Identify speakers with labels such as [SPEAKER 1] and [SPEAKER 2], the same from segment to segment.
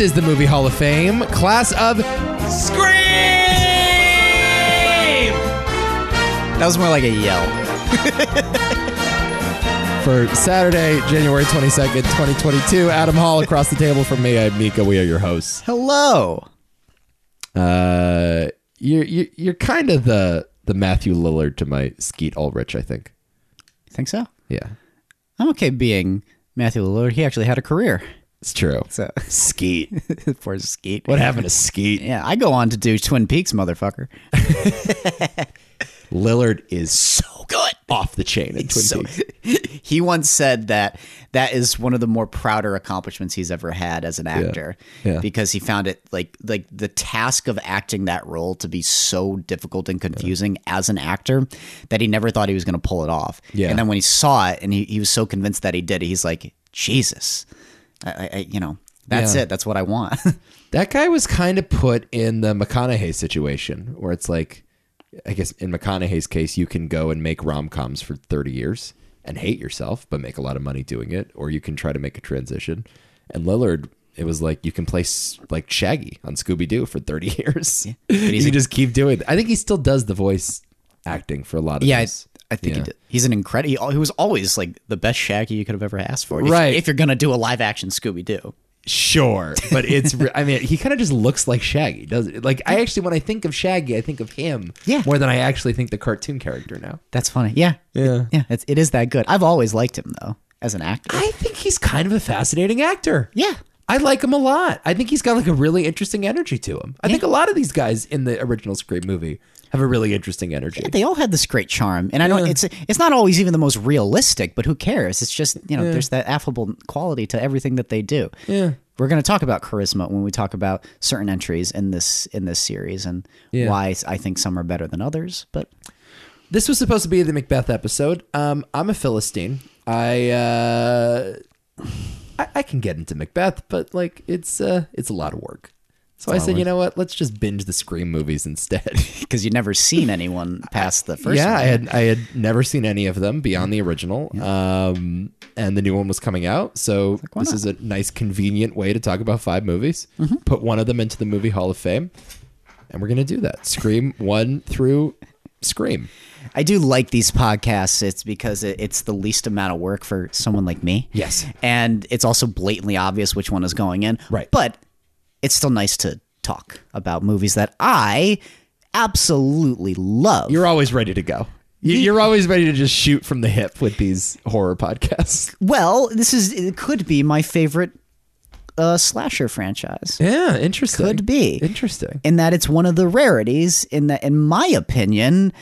[SPEAKER 1] is the Movie Hall of Fame, class of Scream!
[SPEAKER 2] That was more like a yell.
[SPEAKER 1] For Saturday, January 22nd, 2022, Adam Hall across the table from me. I'm Mika. We are your hosts.
[SPEAKER 2] Hello.
[SPEAKER 1] Uh, you're, you're, you're kind of the, the Matthew Lillard to my Skeet Ulrich, I think.
[SPEAKER 2] Think so?
[SPEAKER 1] Yeah,
[SPEAKER 2] I'm okay being Matthew Lillard. He actually had a career.
[SPEAKER 1] it's true.
[SPEAKER 2] So
[SPEAKER 1] Skeet.
[SPEAKER 2] poor Skeet.
[SPEAKER 1] What happened to Skeet?
[SPEAKER 2] Yeah, I go on to do Twin Peaks, motherfucker.
[SPEAKER 1] Lillard is so good. Off the chain in Twin
[SPEAKER 2] So
[SPEAKER 1] Peaks.
[SPEAKER 2] he once said that that is one of the more prouder accomplishments he's ever had as an actor
[SPEAKER 1] Yeah.
[SPEAKER 2] because he found it like like the task of acting that role to be so difficult and confusing as an actor that he never thought he was going to pull it off.
[SPEAKER 1] Yeah.
[SPEAKER 2] And then when he saw it and he, he was so convinced that he did, it, he's like, Jesus, I, I, I you know, that's
[SPEAKER 1] Yeah.
[SPEAKER 2] it. That's what I want.
[SPEAKER 1] That guy was kind of put in the McConaughey situation where it's like, I guess in McConaughey's case, you can go and make rom coms for 30 years and hate yourself, but make a lot of money doing it, or you can try to make a transition. And Lillard, it was like you can play s- like Shaggy on Scooby Doo for 30 years. you can just keep doing it. I think he still does the voice acting for a lot of
[SPEAKER 2] yeah. I,
[SPEAKER 1] his-
[SPEAKER 2] I think
[SPEAKER 1] Yeah.
[SPEAKER 2] he did. he's an incredible. He, al- he was always like the best Shaggy you could have ever asked for. If-
[SPEAKER 1] Right.
[SPEAKER 2] if you're gonna do a live action Scooby Doo,
[SPEAKER 1] Sure, but it's. re- I mean, he kind of just looks like Shaggy, does it? Like I actually, when I think of Shaggy, I think of him
[SPEAKER 2] Yeah.
[SPEAKER 1] more than I actually think the cartoon character now.
[SPEAKER 2] That's funny. Yeah.
[SPEAKER 1] Yeah.
[SPEAKER 2] Yeah. It's, it is that good. I've always liked him, though, as an actor.
[SPEAKER 1] I think he's kind of a fascinating actor.
[SPEAKER 2] Yeah.
[SPEAKER 1] I like him a lot. I think he's got like a really interesting energy to him. I think a lot of these guys in the original Scream movie have a really interesting energy.
[SPEAKER 2] They all had this great charm. And I don't, it's, it's not always even the most realistic, but who cares? It's just, you know, there's that affable quality to everything that they do. Yeah. We're going to talk about charisma when we talk about certain entries in this in this series and
[SPEAKER 1] Yeah.
[SPEAKER 2] why I think some are better than others. But
[SPEAKER 1] This was supposed to be the Macbeth episode. Um, I'm a Philistine. I, uh, I I can get into Macbeth, but like it's uh, it's a lot of work. So I said, you know what? Let's just binge the Scream movies instead.
[SPEAKER 2] because you've never seen anyone past the first
[SPEAKER 1] yeah,
[SPEAKER 2] one.
[SPEAKER 1] I had I had never seen any of them beyond the original. Um, and the new one was coming out, so this is a nice, convenient way to talk about five movies. Put one of them into the movie Hall of Fame, and we're gonna do that. Scream one through Scream.
[SPEAKER 2] I do like these podcasts. It's because it, it's the least amount of work for someone like me.
[SPEAKER 1] Yes.
[SPEAKER 2] And it's also blatantly obvious which one is going in.
[SPEAKER 1] Right.
[SPEAKER 2] But it's still nice to talk about movies that I absolutely love.
[SPEAKER 1] You're always ready to go. You- You're always ready to just shoot from the hip with these horror podcasts.
[SPEAKER 2] well, this is it could be my favorite uh, slasher franchise.
[SPEAKER 1] Yeah, interesting.
[SPEAKER 2] Could be.
[SPEAKER 1] interesting.
[SPEAKER 2] in that it's one of the rarities in that in my opinion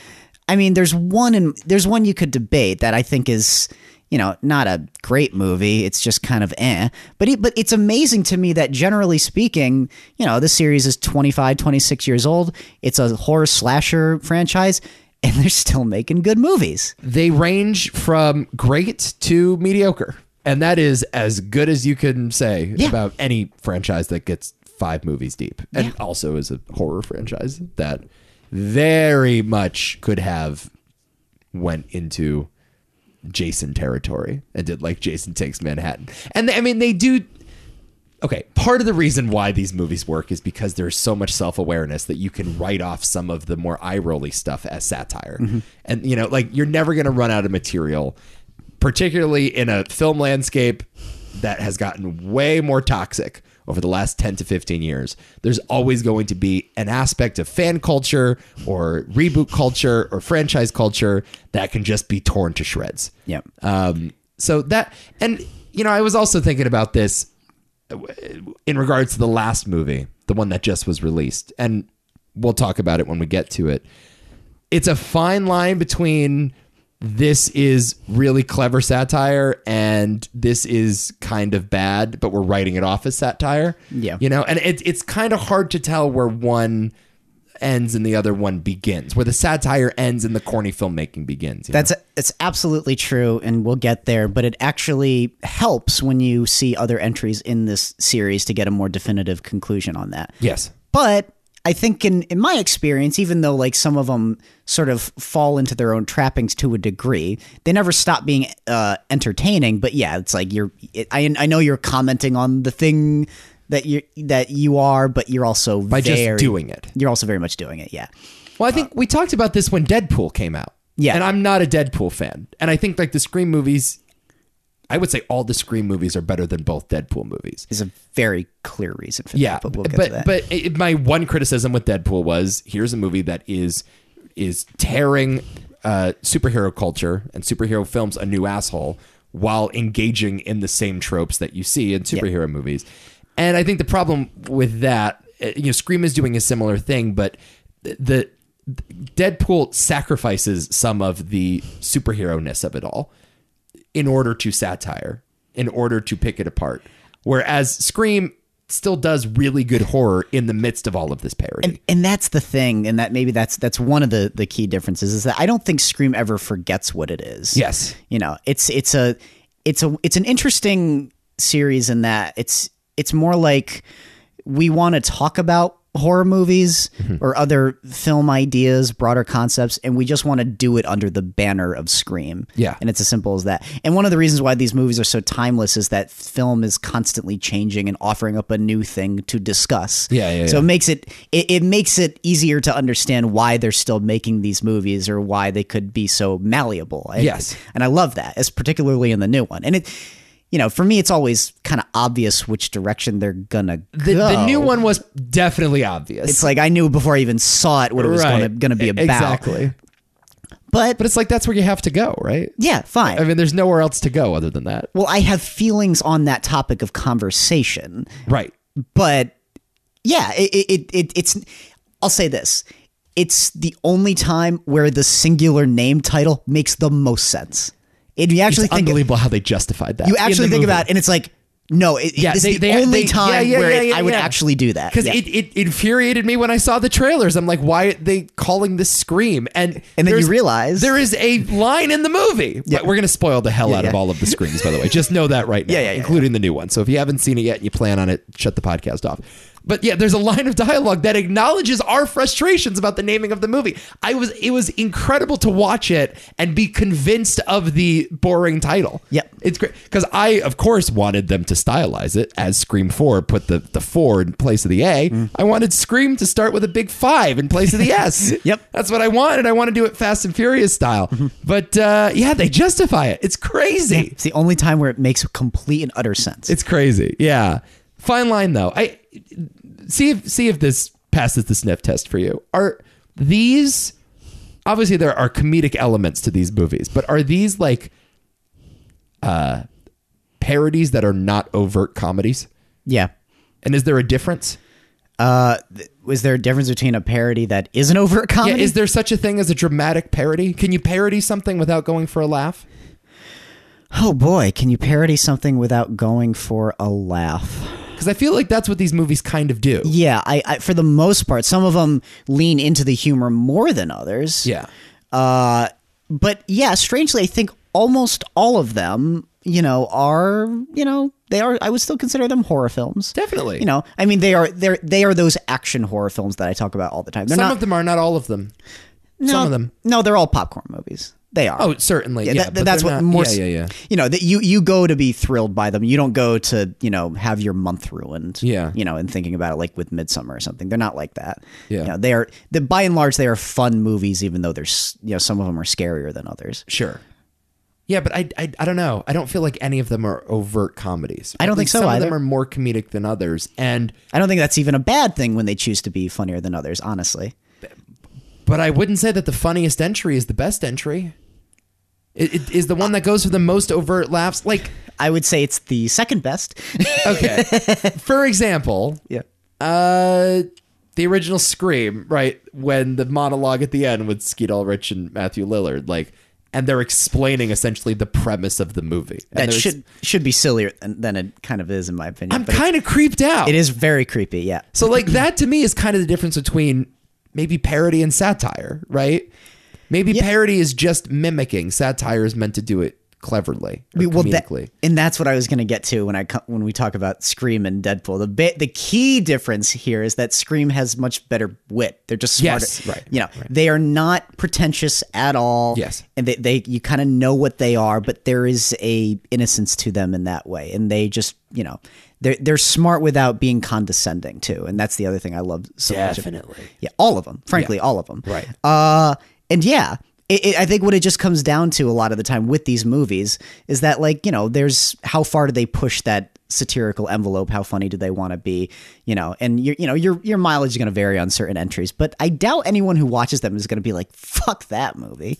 [SPEAKER 2] i mean there's one in, there's one you could debate that i think is you know not a great movie it's just kind of eh but it, but it's amazing to me that generally speaking you know this series is 25 26 years old it's a horror slasher franchise and they're still making good movies
[SPEAKER 1] they range from great to mediocre. And that is as good as you can say
[SPEAKER 2] Yeah.
[SPEAKER 1] about any franchise that gets five movies deep. And also is a horror franchise that very much could have went into Jason territory and did like Jason Takes Manhattan. And they, I mean, they do. Okay, part of the reason why these movies work is because there's so much self awareness that you can write off some of the more eye rolly stuff as satire. And, you know, like you're never going to run out of material, particularly in a film landscape that has gotten way more toxic over the last 10 to 15 years. There's always going to be an aspect of fan culture or reboot culture or franchise culture that can just be torn to shreds.
[SPEAKER 2] yep
[SPEAKER 1] Um, so that, and you know, I was also thinking about this in regards to the last movie, the one that just was released, and we'll talk about it when we get to it. It's a fine line between this is really clever satire and this is kind of bad, but we're writing it off as satire.
[SPEAKER 2] Yeah.
[SPEAKER 1] you know, and it, it's kind of hard to tell where one ends and the other one begins, where the satire ends and the corny filmmaking begins. you know?
[SPEAKER 2] That's it's absolutely true, and we'll get there. But it actually helps when you see other entries in this series to get a more definitive conclusion on that.
[SPEAKER 1] yes.
[SPEAKER 2] But I think in in my experience, even though like some of them sort of fall into their own trappings to a degree, they never stop being uh, entertaining. But yeah, it's like you're. It, I I know you're commenting on the thing that you that you are, but you're also
[SPEAKER 1] by
[SPEAKER 2] very,
[SPEAKER 1] just doing it.
[SPEAKER 2] You're also very much doing it. Yeah.
[SPEAKER 1] Well, I think we talked about this when Deadpool came out.
[SPEAKER 2] Yeah.
[SPEAKER 1] And I'm not a Deadpool fan. And I think like the Scream movies, I would say all the Scream movies are better than both Deadpool movies.
[SPEAKER 2] Is a very clear reason for
[SPEAKER 1] Yeah.
[SPEAKER 2] that, but we'll get
[SPEAKER 1] but
[SPEAKER 2] to that.
[SPEAKER 1] but it, my one criticism with Deadpool was here's a movie that is is tearing uh, superhero culture and superhero films a new asshole while engaging in the same tropes that you see in superhero movies. And I think the problem with that, uh, you know, Scream is doing a similar thing, but the Deadpool sacrifices some of the superhero ness of it all in order to satire, in order to pick it apart. Whereas Scream still does really good horror in the midst of all of this parody.
[SPEAKER 2] and that's the thing, and that maybe that's that's one of the the key differences is that I don't think Scream ever forgets what it is.
[SPEAKER 1] Yes.
[SPEAKER 2] you know, it's it's a it's a it's an interesting series in that it's it's more like we want to talk about horror movies
[SPEAKER 1] Mm-hmm.
[SPEAKER 2] or other film ideas, broader concepts, and we just want to do it under the banner of Scream.
[SPEAKER 1] Yeah.
[SPEAKER 2] And it's as simple as that. And one of the reasons why these movies are so timeless is that film is constantly changing and offering up a new thing to discuss.
[SPEAKER 1] Yeah, yeah,
[SPEAKER 2] So
[SPEAKER 1] yeah.
[SPEAKER 2] it makes it, it it makes it easier to understand why they're still making these movies or why they could be so malleable. I-
[SPEAKER 1] Yes.
[SPEAKER 2] and I love that, as particularly in the new one. And it, you know, for me, it's always kind of obvious which direction they're gonna
[SPEAKER 1] The,
[SPEAKER 2] go.
[SPEAKER 1] the new one was definitely obvious.
[SPEAKER 2] It's like I knew before I even saw it what it was gonna, gonna be about.
[SPEAKER 1] E, Exactly.
[SPEAKER 2] But,
[SPEAKER 1] But it's like that's where you have to go, right?
[SPEAKER 2] yeah, fine.
[SPEAKER 1] I mean, there's nowhere else to go other than that.
[SPEAKER 2] well, I have feelings on that topic of conversation.
[SPEAKER 1] Right.
[SPEAKER 2] but yeah, it, it, it, it it's. I'll say this: it's the only time where the singular name title makes the most sense. If you actually
[SPEAKER 1] It's
[SPEAKER 2] think,
[SPEAKER 1] unbelievable how they justified that.
[SPEAKER 2] you actually think about, it, and it's like, no, it,
[SPEAKER 1] Yeah,
[SPEAKER 2] yeah, this
[SPEAKER 1] they-
[SPEAKER 2] is the
[SPEAKER 1] they-
[SPEAKER 2] only
[SPEAKER 1] they-
[SPEAKER 2] time
[SPEAKER 1] yeah, yeah,
[SPEAKER 2] where
[SPEAKER 1] yeah,
[SPEAKER 2] it-
[SPEAKER 1] yeah,
[SPEAKER 2] I would
[SPEAKER 1] yeah.
[SPEAKER 2] actually do that.
[SPEAKER 1] because
[SPEAKER 2] Yeah.
[SPEAKER 1] it, it infuriated me when I saw the trailers. I'm like, why are they calling this scream? And
[SPEAKER 2] And then you
[SPEAKER 1] there's-
[SPEAKER 2] realize-
[SPEAKER 1] there is a line in the movie. But we're gonna spoil the hell out of
[SPEAKER 2] yeah.
[SPEAKER 1] all of the screams, by the way. Just know that right now,
[SPEAKER 2] Yeah, yeah, yeah,
[SPEAKER 1] including the new one. So if you haven't seen it yet and you plan on it, shut the podcast off. But yeah, there's a line of dialogue that acknowledges our frustrations about the naming of the movie. I was it was incredible to watch it and be convinced of the boring title.
[SPEAKER 2] Yep.
[SPEAKER 1] It's great because I, of course, wanted them to stylize it as Scream Four put the the four in place of the A. I
[SPEAKER 2] Mm.
[SPEAKER 1] wanted Scream to start with a big five in place of the S.
[SPEAKER 2] Yep.
[SPEAKER 1] that's what I wanted. I want to do it Fast and Furious style. But uh, yeah, they justify it. It's crazy.
[SPEAKER 2] it's the only time where it makes complete and utter sense.
[SPEAKER 1] It's crazy. Yeah, fine line though. I see if see if this passes the sniff test for you. Are these obviously there are comedic elements to these movies, but are these like uh parodies that are not overt comedies?
[SPEAKER 2] yeah.
[SPEAKER 1] And is there a difference?
[SPEAKER 2] Was there a difference between a parody that is an overt
[SPEAKER 1] Yeah,
[SPEAKER 2] comedy?
[SPEAKER 1] is there such a thing as a dramatic parody? Can you parody something without going for a laugh?
[SPEAKER 2] oh boy, can you parody something without going for a laugh?
[SPEAKER 1] Because I feel like that's what these movies kind of do.
[SPEAKER 2] Yeah, I, I for the most part, some of them lean into the humor more than others.
[SPEAKER 1] Yeah.
[SPEAKER 2] Uh, but yeah, strangely, I think almost all of them, you know, are you know they are. I would still consider them horror films.
[SPEAKER 1] Definitely.
[SPEAKER 2] You know, I mean, they are they're they are those action horror films that I talk about all the time. They're
[SPEAKER 1] some
[SPEAKER 2] not
[SPEAKER 1] of them are, not all of them.
[SPEAKER 2] no,
[SPEAKER 1] some of them.
[SPEAKER 2] No, they're all popcorn movies. They are.
[SPEAKER 1] Oh, certainly. Yeah,
[SPEAKER 2] that-
[SPEAKER 1] but
[SPEAKER 2] that's
[SPEAKER 1] they're
[SPEAKER 2] what
[SPEAKER 1] not-
[SPEAKER 2] more.
[SPEAKER 1] Yeah, yeah, yeah.
[SPEAKER 2] You know that you you go to be thrilled by them. You don't go to you know have your month ruined.
[SPEAKER 1] Yeah.
[SPEAKER 2] you know, and thinking about it like with Midsummer or something. They're not like that.
[SPEAKER 1] Yeah.
[SPEAKER 2] you know, they are. The, by and large, they are fun movies, even though there's you know some of them are scarier than others.
[SPEAKER 1] Sure. Yeah, but I, I I don't know. I don't feel like any of them are overt comedies.
[SPEAKER 2] I don't
[SPEAKER 1] At
[SPEAKER 2] think
[SPEAKER 1] least
[SPEAKER 2] so
[SPEAKER 1] Some of
[SPEAKER 2] either.
[SPEAKER 1] them are more comedic than others, and
[SPEAKER 2] I don't think that's even a bad thing when they choose to be funnier than others. Honestly,
[SPEAKER 1] but I wouldn't say that the funniest entry is the best entry. It, it is the one that goes for the most overt laughs. Like,
[SPEAKER 2] I would say it's the second best.
[SPEAKER 1] okay, for example,
[SPEAKER 2] yeah.
[SPEAKER 1] uh, the original Scream, right? When the monologue at the end with Skeet Ulrich and Matthew Lillard, like, and they're explaining essentially the premise of the movie. And
[SPEAKER 2] That
[SPEAKER 1] there's-
[SPEAKER 2] should should be sillier than, than it kind of is, in my opinion.
[SPEAKER 1] I'm
[SPEAKER 2] but
[SPEAKER 1] kind of creeped out.
[SPEAKER 2] it is very creepy. Yeah.
[SPEAKER 1] So like that to me is kind of the difference between maybe parody and satire, right? Maybe parody is just mimicking. Satire is meant to do it cleverly, or
[SPEAKER 2] I mean, well, that-
[SPEAKER 1] comedically.
[SPEAKER 2] and that's what I was going to get to when I co- when we talk about Scream and Deadpool. The ba- the key difference here is that Scream has much better wit. They're just smarter.
[SPEAKER 1] Yes, right,
[SPEAKER 2] You know, they are not pretentious at all.
[SPEAKER 1] Yes.
[SPEAKER 2] and they, they you kind of know what they are, but there is a innocence to them in that way, and they just you know they're they're smart without being condescending too, and that's the other thing I love so much. about-
[SPEAKER 1] Definitely.
[SPEAKER 2] yeah, all of them. Frankly, all of them.
[SPEAKER 1] Right.
[SPEAKER 2] Uh, and yeah, it, it, I think what it just comes down to a lot of the time with these movies is that like you know, there's how far do they push that satirical envelope? How funny do they want to be? You know, and your you know your your mileage is going to vary on certain entries, but I doubt anyone who watches them is going to be like, "Fuck that movie."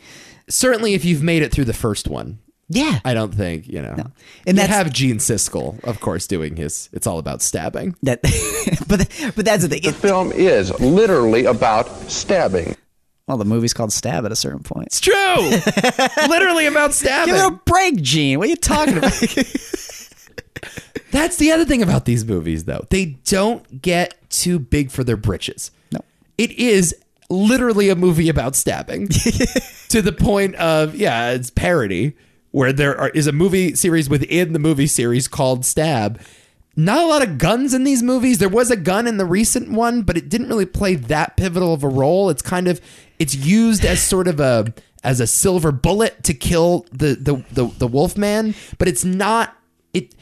[SPEAKER 1] Certainly, if you've made it through the first one,
[SPEAKER 2] Yeah.
[SPEAKER 1] I don't think you know.
[SPEAKER 2] And
[SPEAKER 1] And you
[SPEAKER 2] that's-
[SPEAKER 1] have Gene Siskel, of course, doing his. It's all about stabbing.
[SPEAKER 2] that, but but that's the thing. It,
[SPEAKER 3] film is literally about stabbing.
[SPEAKER 2] well, the movie's called Stab at a certain point.
[SPEAKER 1] It's true. Literally about stabbing.
[SPEAKER 2] Give it a break, Gene. What are you talking about?
[SPEAKER 1] That's the other thing about these movies, though. They don't get too big for their britches.
[SPEAKER 2] No.
[SPEAKER 1] It is literally a movie about stabbing to the point of, yeah, it's parody, where there are, is a movie series within the movie series called Stab. Not a lot of guns in these movies. There was a gun in the recent one, but it didn't really play that pivotal of a role. It's kind of it's used as sort of a as a silver bullet to kill the the the, the Wolfman, but it's not it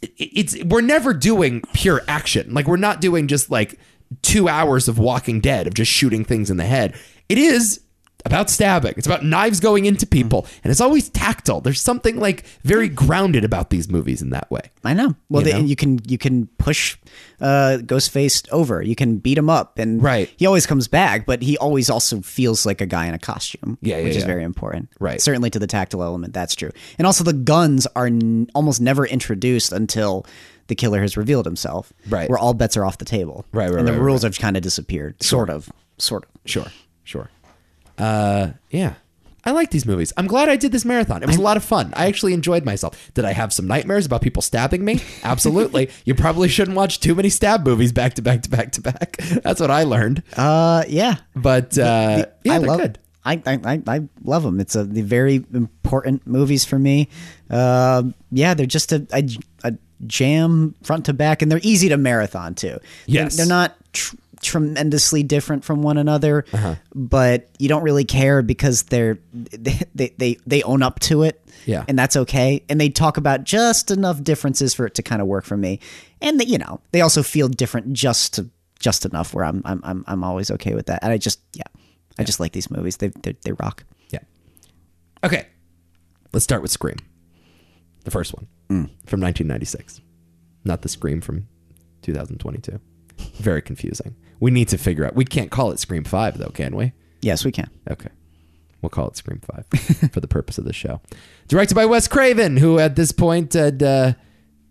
[SPEAKER 1] it- it's we're never doing pure action. Like we're not doing just like two hours of Walking Dead of just shooting things in the head. It is about stabbing. It's about knives going into people, and it's always tactile. There's something like very grounded about these movies in that way.
[SPEAKER 2] I know. Well, you,
[SPEAKER 1] You
[SPEAKER 2] the,
[SPEAKER 1] know?
[SPEAKER 2] and you can you can push uh, Ghostface over. You can beat him up, and
[SPEAKER 1] Right.
[SPEAKER 2] He always comes back, but he always also feels like a guy in a costume.
[SPEAKER 1] Yeah, yeah,
[SPEAKER 2] which is
[SPEAKER 1] yeah.
[SPEAKER 2] very important.
[SPEAKER 1] Right.
[SPEAKER 2] Certainly to the tactile element, that's true. And also, the guns are n- almost never introduced until the killer has revealed himself.
[SPEAKER 1] Right.
[SPEAKER 2] Where all bets are off the table.
[SPEAKER 1] Right, right,
[SPEAKER 2] And the
[SPEAKER 1] right,
[SPEAKER 2] rules have kind of disappeared. Sort of. Sort of.
[SPEAKER 1] Sure, sure. Uh, yeah. I like these movies. I'm glad I did this marathon. It was a lot of fun. I actually enjoyed myself. Did I have some nightmares about people stabbing me? Absolutely. you probably shouldn't watch too many stab movies back to back to back to back. That's what I learned.
[SPEAKER 2] Uh, yeah.
[SPEAKER 1] But uh, yeah,
[SPEAKER 2] I
[SPEAKER 1] they're
[SPEAKER 2] love
[SPEAKER 1] good.
[SPEAKER 2] I, I I I love them. It's a the very important movies for me. Um yeah, they're just a, a a jam front to back, and they're easy to marathon too. They're-
[SPEAKER 1] Yes.
[SPEAKER 2] they're, not tr- tremendously different from one another, but you don't really care because they're they they they, they own up to it.
[SPEAKER 1] Yeah.
[SPEAKER 2] and that's okay. And they talk about just enough differences for it to kind of work for me. And that you know they also feel different just to just enough where I'm I'm I'm I'm always okay with that. And I just yeah, I just like these movies. They they, they rock.
[SPEAKER 1] Yeah. Okay. Let's start with Scream. The first one from 1996. Not the Scream from 2022. Very confusing. We need to figure out. We can't call it Scream 5, though, can we?
[SPEAKER 2] Yes, we can.
[SPEAKER 1] Okay. We'll call it Scream 5 for the purpose of the show. Directed by Wes Craven, who at this point had uh,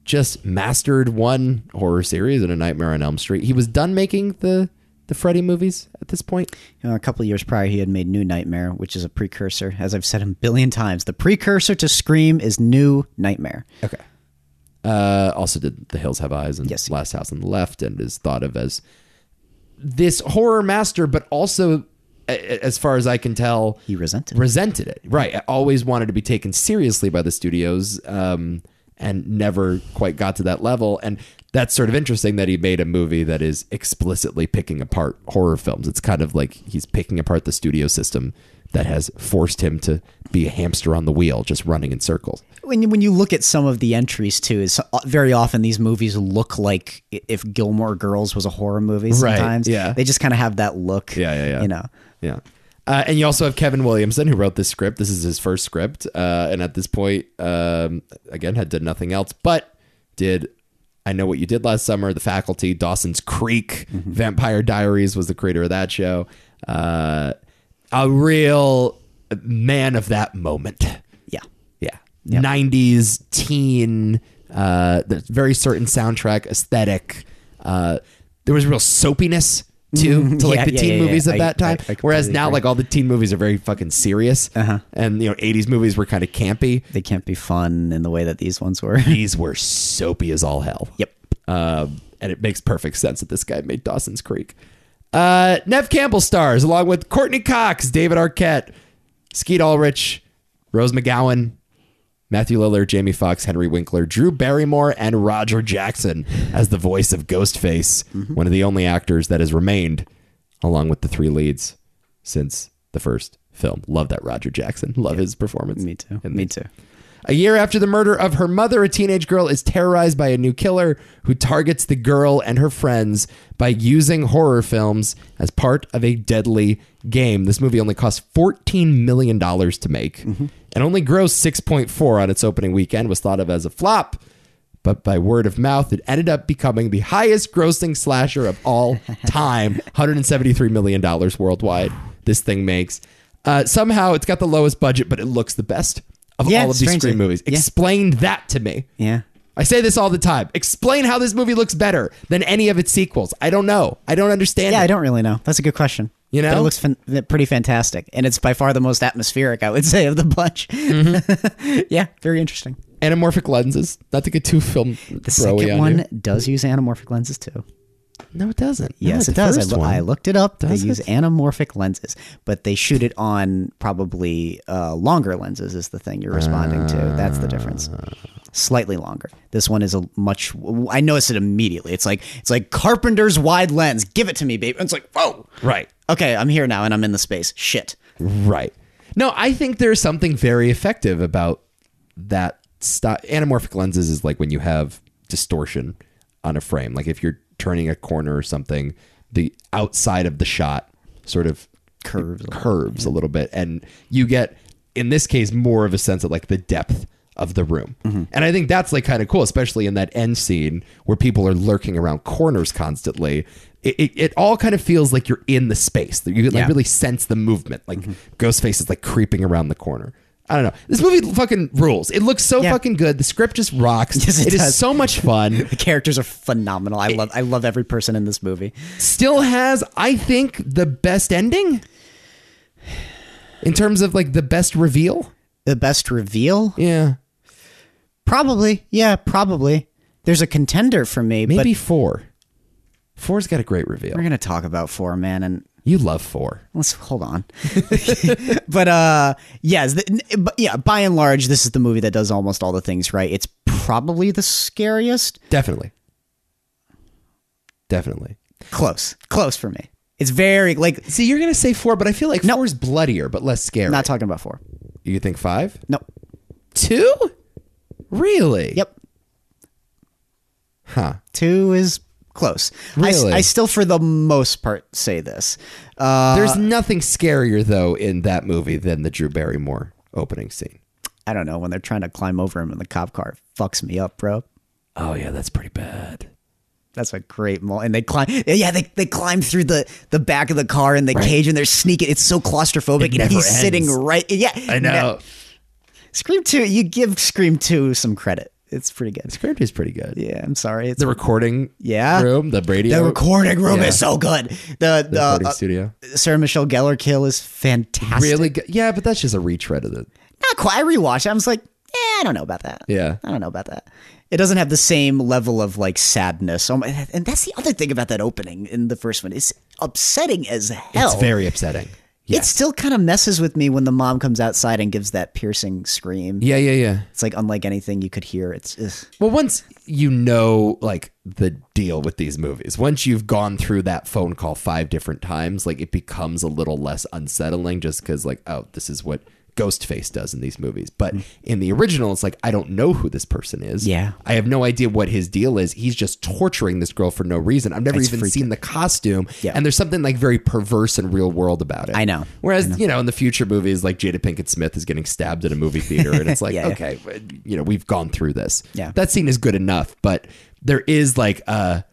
[SPEAKER 1] just mastered one horror series and A Nightmare on Elm Street. He was done making the, the Freddy movies at this point.
[SPEAKER 2] You know, a couple of years prior, he had made New Nightmare, which is a precursor, as I've said a billion times. The precursor to Scream is New Nightmare.
[SPEAKER 1] Okay. Uh, also did The Hills Have Eyes and
[SPEAKER 2] Yes.
[SPEAKER 1] Last House on the Left and is thought of as this horror master, but also, a- a- as far as I can tell,
[SPEAKER 2] He resented. it.
[SPEAKER 1] resented it. Right. I always wanted to be taken seriously by the studios um, and never quite got to that level. And that's sort of interesting that he made a movie that is explicitly picking apart horror films. It's kind of like he's picking apart the studio system that has forced him to be a hamster on the wheel, just running in circles.
[SPEAKER 2] when you, when you look at some of the entries too, is uh, very often these movies look like i- if Gilmore Girls was a horror movie.
[SPEAKER 1] Right,
[SPEAKER 2] Sometimes,
[SPEAKER 1] yeah.
[SPEAKER 2] they just kind of have that look.
[SPEAKER 1] Yeah, yeah, yeah.
[SPEAKER 2] You know,
[SPEAKER 1] Yeah. Uh, and you also have Kevin Williamson, who wrote this script. This is his first script. Uh, and at this point, um, again, had done nothing else, but did I Know What You Did Last Summer, The Faculty, Dawson's Creek, Vampire Diaries was the creator of that show. Uh, a real man of that moment.
[SPEAKER 2] yeah.
[SPEAKER 1] Yeah. 90s teen, uh, the very certain soundtrack aesthetic. Uh, there was real soapiness too to like
[SPEAKER 2] Mm-hmm. Yeah,
[SPEAKER 1] the
[SPEAKER 2] yeah,
[SPEAKER 1] teen
[SPEAKER 2] yeah, yeah.
[SPEAKER 1] movies
[SPEAKER 2] I-
[SPEAKER 1] of that time.
[SPEAKER 2] I- I
[SPEAKER 1] Whereas
[SPEAKER 2] completely
[SPEAKER 1] now,
[SPEAKER 2] agree.
[SPEAKER 1] like all the teen movies are very fucking serious, uh-huh. and you know, 80s movies were kind of campy.
[SPEAKER 2] They can't be fun in the way that these ones were.
[SPEAKER 1] These were soapy as all hell.
[SPEAKER 2] Yep.
[SPEAKER 1] Um, and it makes perfect sense that this guy made Dawson's Creek. Uh, Nev Campbell stars along with Courtney Cox, David Arquette, Skeet Ulrich, Rose McGowan, Matthew Lillard, Jamie Foxx, Henry Winkler, Drew Barrymore, and Roger Jackson as the voice of Ghostface, one of the only actors that has remained along with the three leads since the first film. Love that Roger Jackson. Love his performance.
[SPEAKER 2] Me too.
[SPEAKER 1] in
[SPEAKER 2] Me
[SPEAKER 1] these.
[SPEAKER 2] too.
[SPEAKER 1] A year after the murder of her mother, a teenage girl is terrorized by a new killer who targets the girl and her friends by using horror films as part of a deadly game. This movie only cost $14 million to make and only grossed 6.4 on its opening weekend, was thought of as a flop but by word of mouth, it ended up becoming the highest grossing slasher of all time $173 million worldwide. This thing makes. Uh, somehow it's got the lowest budget, but it looks the best of
[SPEAKER 2] Yeah,
[SPEAKER 1] all of these
[SPEAKER 2] strangely.
[SPEAKER 1] Scream movies.
[SPEAKER 2] Yeah.
[SPEAKER 1] Explain that to me.
[SPEAKER 2] Yeah.
[SPEAKER 1] I say this all the time. Explain how this movie looks better than any of its sequels. I don't know. I don't understand.
[SPEAKER 2] Yeah,
[SPEAKER 1] it.
[SPEAKER 2] I don't really know. That's a good question.
[SPEAKER 1] You
[SPEAKER 2] But
[SPEAKER 1] know?
[SPEAKER 2] it looks fan- pretty fantastic, and it's by far the most atmospheric, I would say, of the bunch.
[SPEAKER 1] Mm-hmm.
[SPEAKER 2] yeah, very interesting.
[SPEAKER 1] Anamorphic lenses. Not to get too film.
[SPEAKER 2] The second
[SPEAKER 1] on
[SPEAKER 2] one
[SPEAKER 1] you.
[SPEAKER 2] does use anamorphic lenses too.
[SPEAKER 1] No, it doesn't. No,
[SPEAKER 2] Yes,
[SPEAKER 1] the
[SPEAKER 2] it does. I,
[SPEAKER 1] first
[SPEAKER 2] loo-
[SPEAKER 1] one.
[SPEAKER 2] I looked it up.
[SPEAKER 1] Does
[SPEAKER 2] they use
[SPEAKER 1] it?
[SPEAKER 2] anamorphic lenses, but they shoot it on probably uh, longer lenses. Is the thing you're responding to? That's the difference.
[SPEAKER 1] Uh.
[SPEAKER 2] Slightly longer. This one is a much. I noticed it immediately. It's like it's like Carpenter's wide lens. Give it to me, babe. And it's like whoa.
[SPEAKER 1] Right.
[SPEAKER 2] Okay, I'm here now, and I'm in the space. Shit.
[SPEAKER 1] Right. No, I think there's something very effective about that style. Anamorphic lenses is like when you have distortion on a frame. Like if you're turning a corner or something, the outside of the shot sort of curves curves a little bit and you get in this case more of a sense of like the depth of the room.
[SPEAKER 2] Mm-hmm.
[SPEAKER 1] And I think that's like kind of cool, especially in that end scene where people are lurking around corners constantly. It, it, it all kind of feels like you're in the space. that You can like
[SPEAKER 2] Yeah. Mm-hmm.
[SPEAKER 1] really sense the movement. Like Ghostface is like creeping around the corner. I don't know. This movie fucking rules. It looks so
[SPEAKER 2] Yeah.
[SPEAKER 1] fucking good. The script just rocks.
[SPEAKER 2] Yes, it
[SPEAKER 1] it is
[SPEAKER 2] does.
[SPEAKER 1] so much fun.
[SPEAKER 2] The characters are phenomenal. I love I love every person in this movie.
[SPEAKER 1] Still has, I think, the best ending in terms of like the best reveal.
[SPEAKER 2] The best reveal?
[SPEAKER 1] Yeah.
[SPEAKER 2] Probably. Yeah, probably. There's a contender for me,
[SPEAKER 1] Maybe
[SPEAKER 2] but
[SPEAKER 1] four. Four's got a great
[SPEAKER 2] we're
[SPEAKER 1] reveal.
[SPEAKER 2] going to talk about 4 man and
[SPEAKER 1] You love four.
[SPEAKER 2] let's hold on. but uh yes, the, but yeah, by and large this is the movie that does almost all the things right. It's probably the scariest.
[SPEAKER 1] Definitely. Definitely.
[SPEAKER 2] Close. Close for me. It's very like
[SPEAKER 1] See, you're gonna say four, but I feel like four's bloodier but less scary.
[SPEAKER 2] not talking about 4.
[SPEAKER 1] you think five?
[SPEAKER 2] Nope.
[SPEAKER 1] Two? Really?
[SPEAKER 2] Yep.
[SPEAKER 1] Huh.
[SPEAKER 2] Two is close. I s-
[SPEAKER 1] Really?
[SPEAKER 2] I, still, for the most part, say this. Uh,
[SPEAKER 1] There's nothing scarier though in that movie than the Drew Barrymore opening scene.
[SPEAKER 2] I don't know when they're trying to climb over him in the cop car. it Fucks me up, bro.
[SPEAKER 1] Oh yeah, that's pretty bad.
[SPEAKER 2] That's a great moment. And they climb. Yeah, they, they climb through the, the back of the car in the cage, and they're sneaking. It's so claustrophobic. and
[SPEAKER 1] never
[SPEAKER 2] he's sitting
[SPEAKER 1] ends.
[SPEAKER 2] right. Yeah,
[SPEAKER 1] I know.
[SPEAKER 2] Scream two. You give Scream two some credit. It's pretty good.
[SPEAKER 1] Script is pretty good.
[SPEAKER 2] Yeah, I'm sorry. It's
[SPEAKER 1] The recording
[SPEAKER 2] Yeah.
[SPEAKER 1] room, the Brady
[SPEAKER 2] the recording room is so good. The, the,
[SPEAKER 1] recording
[SPEAKER 2] uh,
[SPEAKER 1] studio.
[SPEAKER 2] Sarah Michelle Gellar kill is fantastic.
[SPEAKER 1] Really good. Yeah, but that's just a retread of the
[SPEAKER 2] Not quite. I rewatched. it. I was like, eh, I don't know about that.
[SPEAKER 1] Yeah.
[SPEAKER 2] I don't know about that. It doesn't have the same level of like sadness. Oh my, and that's the other thing about that opening in the first one. It's upsetting as hell.
[SPEAKER 1] It's very upsetting.
[SPEAKER 2] It still kind of messes with me when the mom comes outside and gives that piercing scream.
[SPEAKER 1] Yeah, yeah, yeah.
[SPEAKER 2] It's like unlike anything you could hear. It's ugh.
[SPEAKER 1] Well, once you know like the deal with these movies, once you've gone through that phone call five different times, like it becomes a little less unsettling just because like, oh, this is what Ghostface does in these movies. But in the original, it's like I don't know who this person is.
[SPEAKER 2] Hmm. Yeah.
[SPEAKER 1] I have no idea what his deal is. He's just torturing this girl for no reason. I've never even seen the costume.
[SPEAKER 2] Yeah.
[SPEAKER 1] And there's something like very perverse and real world about it.
[SPEAKER 2] I know.
[SPEAKER 1] Whereas, you know, in the future movies, like Jada Pinkett Smith is getting stabbed at a movie theater, and it's like,
[SPEAKER 2] Yeah, yeah.
[SPEAKER 1] okay, you know, we've gone through this.
[SPEAKER 2] Yeah.
[SPEAKER 1] That scene is good enough, but there is like a,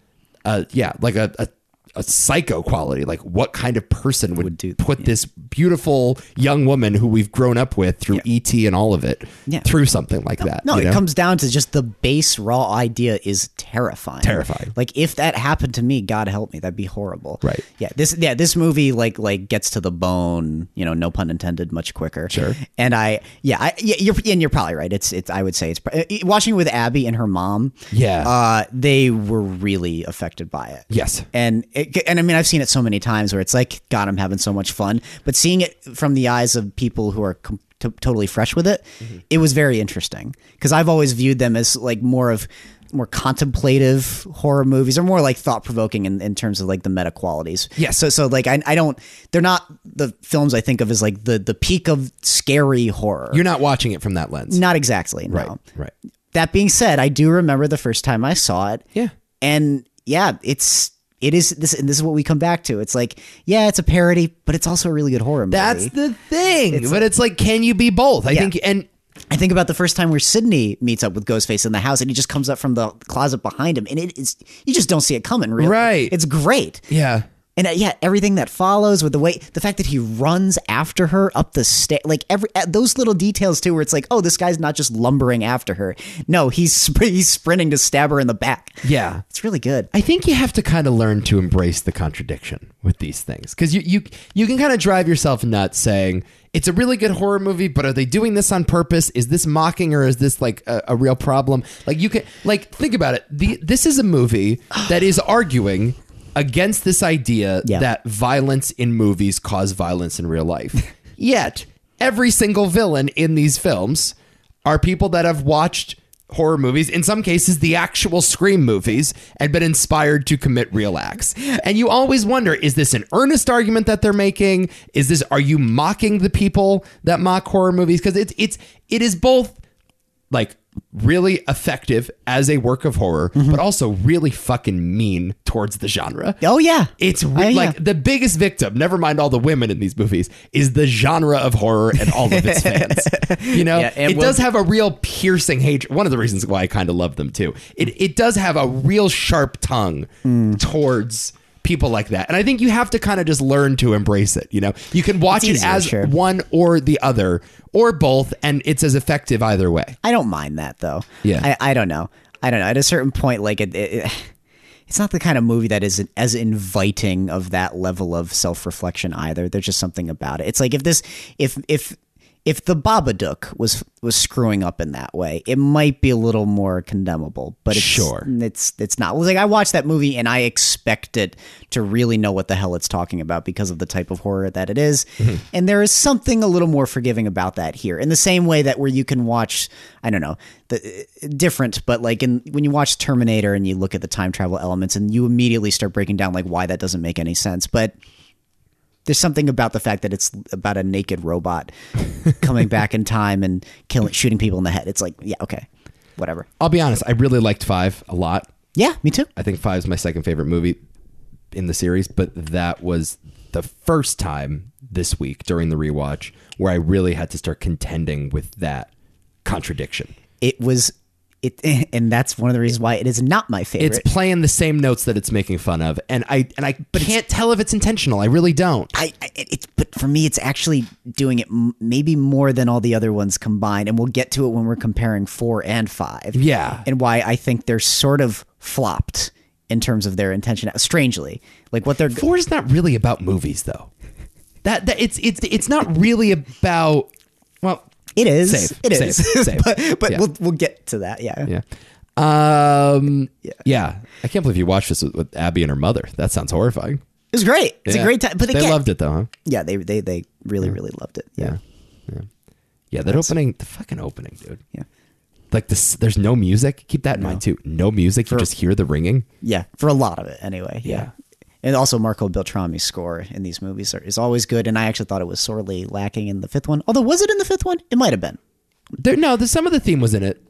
[SPEAKER 1] a yeah, like a, a, a psycho quality. Like, what kind of person would,
[SPEAKER 2] do-
[SPEAKER 1] put this beautiful young woman who we've grown up with through E.T. and all of it
[SPEAKER 2] Yeah.
[SPEAKER 1] through something like that?
[SPEAKER 2] no,
[SPEAKER 1] Uh, you
[SPEAKER 2] it
[SPEAKER 1] know?
[SPEAKER 2] comes down to just the base raw idea is terrifying.
[SPEAKER 1] Terrifying.
[SPEAKER 2] Like if that happened to me, God help me, that'd be horrible.
[SPEAKER 1] Right.
[SPEAKER 2] Yeah. This yeah, this movie like like gets to the bone, you know, no pun intended, much quicker.
[SPEAKER 1] Sure.
[SPEAKER 2] And I yeah, I yeah, you're and you're probably right. It's it's I would say it's pr- eh, watching with Abby and her mom.
[SPEAKER 1] Yeah.
[SPEAKER 2] Uh they were really affected by it.
[SPEAKER 1] Yes.
[SPEAKER 2] And it, and I mean I've seen it so many times where it's like God I'm having so much fun, but seeing it from the eyes of people who are com- to totally fresh with it,
[SPEAKER 1] Mm-hmm.
[SPEAKER 2] it was very interesting because I've always viewed them as like more of more contemplative horror movies or more like thought provoking in, in terms of like the meta qualities.
[SPEAKER 1] Yes.
[SPEAKER 2] So so like I I don't they're not the films I think of as like the the peak of scary horror.
[SPEAKER 1] You're not watching it from that lens.
[SPEAKER 2] not exactly no.
[SPEAKER 1] Right. Right.
[SPEAKER 2] That being said, I do remember the first time I saw it.
[SPEAKER 1] Yeah.
[SPEAKER 2] And yeah, it's it is this and this is what we come back to. It's like, yeah, it's a parody, but it's also a really good horror movie.
[SPEAKER 1] That's the thing. but it's like, can you be both? I think, and
[SPEAKER 2] I think about the first time where Sydney meets up with Ghostface in the house and he just comes up from the closet behind him and it is you just don't see it coming really.
[SPEAKER 1] Right.
[SPEAKER 2] It's great.
[SPEAKER 1] yeah,
[SPEAKER 2] And uh, yeah, everything that follows with the way the fact that he runs after her up the stair, like every uh, those little details too where it's like, "Oh, this guy's not just lumbering after her. No, he's spr- he's sprinting to stab her in the back."
[SPEAKER 1] yeah.
[SPEAKER 2] It's really good.
[SPEAKER 1] I think you have to kind of learn to embrace the contradiction with these things because you you you can kind of drive yourself nuts saying it's a really good horror movie, but are they doing this on purpose? Is this mocking or is this like a, a real problem? Like you can like think about it. The, this is a movie that is arguing against this idea
[SPEAKER 2] Yeah.
[SPEAKER 1] that violence in movies cause violence in real life. Yet every single villain in these films are people that have watched horror movies, in some cases the actual Scream movies, and been inspired to commit real acts. And you always wonder, is this an earnest argument that they're making? Is this are you mocking the people that mock horror movies? Because it's it's it is both like really effective as a work of horror, but also really fucking mean towards the genre.
[SPEAKER 2] Oh yeah.
[SPEAKER 1] It's re-
[SPEAKER 2] Oh, yeah.
[SPEAKER 1] like the biggest victim, never mind all the women in these movies, is the genre of horror and all of its fans. You know,
[SPEAKER 2] Yeah, and
[SPEAKER 1] it
[SPEAKER 2] we'll-
[SPEAKER 1] does have a real piercing hatred. One of the reasons why I kind of love them too. It it does have a real sharp tongue
[SPEAKER 2] Hmm.
[SPEAKER 1] towards people like that. And I think you have to kind of just learn to embrace it, you know. You can watch
[SPEAKER 2] It's
[SPEAKER 1] it
[SPEAKER 2] easier,
[SPEAKER 1] as
[SPEAKER 2] sure.
[SPEAKER 1] one or the other or both and it's as effective either way.
[SPEAKER 2] I don't mind that though.
[SPEAKER 1] Yeah.
[SPEAKER 2] I, I don't know. I don't know. At a certain point, like it, it, it's not the kind of movie that is as inviting of that level of self reflection either. There's just something about it. It's like if this, if if if the Babadook was was screwing up in that way, it might be a little more condemnable. But it's,
[SPEAKER 1] Sure.
[SPEAKER 2] it's it's not. Like I watched that movie and I expect it to really know what the hell it's talking about because of the type of horror that it is. And there is something a little more forgiving about that here. In the same way that where you can watch, I don't know, the different, but like in when you watch Terminator and you look at the time travel elements and you immediately start breaking down like why that doesn't make any sense, but there's something about the fact that it's about a naked robot coming back in time and killing shooting people in the head. It's like, yeah, okay. Whatever.
[SPEAKER 1] I'll be honest, I really liked 5 a lot.
[SPEAKER 2] Yeah, me too.
[SPEAKER 1] I think Five is my second favorite movie in the series, but that was the first time this week during the rewatch where I really had to start contending with that contradiction.
[SPEAKER 2] it was it and that's one of the reasons why it is not my favorite
[SPEAKER 1] It's playing the same notes that it's making fun of, and I and I can't tell if it's intentional. I really don't.
[SPEAKER 2] I, I it, it's but for me it's actually doing it m- maybe more than all the other ones combined and we'll get to it when we're comparing 4 and 5
[SPEAKER 1] Yeah.
[SPEAKER 2] and why I think they're sort of flopped in terms of their intention strangely like what they're
[SPEAKER 1] Four is not really about movies, though. That, that it's it's it's not really about. Well,
[SPEAKER 2] it is
[SPEAKER 1] Save,
[SPEAKER 2] it
[SPEAKER 1] save,
[SPEAKER 2] is
[SPEAKER 1] save.
[SPEAKER 2] but, but
[SPEAKER 1] Yeah.
[SPEAKER 2] we'll we'll get to that yeah,
[SPEAKER 1] yeah. Um, yeah. I can't believe you watched this with, with Abby and her mother. That sounds horrifying.
[SPEAKER 2] it was great it's
[SPEAKER 1] Yeah.
[SPEAKER 2] a great time but
[SPEAKER 1] they
[SPEAKER 2] again
[SPEAKER 1] loved it though. Huh?
[SPEAKER 2] yeah they they they really really loved it yeah
[SPEAKER 1] Yeah. Yeah. Yeah, that opening, the fucking opening, dude.
[SPEAKER 2] yeah
[SPEAKER 1] Like this there's no music. Keep that in mind too. No music. You just hear the ringing.
[SPEAKER 2] Yeah, for a lot of it anyway. Yeah.
[SPEAKER 1] Yeah.
[SPEAKER 2] And also Marco Beltrami's score in these movies are, is always good, and I actually thought it was sorely lacking in the fifth one. Although was it in the fifth one? It might have been.
[SPEAKER 1] There no, the, some of the theme was in it.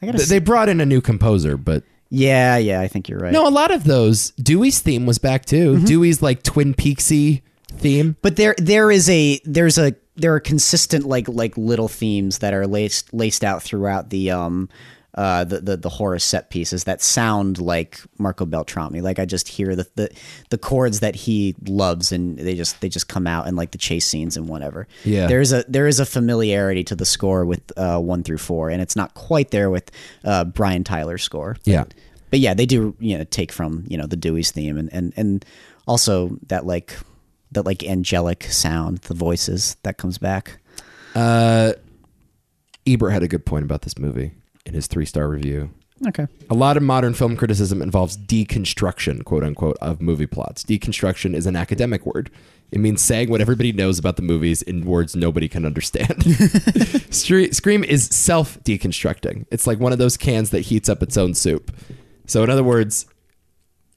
[SPEAKER 2] I gotta.
[SPEAKER 1] Th-
[SPEAKER 2] say,
[SPEAKER 1] They brought in a new composer, but
[SPEAKER 2] yeah, yeah, I think you're right.
[SPEAKER 1] no, a lot of those Dewey's theme was back too. Dewey's like Twin Peaksy theme.
[SPEAKER 2] but there there is a there's a there are consistent like like little themes that are laced laced out throughout the um uh the the, the horror set pieces that sound like Marco Beltrami. Like I just hear the, the the chords that he loves and they just they just come out in like the chase scenes and whatever.
[SPEAKER 1] Yeah.
[SPEAKER 2] There is a there is a familiarity to the score with uh one through four and it's not quite there with uh Brian Tyler's score.
[SPEAKER 1] Yeah.
[SPEAKER 2] But yeah, they do you know take from you know the Dewey's theme and and and also that like that like angelic sound, the voices that comes back.
[SPEAKER 1] Ebert had a good point about this movie in his three star review.
[SPEAKER 2] Okay.
[SPEAKER 1] A lot of modern film criticism involves deconstruction, quote unquote, of movie plots. Deconstruction is an academic word. It means saying what everybody knows about the movies in words nobody can understand. Stre- Scream is self deconstructing. It's like one of those cans that heats up its own soup. So, in other words,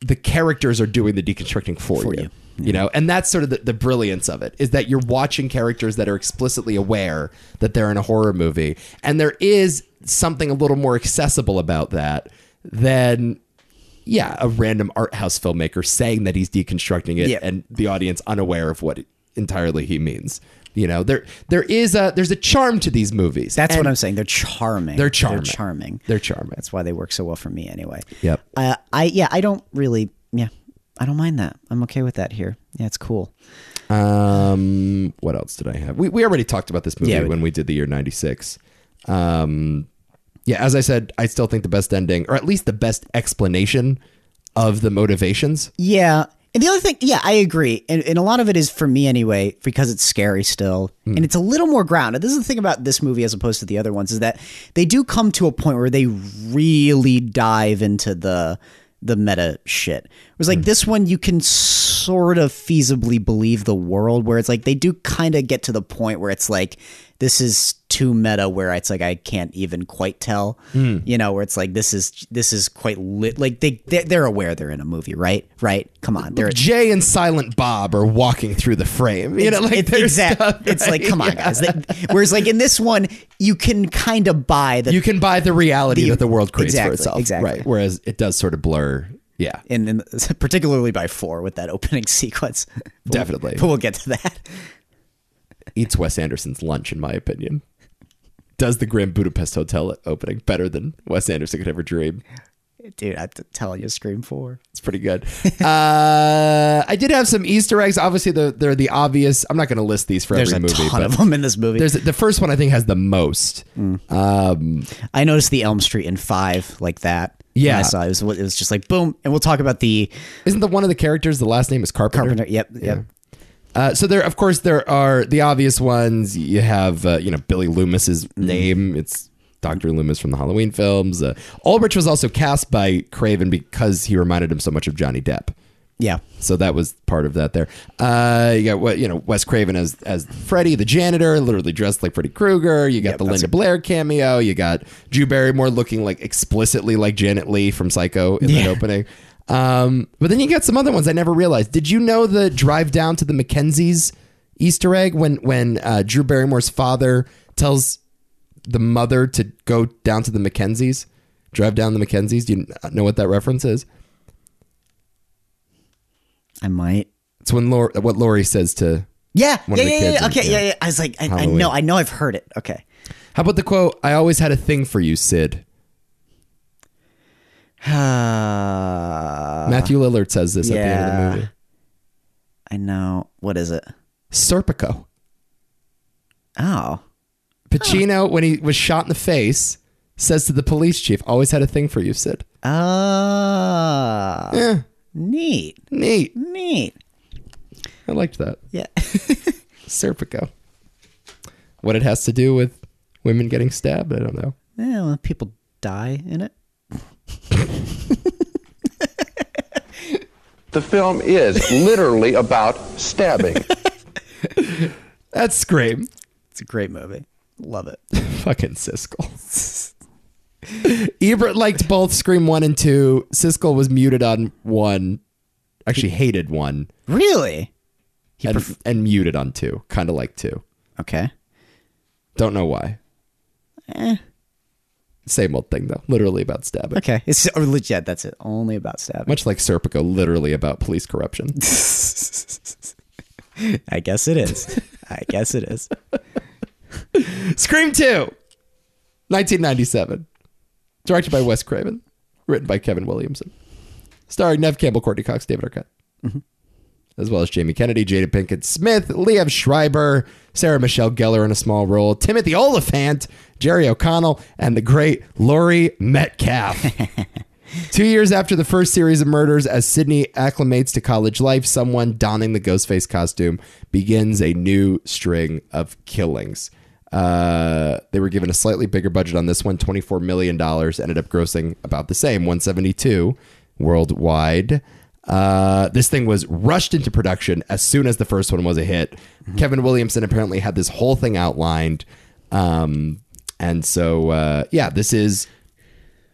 [SPEAKER 1] the characters are doing the deconstructing for, you. You know, and that's sort of the, the brilliance of it is that you're watching characters that are explicitly aware that they're in a horror movie, and there is something a little more accessible about that than yeah, a random art house filmmaker saying that he's deconstructing it
[SPEAKER 2] Yeah.
[SPEAKER 1] and the audience unaware of what entirely he means. You know, there there is a there's a charm to these movies.
[SPEAKER 2] That's
[SPEAKER 1] And
[SPEAKER 2] what I'm saying. They're charming.
[SPEAKER 1] They're charming.
[SPEAKER 2] They're charming.
[SPEAKER 1] They're charming.
[SPEAKER 2] That's why they work so well for me anyway.
[SPEAKER 1] Yep.
[SPEAKER 2] Uh, I yeah, I don't really yeah, I don't mind that. I'm okay with that here. Yeah, it's cool.
[SPEAKER 1] Um, what else did I have? We we already talked about this movie
[SPEAKER 2] Yeah, we
[SPEAKER 1] when we did the year '96. Um, yeah, as I said, I still think the best ending, or at least the best explanation of the motivations.
[SPEAKER 2] Yeah. And the other thing, yeah, I agree. And, and a lot of it is for me anyway, because it's scary still. And it's a little more grounded. This is the thing about this movie as opposed to the other ones is that they do come to a point where they really dive into the the meta shit. It was like this one you can sort of feasibly believe the world where it's like they do kind of get to the point where it's like this is too meta where it's like I can't even quite tell.
[SPEAKER 1] Hmm.
[SPEAKER 2] You know, where it's like this is this is quite lit. Like they they're, they're aware they're in a movie, right? Right? Come on, they're
[SPEAKER 1] Jay and Silent Bob are walking through the frame. You know, like
[SPEAKER 2] it's,
[SPEAKER 1] there's
[SPEAKER 2] exact-
[SPEAKER 1] stuff,
[SPEAKER 2] it's like
[SPEAKER 1] right?
[SPEAKER 2] come on,
[SPEAKER 1] Yeah.
[SPEAKER 2] guys. They- whereas like in this one, you can kind of buy that.
[SPEAKER 1] You can buy the reality that the world creates for
[SPEAKER 2] exactly,
[SPEAKER 1] itself,
[SPEAKER 2] exactly.
[SPEAKER 1] right? Whereas it does sort of blur. Yeah,
[SPEAKER 2] and, and particularly by four with that opening sequence, But we'll-
[SPEAKER 1] Definitely.
[SPEAKER 2] But we'll get to that.
[SPEAKER 1] eats Wes Anderson's lunch, in my opinion. Does the Grand Budapest Hotel opening better than Wes Anderson could ever dream?
[SPEAKER 2] Dude, I'm telling you, Scream 4.
[SPEAKER 1] It's pretty good. Uh, I did have some Easter eggs. Obviously, the, they're the obvious. I'm not going to list these for
[SPEAKER 2] There's
[SPEAKER 1] every
[SPEAKER 2] a
[SPEAKER 1] movie,
[SPEAKER 2] ton
[SPEAKER 1] but
[SPEAKER 2] of them Mm. in this movie.
[SPEAKER 1] there's the first one I think has the most. Um,
[SPEAKER 2] I noticed the Elm Street in 5 like that.
[SPEAKER 1] Yeah.
[SPEAKER 2] And I saw it. It was, it was just like, boom. And we'll talk about the
[SPEAKER 1] Isn't the one of the characters the last name is Carpenter?
[SPEAKER 2] Carpenter. Yep, yep.
[SPEAKER 1] Uh, so there, of course, there are the obvious ones. You have, uh, you know, Billy Loomis's name. It's Doctor Loomis from the Halloween films. Uh, Ulrich was also cast by Craven because he reminded him so much of Johnny Depp.
[SPEAKER 2] Yeah.
[SPEAKER 1] So that was part of that there. Uh, you got what you know, Wes Craven as as Freddy the janitor, literally dressed like Freddy Krueger. You got the Linda Blair cameo. You got Drew Barrymore looking like explicitly like Janet Lee from Psycho in that
[SPEAKER 2] Yeah.
[SPEAKER 1] opening. Um, but then you got some other ones I never realized. Did you know the drive down to the Mackenzies Easter egg when when uh, Drew Barrymore's father tells the mother to go down to the Mackenzies, drive down the Mackenzies? Do you n- know what that reference is?
[SPEAKER 2] I might.
[SPEAKER 1] It's when Lori, what Lori says to
[SPEAKER 2] Yeah.
[SPEAKER 1] One
[SPEAKER 2] yeah,
[SPEAKER 1] of the
[SPEAKER 2] yeah,
[SPEAKER 1] kids
[SPEAKER 2] yeah.
[SPEAKER 1] in-
[SPEAKER 2] Okay.
[SPEAKER 1] yeah.
[SPEAKER 2] Yeah. yeah. I was like, I, I
[SPEAKER 1] Halloween.
[SPEAKER 2] know. I know I've heard it. Okay.
[SPEAKER 1] How about the quote, I always had a thing for you, Sid?
[SPEAKER 2] Uh,
[SPEAKER 1] Matthew Lillard says this at the end
[SPEAKER 2] yeah.
[SPEAKER 1] of the movie.
[SPEAKER 2] I know. What is it?
[SPEAKER 1] Serpico.
[SPEAKER 2] Oh.
[SPEAKER 1] Pacino, when he was shot in the face, says to the police chief, always had a thing for you, Sid.
[SPEAKER 2] Oh.
[SPEAKER 1] Yeah.
[SPEAKER 2] Neat.
[SPEAKER 1] Neat.
[SPEAKER 2] Neat.
[SPEAKER 1] I liked that.
[SPEAKER 2] Yeah.
[SPEAKER 1] Serpico. What it has to do with women getting stabbed, I don't know.
[SPEAKER 2] yeah well, people die in it.
[SPEAKER 3] The film is literally about stabbing.
[SPEAKER 1] That's Scream.
[SPEAKER 2] It's a great movie. Love it.
[SPEAKER 1] Fucking Siskel. Ebert liked both Scream 1 and 2. Siskel was muted on 1. Actually hated 1
[SPEAKER 2] Really? He
[SPEAKER 1] and,
[SPEAKER 2] pref-
[SPEAKER 1] and muted on 2. Kind of like 2.
[SPEAKER 2] okay.
[SPEAKER 1] Don't know why.
[SPEAKER 2] Eh,
[SPEAKER 1] Same old thing though. Literally about stabbing.
[SPEAKER 2] okay. It's or legit. That's it. Only about stabbing.
[SPEAKER 1] Much like Serpico, literally about police corruption.
[SPEAKER 2] I guess it is. I guess it is.
[SPEAKER 1] Scream 2, 1997. Directed by Wes Craven. Written by Kevin Williamson. Starring Nev Campbell, Courtney Cox, David Arquette. As well as Jamie Kennedy, Jada Pinkett Smith, Liev Schreiber, Sarah Michelle Gellar in a small role, Timothy Oliphant, Jerry O'Connell, and the great Laurie Metcalf. Two years after the first series of murders, as Sydney acclimates to college life, someone donning the Ghostface costume begins a new string of killings. Uh, they were given a slightly bigger budget on this one, $24 million, ended up grossing about the same, 172 worldwide. Uh, this thing was rushed into production as soon as the first one was a hit. Kevin Williamson apparently had this whole thing outlined. Um, and so, uh, yeah, this is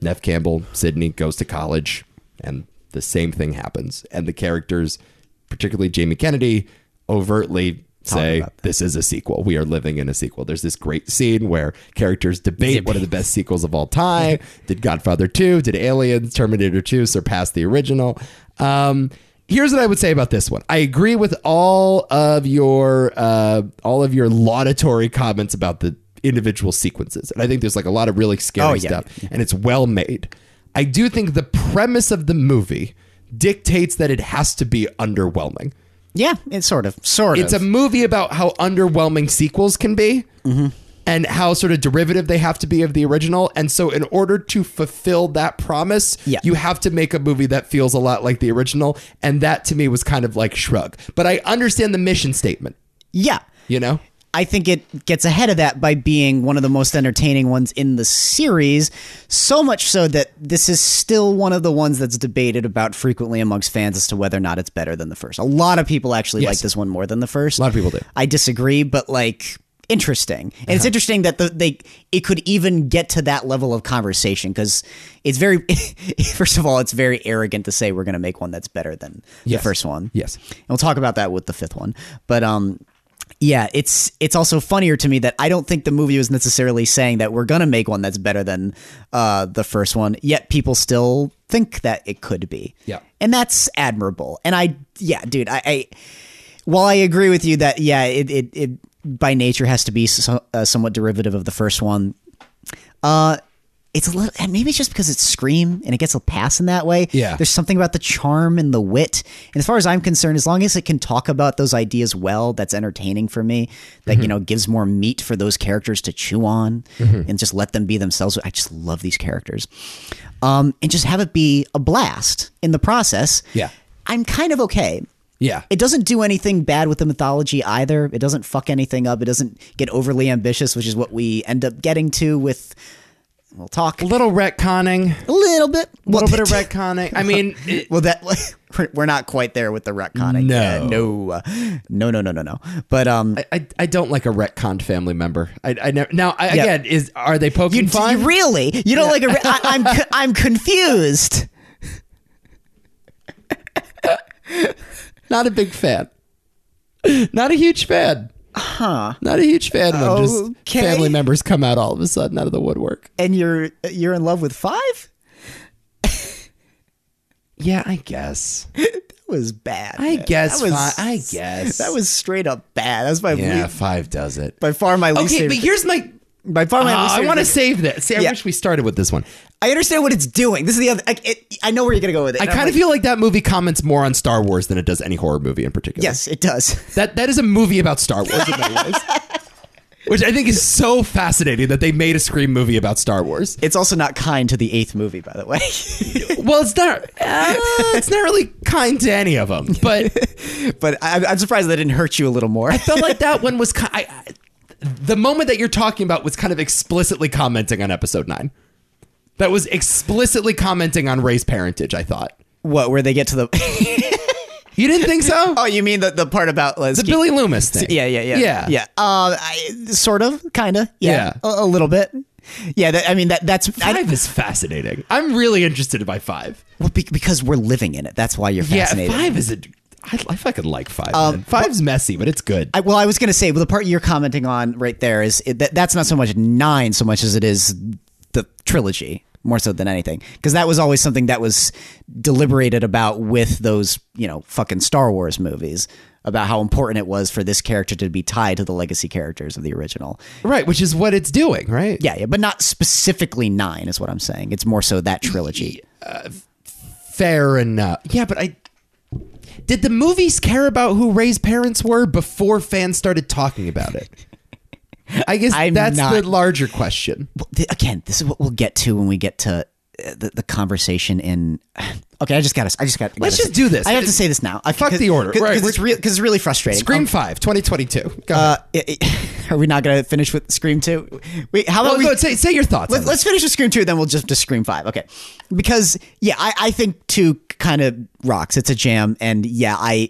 [SPEAKER 1] Neff Campbell, Sydney goes to college, and the same thing happens. And the characters particularly Jamie Kennedy, overtly say
[SPEAKER 2] about
[SPEAKER 1] this is a sequel. We are living in a sequel. There's this great scene where characters debate one of the best sequels of all time. did Godfather 2, did Aliens, Terminator 2 surpass the original? Um Here's what I would say about this one. I agree with all of your uh, all of your laudatory comments about the individual sequences, and I think there's like a lot of really scary
[SPEAKER 2] Oh, yeah,
[SPEAKER 1] stuff and it's well made. I do think the premise of the movie dictates that it has to be underwhelming.
[SPEAKER 2] Yeah, it's sort of, sort
[SPEAKER 1] It's a
[SPEAKER 2] of.
[SPEAKER 1] movie about how underwhelming sequels can be
[SPEAKER 2] Mm-hmm.
[SPEAKER 1] and how sort of derivative they have to be of the original. And so, in order to fulfill that promise,
[SPEAKER 2] Yeah.
[SPEAKER 1] you have to make a movie that feels a lot like the original. And that to me was kind of like shrug. But I understand the mission statement,
[SPEAKER 2] yeah.
[SPEAKER 1] you know?
[SPEAKER 2] I think it gets ahead of that by being one of the most entertaining ones in the series, so much so that this is still one of the ones that's debated about frequently amongst fans as to whether or not it's better than the first. A lot of people actually
[SPEAKER 1] Yes.
[SPEAKER 2] like this one more than the first. A
[SPEAKER 1] lot of people do. Uh-huh.
[SPEAKER 2] I disagree, but like interesting. And it's interesting that the, they it could even get to that level of conversation cuz it's very first of all, it's very arrogant to say we're going to make one that's better than
[SPEAKER 1] Yes.
[SPEAKER 2] the first one.
[SPEAKER 1] Yes.
[SPEAKER 2] And we'll talk about that with the fifth one. But um yeah, it's it's also funnier to me that I don't think the movie was necessarily saying that we're gonna make one that's better than uh the first one, yet people still think that it could be.
[SPEAKER 1] Yeah.
[SPEAKER 2] And that's admirable. And I yeah, dude, I, I while I agree with you that yeah, it it, it by nature has to be so, uh, somewhat derivative of the first one. Uh it's a little, and maybe it's just because it's Scream and it gets a pass in that way.
[SPEAKER 1] Yeah.
[SPEAKER 2] There's something about the charm and the wit. And as far as I'm concerned, as long as it can talk about those ideas well, that's entertaining for me. That,
[SPEAKER 1] Mhm.
[SPEAKER 2] you know, gives more meat for those characters to chew on and just let them be themselves. I just love these characters. Um, and just have it be a blast in the process.
[SPEAKER 1] Yeah.
[SPEAKER 2] I'm kind of okay.
[SPEAKER 1] Yeah.
[SPEAKER 2] It doesn't do anything bad with the mythology either. It doesn't fuck anything up. It doesn't get overly ambitious, which is what we end up getting to with. We'll talk
[SPEAKER 1] little retconning,
[SPEAKER 2] a little bit.
[SPEAKER 1] a little bit of retconning. I mean, it-
[SPEAKER 2] Well, that we're- we're not quite there with the retconning.
[SPEAKER 1] No.
[SPEAKER 2] Uh, no, no, no, no, no, no. But um,
[SPEAKER 1] I, I don't like a retconned family member. I, I never, now I,
[SPEAKER 2] Yeah.
[SPEAKER 1] again is are they poking
[SPEAKER 2] you,
[SPEAKER 1] fun?
[SPEAKER 2] you really you don't like a. Re- I, I'm co- I'm confused.
[SPEAKER 1] Not a big fan. Not a huge fan. Huh. Not a huge fan when just
[SPEAKER 2] Okay.
[SPEAKER 1] family members come out all of a sudden out of the woodwork.
[SPEAKER 2] And you're you're in love with five.
[SPEAKER 1] Yeah, I guess.
[SPEAKER 2] That was bad.
[SPEAKER 1] I
[SPEAKER 2] man.
[SPEAKER 1] guess.
[SPEAKER 2] That was,
[SPEAKER 1] fi- I guess.
[SPEAKER 2] that was straight up bad. That was my
[SPEAKER 1] yeah.
[SPEAKER 2] least,
[SPEAKER 1] Five does it.
[SPEAKER 2] by far my least.
[SPEAKER 1] okay,
[SPEAKER 2] favorite.
[SPEAKER 1] but here's my.
[SPEAKER 2] By far, my
[SPEAKER 1] Oh,
[SPEAKER 2] least
[SPEAKER 1] I
[SPEAKER 2] favorite
[SPEAKER 1] want to
[SPEAKER 2] thing-
[SPEAKER 1] save this. See, I
[SPEAKER 2] Yeah.
[SPEAKER 1] wish we started with this one.
[SPEAKER 2] I understand what it's doing. This is the other. I, it, I know where you're gonna go with it.
[SPEAKER 1] I
[SPEAKER 2] And I'm
[SPEAKER 1] kind of
[SPEAKER 2] like,
[SPEAKER 1] feel like that movie comments more on Star Wars than it does any horror movie in particular.
[SPEAKER 2] yes, it does.
[SPEAKER 1] That that is a movie about Star Wars in many ways. Which I think is so fascinating that they made a Scream movie about Star Wars.
[SPEAKER 2] It's also not kind to the eighth movie, by the way.
[SPEAKER 1] Well, it's not uh, it's not really kind to any of them, but
[SPEAKER 2] but I, I'm surprised that didn't hurt you a little more.
[SPEAKER 1] felt like that one was kind. I, I, the moment that you're talking about was kind of explicitly commenting on episode nine. That was explicitly commenting on race parentage. I thought
[SPEAKER 2] what? Where they get to the?
[SPEAKER 1] you didn't think so.
[SPEAKER 2] oh, you mean the the part about uh,
[SPEAKER 1] the Billy Loomis thing.
[SPEAKER 2] Yeah, yeah, yeah,
[SPEAKER 1] yeah,
[SPEAKER 2] yeah. Uh, I, sort of, kind of, yeah,
[SPEAKER 1] Yeah.
[SPEAKER 2] A, a little bit. Yeah, that, I mean that that's I,
[SPEAKER 1] Five is fascinating. I'm really interested by five.
[SPEAKER 2] well, be, because we're living in it. That's why you're fascinated.
[SPEAKER 1] Yeah, five is a. I, I fucking like five. man. Five's messy, but it's good.
[SPEAKER 2] I, well, I was going to say, well, the part you're commenting on right there is it, that, that's not so much nine, so much as it is the trilogy, more so than anything, because that was always something that was deliberated about with those, you know, fucking Star Wars movies about how important it was for this character to be tied to the legacy characters of the original.
[SPEAKER 1] right, which is what it's doing. Right.
[SPEAKER 2] Yeah, yeah, but not specifically nine is what I'm saying. It's more so that trilogy.
[SPEAKER 1] Fair enough. Yeah, but I. Did the movies care about who Ray's parents were before fans started talking about it? I guess
[SPEAKER 2] I'm
[SPEAKER 1] that's
[SPEAKER 2] not-
[SPEAKER 1] the larger question.
[SPEAKER 2] th- again, this is what we'll get to when we get to uh, the, the conversation in. Okay, I just got to. I just got.
[SPEAKER 1] Let's just do this.
[SPEAKER 2] I have to say this now. I,
[SPEAKER 1] Fuck the order.
[SPEAKER 2] because
[SPEAKER 1] Right,
[SPEAKER 2] it's
[SPEAKER 1] we're-
[SPEAKER 2] real. Because it's really frustrating.
[SPEAKER 1] Scream
[SPEAKER 2] Um,
[SPEAKER 1] 5, 2022. Go ahead.
[SPEAKER 2] uh, it- it- are we not going to finish with Scream two? Wait, how about
[SPEAKER 1] Oh,
[SPEAKER 2] we?
[SPEAKER 1] go- say, say your thoughts.
[SPEAKER 2] Let,
[SPEAKER 1] on
[SPEAKER 2] us finish with Scream 2, then we'll just, just Scream 5. Okay. Because, yeah, I, I think 2 kind of rocks. It's a jam. And, yeah, I.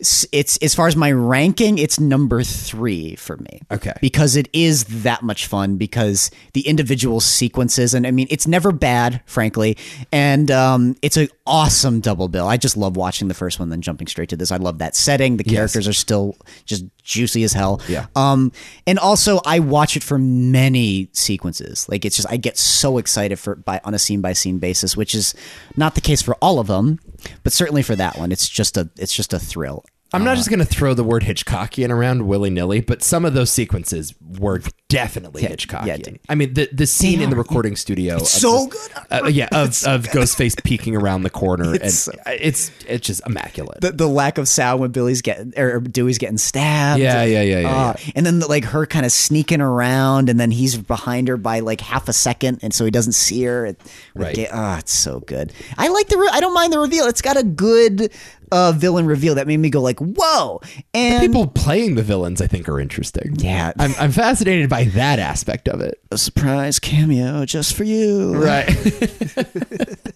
[SPEAKER 2] s- it's as far as my ranking, it's number three for me.
[SPEAKER 1] Okay.
[SPEAKER 2] because it is that much fun because the individual sequences and I mean it's never bad, frankly, and um, it's an awesome double bill. I just love watching the first one, then jumping straight to this. I love that setting. The characters are still just juicy as hell.
[SPEAKER 1] Yeah.
[SPEAKER 2] Um, and also I watch it for many sequences. Like it's just I get so excited for by on a scene by scene basis, which is not the case for all of them, but certainly for that one, it's just a it's just a thrill.
[SPEAKER 1] I'm not just going to throw the word Hitchcockian around willy nilly, but some of those sequences were definitely Hitchcockian.
[SPEAKER 2] dude.
[SPEAKER 1] I mean, the the scene in the recording studio, of
[SPEAKER 2] so
[SPEAKER 1] this- uh, yeah, of, of Ghostface peeking around the corner, and it's it's just immaculate.
[SPEAKER 2] The, the lack of sound when Billy's getting or Dewey's getting stabbed.
[SPEAKER 1] Yeah, yeah, yeah, yeah,
[SPEAKER 2] Uh, And then like her kind of sneaking around, and then he's behind her by like half a second, and so he doesn't see her. It,
[SPEAKER 1] Right.
[SPEAKER 2] Like, oh, it's so good. I like the. Re- I don't mind the reveal. It's got a good uh, villain reveal that made me go like, whoa. And
[SPEAKER 1] People playing the villains, I think, are interesting.
[SPEAKER 2] Yeah.
[SPEAKER 1] I'm, I'm fascinated by that aspect of it.
[SPEAKER 2] a surprise cameo just for you.
[SPEAKER 1] Right.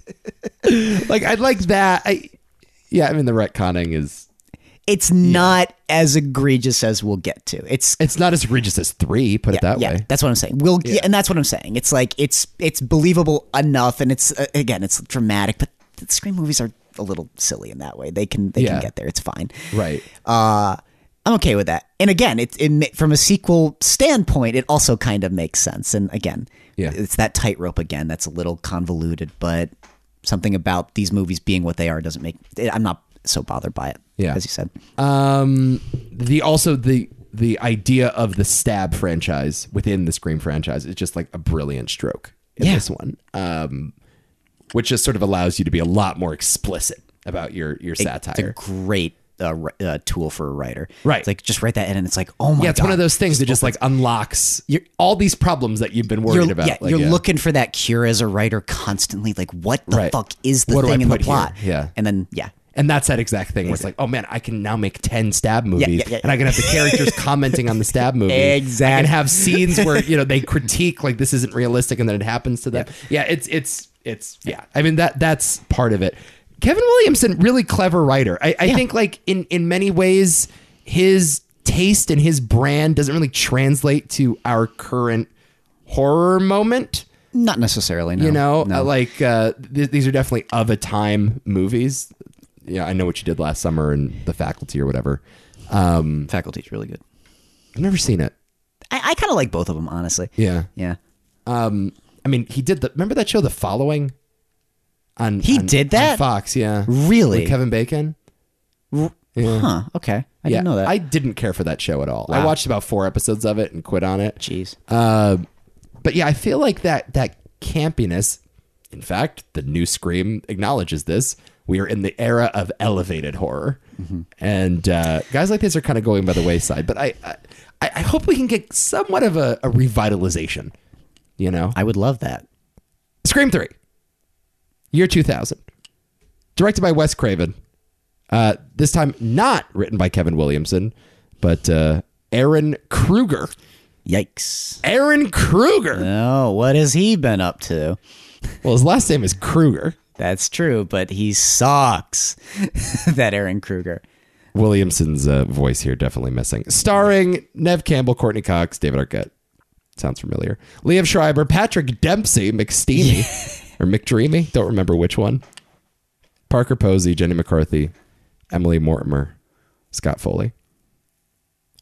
[SPEAKER 1] like I'd like that. I yeah. I mean, the retconning is
[SPEAKER 2] It's not as egregious as we'll get to. It's
[SPEAKER 1] it's not as egregious as three. Put it that
[SPEAKER 2] yeah,
[SPEAKER 1] way.
[SPEAKER 2] that's what I'm saying. We'll, yeah. and that's what I'm saying. It's like it's it's believable enough, and it's uh, again, it's dramatic, but the screen movies are a little silly in that way. They can they
[SPEAKER 1] Yeah.
[SPEAKER 2] can get there. It's fine.
[SPEAKER 1] Right.
[SPEAKER 2] Uh, I'm okay with that. And again, it, it ma- from a sequel standpoint, it also kind of makes sense. And again,
[SPEAKER 1] Yeah.
[SPEAKER 2] it's that tightrope again that's a little convoluted, but something about these movies being what they are doesn't make. I'm not so bothered by it.
[SPEAKER 1] Yeah.
[SPEAKER 2] as you said.
[SPEAKER 1] Um, the also the the idea of the stab franchise within the Scream franchise is just like a brilliant stroke in
[SPEAKER 2] Yeah.
[SPEAKER 1] this one. Um, which just sort of allows you to be a lot more explicit about your your satire.
[SPEAKER 2] It's a great uh, ri- uh, tool for a writer.
[SPEAKER 1] Right.
[SPEAKER 2] It's like just write that in, and it's like, oh my
[SPEAKER 1] yeah, it's
[SPEAKER 2] god,
[SPEAKER 1] one of those things that just like unlocks
[SPEAKER 2] You're-
[SPEAKER 1] all these problems that you've been worried
[SPEAKER 2] You're,
[SPEAKER 1] about.
[SPEAKER 2] yeah,
[SPEAKER 1] Like,
[SPEAKER 2] you're looking for that cure as a writer constantly. Like, what the
[SPEAKER 1] Right.
[SPEAKER 2] fuck is the
[SPEAKER 1] What do I
[SPEAKER 2] thing in the
[SPEAKER 1] put here?
[SPEAKER 2] plot?
[SPEAKER 1] Yeah.
[SPEAKER 2] and then yeah,
[SPEAKER 1] And that's that exact thing where it's like, oh man, I can now make 10 stab movies
[SPEAKER 2] yeah, yeah,
[SPEAKER 1] and I can have the characters commenting on the stab movie.
[SPEAKER 2] Exact-
[SPEAKER 1] I can have scenes where, you know, they critique like this isn't realistic and then it happens to them. Yeah, it's it's it's yeah. I mean that that's part of it. Kevin Williamson, really clever writer. I, I think like in in many ways, his taste and his brand doesn't really translate to our current horror moment
[SPEAKER 2] not necessarily. No.
[SPEAKER 1] you know
[SPEAKER 2] no.
[SPEAKER 1] uh, like uh, th- these are definitely of a time movies yeah i know what you did last summer and the faculty or whatever um
[SPEAKER 2] faculty's really good.
[SPEAKER 1] i've never seen it
[SPEAKER 2] I, I kind of like both of them, honestly.
[SPEAKER 1] yeah
[SPEAKER 2] yeah.
[SPEAKER 1] um i mean he did the remember that show the following on
[SPEAKER 2] He
[SPEAKER 1] on-
[SPEAKER 2] did
[SPEAKER 1] on
[SPEAKER 2] that?
[SPEAKER 1] fox yeah
[SPEAKER 2] Really?
[SPEAKER 1] With kevin bacon yeah.
[SPEAKER 2] Huh. Okay. I
[SPEAKER 1] yeah
[SPEAKER 2] didn't know that.
[SPEAKER 1] i didn't care for that show at all i
[SPEAKER 2] Wow.
[SPEAKER 1] watched about four episodes of it and quit on it
[SPEAKER 2] Jeez.
[SPEAKER 1] Uh, but yeah, I feel like that that campiness. In fact, the new Scream acknowledges this. We are in the era of elevated horror, and uh, guys like this are kind of going by the wayside. But I, I, I hope we can get somewhat of a, a revitalization. You know,
[SPEAKER 2] I would love that.
[SPEAKER 1] Scream Three, year two thousand, directed by Wes Craven. Uh, this time not written by Kevin Williamson, but uh, Aaron Kruger.
[SPEAKER 2] Yikes.
[SPEAKER 1] Aaron Kruger.
[SPEAKER 2] Oh, what has he been up to?
[SPEAKER 1] Well, his last name is Kruger.
[SPEAKER 2] That's true, but he sucks. that Aaron Kruger.
[SPEAKER 1] Williamson's uh, voice here definitely missing. Starring Nev Campbell, Courtney Cox, David Arquette. Sounds familiar. Liam Schreiber, Patrick Dempsey, McSteamy, or McDreamy. Don't remember which one. Parker Posey, Jenny McCarthy, Emily Mortimer, Scott Foley.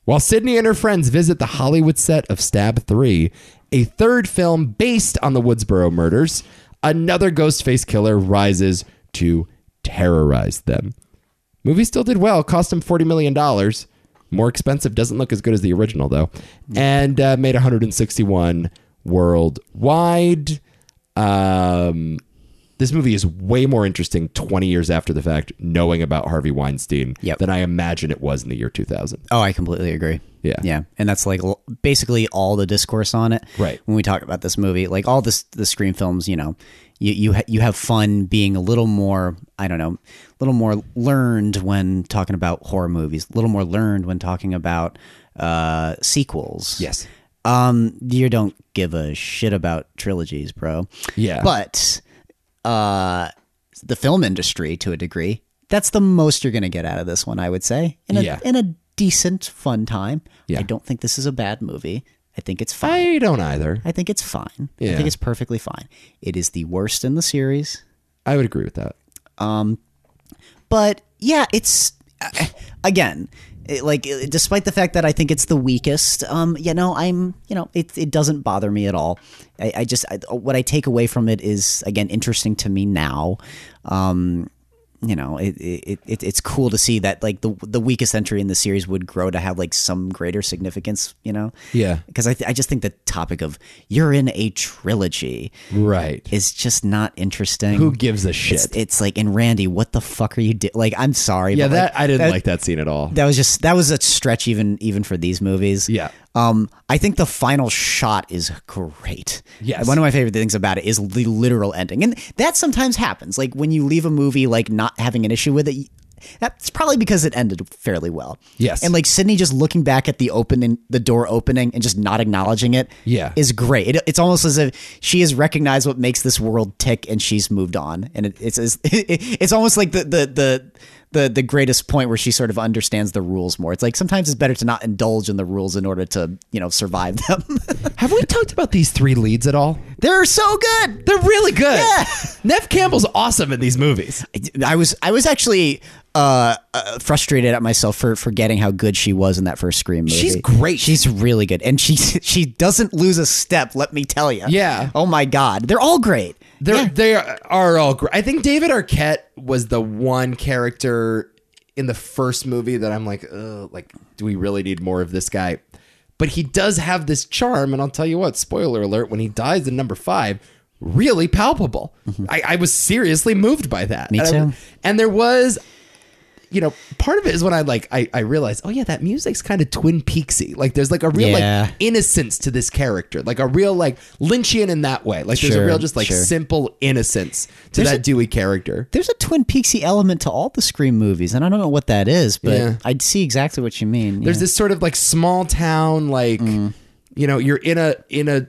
[SPEAKER 1] While Sydney and her friends visit the Hollywood set of Stab 3, a third film based on the Woodsboro murders, another Ghostface killer rises to terrorize them. Movie still did well, cost him $40 million. More expensive, doesn't look as good as the original, though. And uh, made 161 worldwide. Um, this movie is way more interesting 20 years after the fact, knowing about Harvey Weinstein,
[SPEAKER 2] Yep.
[SPEAKER 1] than I imagine it was in the year 2000.
[SPEAKER 2] Oh, I completely agree.
[SPEAKER 1] Yeah.
[SPEAKER 2] Yeah. And that's like l- basically all the discourse on it.
[SPEAKER 1] Right.
[SPEAKER 2] When we talk about this movie, like all this, the screen films, you know, you, you, ha- you have fun being a little more, I don't know, a little more learned when talking about horror movies, a little more learned when talking about, uh, sequels.
[SPEAKER 1] Yes.
[SPEAKER 2] Um, you don't give a shit about trilogies, bro.
[SPEAKER 1] Yeah.
[SPEAKER 2] But, uh, the film industry to a degree that's the most you're going to get out of this one, I would say. In a,
[SPEAKER 1] Yeah.
[SPEAKER 2] in a decent, fun time.
[SPEAKER 1] Yeah.
[SPEAKER 2] I don't think this is a bad movie. I think it's fine.
[SPEAKER 1] I don't either.
[SPEAKER 2] I think it's fine. I
[SPEAKER 1] Yeah.
[SPEAKER 2] think it's perfectly fine. It is the worst in the series,
[SPEAKER 1] I would agree with that.
[SPEAKER 2] but yeah, it's again, it, like despite the fact that I think it's the weakest, um, you know, I'm, you know, it it doesn't bother me at all. I, I just I, what I take away from it is again interesting to me now. Um, you know, it, it, it it's cool to see that like the the weakest entry in the series would grow to have like some greater significance. You know,
[SPEAKER 1] Yeah.
[SPEAKER 2] because I th- I just think the topic of you're in a trilogy.
[SPEAKER 1] Right.
[SPEAKER 2] is just not interesting.
[SPEAKER 1] Who gives a shit?
[SPEAKER 2] it's, it's like, and Randy, what the fuck are you doing? Like, I'm sorry.
[SPEAKER 1] yeah,
[SPEAKER 2] but
[SPEAKER 1] that I didn't
[SPEAKER 2] that-
[SPEAKER 1] like that scene at all.
[SPEAKER 2] That was just that was a stretch, even even for these movies.
[SPEAKER 1] Yeah.
[SPEAKER 2] Um, I think the final shot is great.
[SPEAKER 1] Yes.
[SPEAKER 2] One of my favorite things about it is the literal ending, and that sometimes happens. Like when you leave a movie, like not having an issue with it. y- That's probably because it ended fairly well.
[SPEAKER 1] Yes.
[SPEAKER 2] And like Sydney just looking back at the opening, the door opening, and just not acknowledging it.
[SPEAKER 1] Yeah.
[SPEAKER 2] Is great. It, it's almost as if she has recognized what makes this world tick, and she's moved on. And it, it's it's- it's almost like the the the. The, the greatest point where she sort of understands the rules more. It's like sometimes it's better to not indulge in the rules in order to, you know, survive them.
[SPEAKER 1] Have we talked about these three leads at all?
[SPEAKER 2] They're so good.
[SPEAKER 1] They're really good.
[SPEAKER 2] Yeah.
[SPEAKER 1] Nev Campbell's awesome in these movies.
[SPEAKER 2] I was I was actually uh, uh, frustrated at myself for forgetting how good she was in that first Scream movie.
[SPEAKER 1] She's great.
[SPEAKER 2] She's really good, and she she doesn't lose a step. Let me tell you.
[SPEAKER 1] Yeah.
[SPEAKER 2] Oh my God, they're all great.
[SPEAKER 1] They're, They are all great. I think David Arquette was the one character in the first movie that I'm like, Ugh, like, do we really need more of this guy? But he does have this charm, and I'll tell you what, spoiler alert, when he dies in number five, really palpable. I, I was seriously moved by that.
[SPEAKER 2] Mm-hmm. Me
[SPEAKER 1] and I-
[SPEAKER 2] too.
[SPEAKER 1] and there was you know, part of it is when I like I, I realized, oh yeah, that music's kind of Twin Peaksy. Like there's like a real
[SPEAKER 2] Yeah.
[SPEAKER 1] like innocence to this character, like a real like Lynchian in that way. Like there's
[SPEAKER 2] Sure,
[SPEAKER 1] a real just like
[SPEAKER 2] sure.
[SPEAKER 1] simple innocence to
[SPEAKER 2] There's
[SPEAKER 1] that
[SPEAKER 2] a-
[SPEAKER 1] Dewey character.
[SPEAKER 2] There's a Twin Peaksy element to all the Scream movies, and I don't know what that is, but
[SPEAKER 1] Yeah.
[SPEAKER 2] I'd see exactly what you mean.
[SPEAKER 1] There's
[SPEAKER 2] yeah. Mm-hmm.
[SPEAKER 1] this sort of like small town, like you know, you're in a in a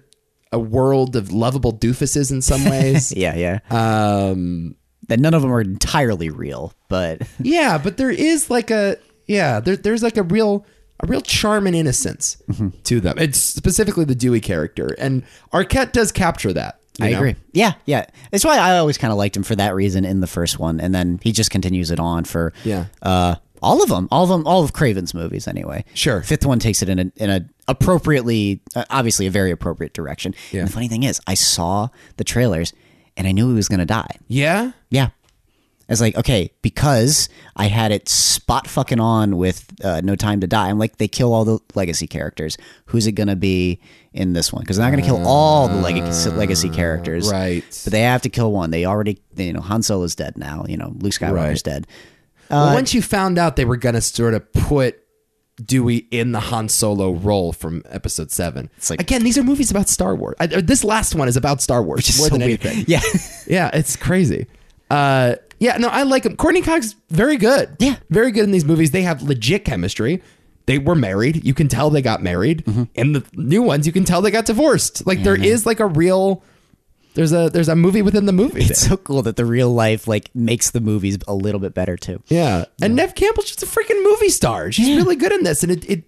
[SPEAKER 1] a world of lovable doofuses in some ways.
[SPEAKER 2] Yeah, yeah.
[SPEAKER 1] um
[SPEAKER 2] that none of them are entirely real, but
[SPEAKER 1] Yeah, but there is like a yeah, there, there's like a real a real charm and innocence
[SPEAKER 2] Mm-hmm.
[SPEAKER 1] to them. It's specifically the Dewey character, and Arquette does capture that. you know?
[SPEAKER 2] Yeah, yeah. That's why I always kind of liked him for that reason in the first one, and then he just continues it on for
[SPEAKER 1] Yeah.
[SPEAKER 2] uh, all of them, all of them, all of Craven's movies anyway.
[SPEAKER 1] Sure.
[SPEAKER 2] Fifth one takes it in a in a appropriately, uh, obviously a very appropriate direction.
[SPEAKER 1] Yeah.
[SPEAKER 2] And the funny thing is, I saw the trailers and I knew he was going to die.
[SPEAKER 1] Yeah,
[SPEAKER 2] Yeah. I was like, okay, because I had it spot fucking on with uh, No Time to Die. I'm like, they kill all the legacy characters. Who's it gonna be in this one? Because they're not gonna kill all the legacy legacy characters,
[SPEAKER 1] right.
[SPEAKER 2] But they have to kill one. They already, they, you know, Han Solo's dead now. You know, Luke Skywalker's
[SPEAKER 1] Right.
[SPEAKER 2] dead. Uh,
[SPEAKER 1] well, once you found out they were gonna sort of put Dewey in the Han Solo role from Episode Seven, it's
[SPEAKER 2] like-
[SPEAKER 1] again, these are movies about Star Wars. I, this last one is about Star Wars more
[SPEAKER 2] So
[SPEAKER 1] than
[SPEAKER 2] weird.
[SPEAKER 1] anything.
[SPEAKER 2] Yeah,
[SPEAKER 1] Yeah, it's crazy. Uh, yeah, no, I like him. Courtney Cox, very good.
[SPEAKER 2] Yeah.
[SPEAKER 1] very good in these movies. They have legit chemistry. They were married. You can tell they got married.
[SPEAKER 2] Mm-hmm.
[SPEAKER 1] And the new ones, you can tell they got divorced. Like there is like a real. There's a there's a movie within the movie.
[SPEAKER 2] it's so cool that the real life like makes the movies a little bit better too.
[SPEAKER 1] yeah, and Nev Campbell's just a freaking movie star. She's really good in this, and it it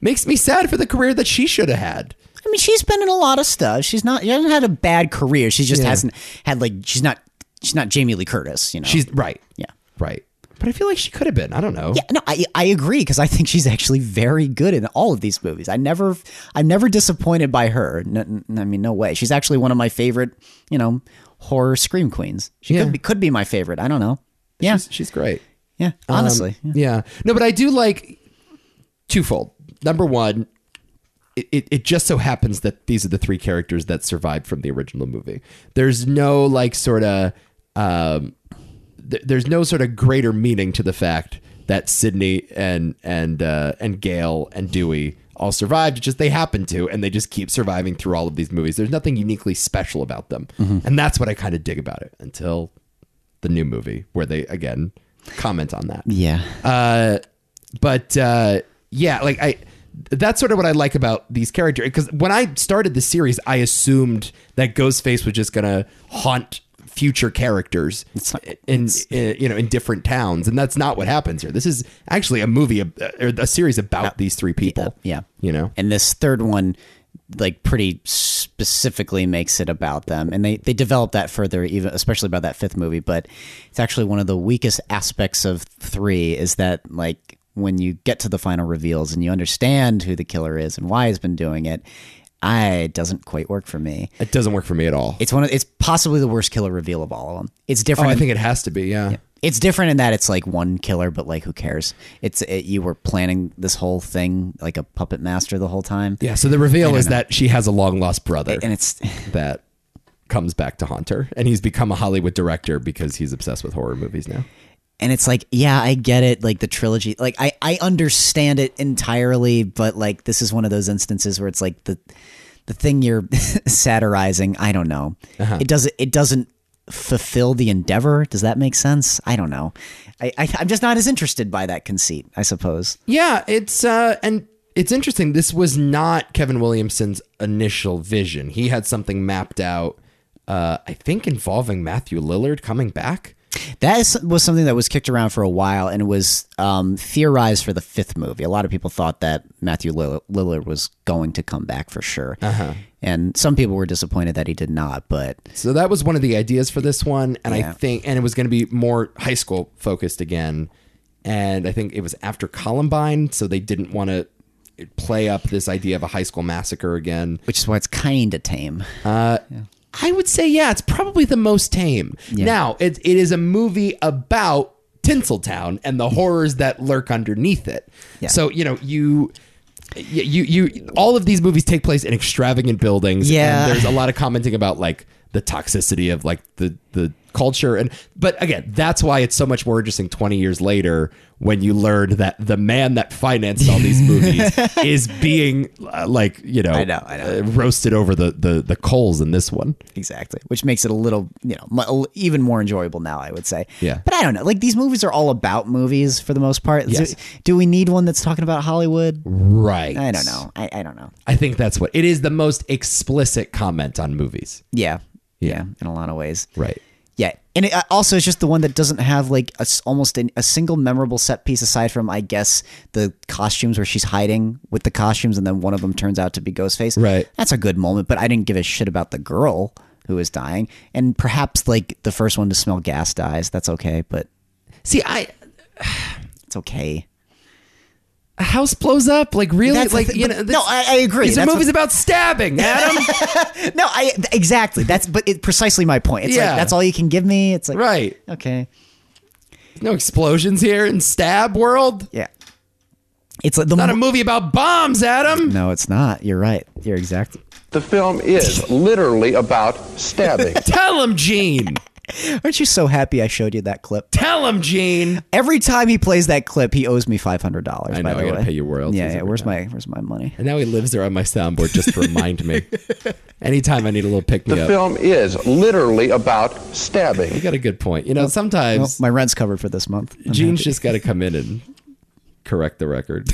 [SPEAKER 1] makes me sad for the career that she should have had.
[SPEAKER 2] I mean, she's been in a lot of stuff. She's not. She hasn't had a bad career. She just
[SPEAKER 1] Yeah.
[SPEAKER 2] hasn't had like. She's not. She's not Jamie Lee Curtis. You know.
[SPEAKER 1] She's right.
[SPEAKER 2] Yeah.
[SPEAKER 1] right. But I feel like she could have been. I don't know.
[SPEAKER 2] Yeah, no, I I agree because I think she's actually very good in all of these movies. I never, I'm never disappointed by her. No, n- I mean, no way. She's actually one of my favorite, you know, horror scream queens. She
[SPEAKER 1] Yeah.
[SPEAKER 2] could be could be my favorite. I don't know. Yeah,
[SPEAKER 1] She's, she's great.
[SPEAKER 2] yeah.
[SPEAKER 1] Um,
[SPEAKER 2] Honestly,
[SPEAKER 1] yeah. No, but I do like twofold. Number one, it, it, it just so happens that these are the three characters that survived from the original movie. There's no like sort of um, th- there's no sort of greater meaning to the fact that Sydney and and uh, and Gail and Dewey all survived. It's just they happened to, and they just keep surviving through all of these movies. There's nothing uniquely special about them, and that's what I kind of dig about it until the new movie where they again comment on that
[SPEAKER 2] yeah.
[SPEAKER 1] but uh, yeah, like I, that's sort of what I like about these characters. Because when I started the series, I assumed that Ghostface was just gonna haunt future characters in, in you know in different towns, and that's not what happens here. This is actually a movie ab- or a series about these three people.
[SPEAKER 2] yeah.
[SPEAKER 1] you know,
[SPEAKER 2] and this third one like pretty specifically makes it about them and they they develop that further even especially about that fifth movie but it's actually one of the weakest aspects of 3 is that like when you get to the final reveals and you understand who the killer is and why he's been doing it I it doesn't quite work for me.
[SPEAKER 1] it doesn't work for me at all.
[SPEAKER 2] It's one of it's possibly the worst killer reveal of all of them. It's
[SPEAKER 1] Oh,
[SPEAKER 2] different.
[SPEAKER 1] I
[SPEAKER 2] in-
[SPEAKER 1] think it has to be. Yeah,
[SPEAKER 2] it's different in that it's like one killer, but like who cares? It's it, you were planning this whole thing like a puppet master the whole time.
[SPEAKER 1] yeah. So the reveal is that she has a long lost brother
[SPEAKER 2] and it's
[SPEAKER 1] that comes back to haunt her, and he's become a Hollywood director because he's obsessed with horror movies now.
[SPEAKER 2] and it's like yeah i get it like the trilogy like i i understand it entirely but like this is one of those instances where it's like the the thing you're satirizing i don't know it doesn't it doesn't fulfill the endeavor does that make sense i don't know I, I i'm just not as interested by that conceit i suppose
[SPEAKER 1] Yeah, it's uh and it's interesting. This was not Kevin Williamson's initial vision. He had something mapped out uh I think involving Matthew Lillard coming back.
[SPEAKER 2] That is, was something that was kicked around for a while and was um, theorized for the fifth movie. A lot of people thought that Matthew Lill- Lillard was going to come back for sure.
[SPEAKER 1] Uh-huh.
[SPEAKER 2] And some people were disappointed that he did not, but
[SPEAKER 1] So that was one of the ideas for this one and I
[SPEAKER 2] Yeah.
[SPEAKER 1] think and it was going to be more high school focused again. And I think it was after Columbine, so they didn't want to play up this idea of a high school massacre again.
[SPEAKER 2] which is why it's kind of tame.
[SPEAKER 1] Uh-huh. I would say, yeah, it's probably the most tame. Now, it, it is a movie about Tinseltown and the horrors that lurk underneath it.
[SPEAKER 2] Yeah.
[SPEAKER 1] So, you know, you. You, you, you, all of these movies take place in extravagant buildings.
[SPEAKER 2] Yeah.
[SPEAKER 1] And there's a lot of commenting about like the toxicity of like the, the culture. And, but again, that's why it's so much more interesting 20 years later when you learn that the man that financed all these movies is being uh, like, you know,
[SPEAKER 2] I know, I know.
[SPEAKER 1] uh, roasted over the, the, the coals in this one.
[SPEAKER 2] exactly. Which makes it a little, you know, mu- even more enjoyable now, I would say.
[SPEAKER 1] Yeah.
[SPEAKER 2] But I don't know. Like these movies are all about movies for the most part.
[SPEAKER 1] Yes.
[SPEAKER 2] Do, do we need one that's talking about Hollywood?
[SPEAKER 1] Right.
[SPEAKER 2] I don't know. I, I don't know.
[SPEAKER 1] I think that's what it is the most explicit comment on movies.
[SPEAKER 2] Yeah. Yeah. In a lot of ways.
[SPEAKER 1] Right.
[SPEAKER 2] Yeah, and it, uh, also it's just the one that doesn't have like a s almost an, a single memorable set piece aside from I guess the costumes where she's hiding with the costumes, and then one of them turns out to be Ghostface.
[SPEAKER 1] Right.
[SPEAKER 2] that's a good moment, but I didn't give a shit about the girl who is dying, and perhaps like the first one to smell gas dies. That's okay, but
[SPEAKER 1] See, I
[SPEAKER 2] it's okay.
[SPEAKER 1] a house blows up like really
[SPEAKER 2] That's the
[SPEAKER 1] like
[SPEAKER 2] thi-
[SPEAKER 1] you
[SPEAKER 2] but-
[SPEAKER 1] know
[SPEAKER 2] no, I- I agree.
[SPEAKER 1] These are
[SPEAKER 2] That's what-
[SPEAKER 1] movies about stabbing, Adam.
[SPEAKER 2] No, I th- exactly. That's but it, precisely my point. It's
[SPEAKER 1] Yeah.
[SPEAKER 2] like that's all you can give me. It's like
[SPEAKER 1] right.
[SPEAKER 2] okay.
[SPEAKER 1] No explosions here in stab world.
[SPEAKER 2] Yeah, it's like the
[SPEAKER 1] Not a
[SPEAKER 2] mo-
[SPEAKER 1] movie about bombs, Adam.
[SPEAKER 2] no, it's not. You're right. You're exactly.
[SPEAKER 3] The film is literally about stabbing.
[SPEAKER 1] Tell him, Gene.
[SPEAKER 2] Aren't you so happy I showed you that clip?
[SPEAKER 1] Tell him, Gene.
[SPEAKER 2] Every time he plays that clip, he owes me five hundred dollars.
[SPEAKER 1] I
[SPEAKER 2] by
[SPEAKER 1] know,
[SPEAKER 2] the
[SPEAKER 1] I gotta
[SPEAKER 2] way.
[SPEAKER 1] pay you royalties
[SPEAKER 2] Yeah, yeah.
[SPEAKER 1] every
[SPEAKER 2] Where's my where's my money?
[SPEAKER 1] And now he lives there on my soundboard just to remind me. Anytime I need a little pick me
[SPEAKER 3] The
[SPEAKER 1] up.
[SPEAKER 3] film is literally about stabbing.
[SPEAKER 1] you got a good point. You know, sometimes
[SPEAKER 2] Well, my rent's covered for this month. I'm
[SPEAKER 1] Gene's
[SPEAKER 2] happy.
[SPEAKER 1] just got to come in and correct the record.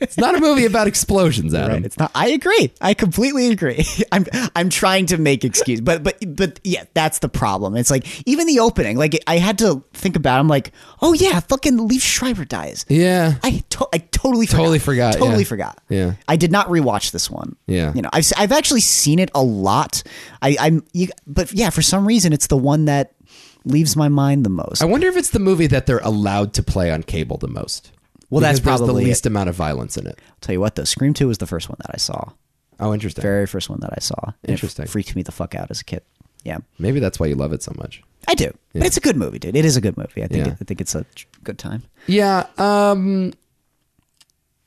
[SPEAKER 1] it's not a movie about explosions, Adam.
[SPEAKER 2] Right. It's not. I agree. I completely agree. I'm I'm trying to make excuse, but but but yeah, that's the problem. It's like even the opening. Like I had to think about. it. I'm like, oh yeah, fucking Leaf Schreiber dies.
[SPEAKER 1] Yeah.
[SPEAKER 2] I, to- I totally forgot.
[SPEAKER 1] Totally forgot, yeah.
[SPEAKER 2] Totally forgot.
[SPEAKER 1] Yeah.
[SPEAKER 2] I did not rewatch this one.
[SPEAKER 1] Yeah.
[SPEAKER 2] You know, I've, s- I've actually seen it a lot. I, I'm, you, but yeah, for some reason, it's the one that leaves my mind the most.
[SPEAKER 1] I wonder if it's the movie that they're allowed to play on cable the most.
[SPEAKER 2] Well,
[SPEAKER 1] Because
[SPEAKER 2] that's probably
[SPEAKER 1] there's
[SPEAKER 2] it.
[SPEAKER 1] the least amount of violence in it.
[SPEAKER 2] I'll tell you what, though, Scream 2 was the first one that I saw.
[SPEAKER 1] Oh, interesting.
[SPEAKER 2] Very first one that I saw. And it
[SPEAKER 1] Interesting.
[SPEAKER 2] freaked me the fuck out as a kid. Yeah.
[SPEAKER 1] Maybe that's why you love it so much.
[SPEAKER 2] I do. But it's a good movie, dude. It is a good movie. I think,
[SPEAKER 1] Yeah.
[SPEAKER 2] I think it's a tr- good time.
[SPEAKER 1] Yeah. Um,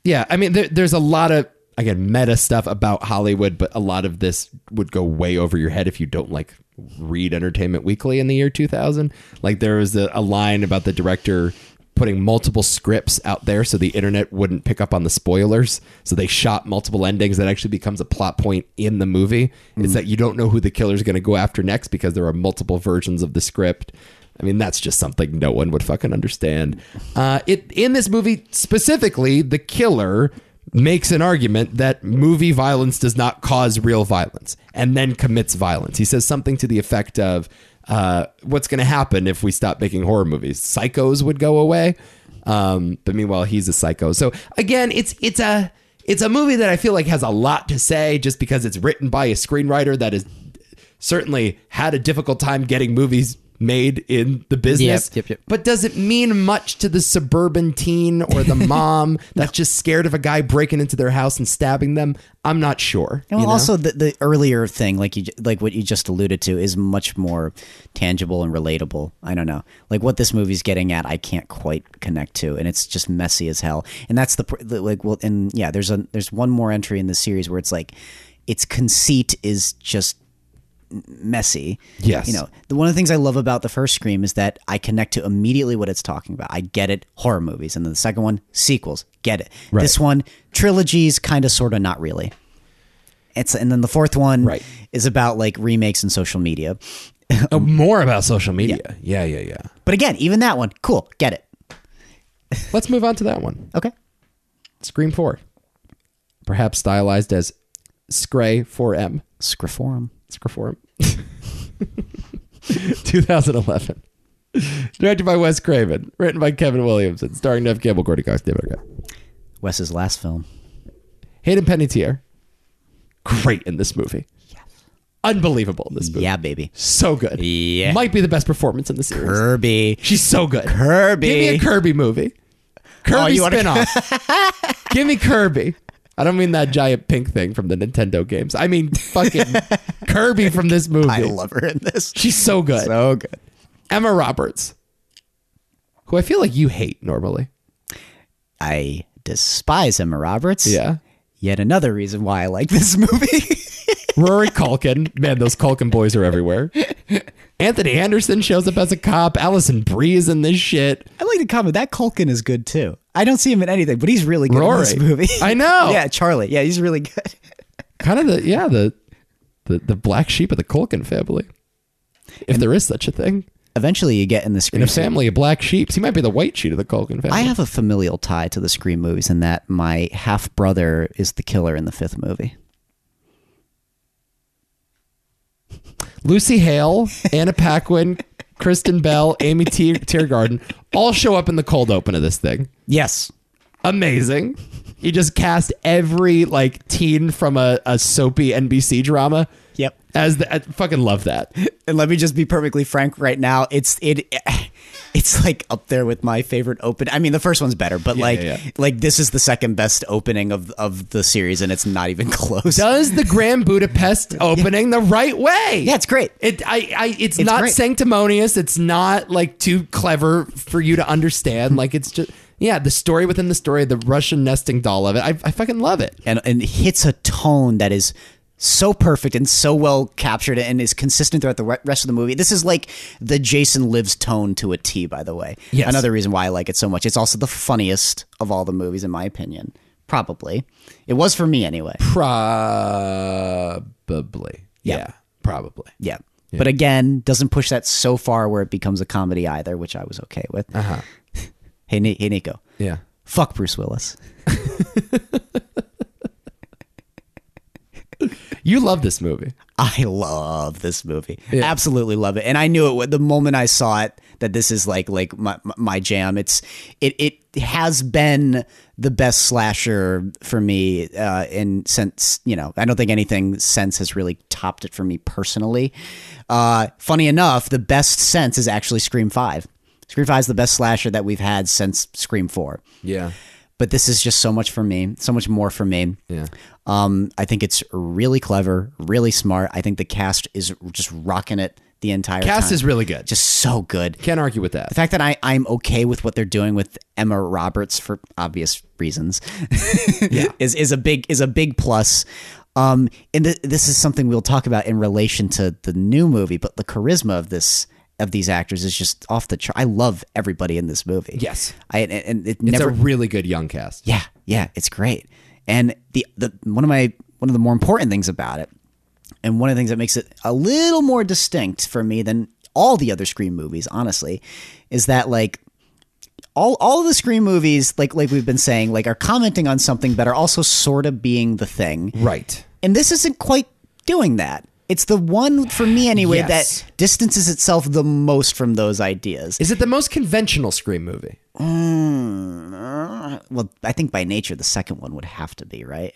[SPEAKER 1] yeah. I mean, there, there's a lot of again meta stuff about Hollywood, but a lot of this would go way over your head if you don't like read Entertainment Weekly in the year 2000. Like there was a, a line about the director putting multiple scripts out there so the internet wouldn't pick up on the spoilers. So they shot multiple endings that actually becomes a plot point in the movie. It's that you don't know who the killer's going to go after next because there are multiple versions of the script. I mean, that's just something no one would fucking understand. Uh, it in this movie specifically, the killer makes an argument that movie violence does not cause real violence, and then commits violence. He says something to the effect of, uh, what's going to happen if we stop making horror movies? Psychos would go away. Um, but meanwhile, he's a psycho. So again, it's it's a it's a movie that I feel like has a lot to say just because it's written by a screenwriter that has certainly had a difficult time getting movies made in the business.
[SPEAKER 4] Yep, yep, yep.
[SPEAKER 1] But does it mean much to the suburban teen or the mom that's just scared of a guy breaking into their house and stabbing them? I'm not sure.
[SPEAKER 2] And well, Oh, also the, the earlier thing, like you, j- like what you just alluded to, is much more tangible and relatable. I don't know, like what this movie's getting at, I can't quite connect to, and it's just messy as hell. And that's the pr- the- like, well, and yeah, there's a there's one more entry in the series where it's like, its conceit is just messy.
[SPEAKER 1] Yes.
[SPEAKER 2] you know, the one of the things I love about the first Scream is that I connect to immediately what it's talking about. I get it, horror movies, and then the second one, sequels, get it. This one, trilogies, kind of, sort of, not really. It's and then the fourth one
[SPEAKER 1] Right.
[SPEAKER 2] is about like remakes and social media.
[SPEAKER 1] Oh, more about social media. Yeah. yeah, yeah,
[SPEAKER 2] But again, even that one, cool, get it.
[SPEAKER 1] Let's move on to that one.
[SPEAKER 2] Okay.
[SPEAKER 1] Scream 4. Perhaps stylized as Scray 4M.
[SPEAKER 2] Scriforum.
[SPEAKER 1] Scream 2011. Directed by Wes Craven, written by Kevin Williamson, starring Nev Campbell, Courtney Cox, David Arquette.
[SPEAKER 2] Wes's last film.
[SPEAKER 1] Hayden Panettiere, great in this movie. Unbelievable in this movie.
[SPEAKER 2] Yeah, baby.
[SPEAKER 1] So good.
[SPEAKER 4] Yeah.
[SPEAKER 1] Might be the best performance in the series.
[SPEAKER 2] Kirby.
[SPEAKER 1] She's so good.
[SPEAKER 2] Kirby.
[SPEAKER 1] Give me a Kirby movie.
[SPEAKER 2] Oh,
[SPEAKER 1] Kirby
[SPEAKER 2] you wanna-
[SPEAKER 1] spinoff. Give me Kirby. I don't mean that giant pink thing from the Nintendo games. I mean fucking Kirby from this movie.
[SPEAKER 2] I love her in this.
[SPEAKER 1] She's so good.
[SPEAKER 2] So good.
[SPEAKER 1] Emma Roberts, who I feel like you hate normally.
[SPEAKER 2] I despise Emma Roberts.
[SPEAKER 1] Yeah.
[SPEAKER 2] Yet another reason why I like this movie.
[SPEAKER 1] Rory Culkin. Man, those Culkin boys are everywhere. Anthony Anderson shows up as a cop. Allison Brie is in this shit.
[SPEAKER 2] I like to comment that Culkin is good too. I don't see him in anything, but he's really good in this
[SPEAKER 1] Rory.
[SPEAKER 2] movie.
[SPEAKER 1] I know.
[SPEAKER 2] yeah, Charlie. Yeah, he's really good.
[SPEAKER 1] Kind of the yeah, the the, the black sheep of the Culkin family. If there is such a thing.
[SPEAKER 2] Eventually, you get in the
[SPEAKER 1] In
[SPEAKER 2] screen.
[SPEAKER 1] a family of black sheep. He might be the white sheep of the Culkin family.
[SPEAKER 2] I have a familial tie to the Scream movies in that my half brother is the killer in the fifth movie.
[SPEAKER 1] Lucy Hale, Anna Paquin, Kristen Bell, Amy T- Tiergarten all show up in the cold open of this thing.
[SPEAKER 2] Yes.
[SPEAKER 1] amazing. You just cast every like teen from a, a soapy NBC drama.
[SPEAKER 2] Yep.
[SPEAKER 1] As the, I fucking love that.
[SPEAKER 2] And let me just be perfectly frank right now. It's it it's like up there with my favorite open. I mean, the first one's better, but like
[SPEAKER 1] yeah, yeah.
[SPEAKER 2] like this is the second best opening of of the series and it's not even close.
[SPEAKER 1] Does the Grand Budapest opening the right way?
[SPEAKER 2] Yeah, it's great.
[SPEAKER 1] It I, I it's, not
[SPEAKER 2] great.
[SPEAKER 1] sanctimonious. It's not like too clever for you to understand. like it's just yeah, the story within the story, the Russian nesting doll of it. I, I fucking love it.
[SPEAKER 2] and and hits a tone that is so perfect and so well captured and is consistent throughout the re- rest of the movie. This is like the Jason Lives tone to a T, by the way.
[SPEAKER 1] Yes.
[SPEAKER 2] Another reason why I like it so much. It's also the funniest of all the movies, in my opinion. Probably. It was for me anyway.
[SPEAKER 1] Probably. Yeah. Probably.
[SPEAKER 2] Yeah. But again, doesn't push that so far where it becomes a comedy either, which I was okay with. Uh-huh. hey, Ni- hey, Nico.
[SPEAKER 1] Yeah.
[SPEAKER 2] Fuck Bruce Willis.
[SPEAKER 1] You love this movie.
[SPEAKER 2] I love this movie.
[SPEAKER 1] Yeah.
[SPEAKER 2] Absolutely love it. And I knew it wa- the moment I saw it that this is like like my my- my jam. It's it it has been the best slasher for me uh in since, you know, I don't think anything since has really topped it for me personally. Uh funny enough, the best sense is actually Scream 5. Scream 5 is the best slasher that we've had since Scream 4
[SPEAKER 1] Yeah.
[SPEAKER 2] but this is just so much for me, so much more for me.
[SPEAKER 1] Yeah.
[SPEAKER 2] Um, I think it's really clever, really smart. I think the cast is just rocking it the entire
[SPEAKER 1] Cast
[SPEAKER 2] time.
[SPEAKER 1] is really good.
[SPEAKER 2] just so good.
[SPEAKER 1] Can't argue with that.
[SPEAKER 2] The fact that I, I'm okay with what they're doing with Emma Roberts for obvious reasons is, is a big is a big plus. Um, and th- this is something we'll talk about in relation to the new movie, but the charisma of this of these actors is just off the chart. I love everybody in this movie.
[SPEAKER 1] Yes.
[SPEAKER 2] I and- and it
[SPEAKER 1] It's
[SPEAKER 2] never
[SPEAKER 1] a really good young cast.
[SPEAKER 2] yeah, yeah, it's great. And the the one of my one of the more important things about it, and one of the things that makes it a little more distinct for me than all the other Scream movies, honestly, is that like all all of the Scream movies, like like we've been saying, like are commenting on something, but are also sort of being the thing.
[SPEAKER 1] Right.
[SPEAKER 2] And this isn't quite doing that. It's the one for me anyway
[SPEAKER 1] Yes.
[SPEAKER 2] that distances itself the most from those ideas.
[SPEAKER 1] Is it the most conventional Scream movie?
[SPEAKER 2] Hmm. well, I think by nature the second one would have to be right.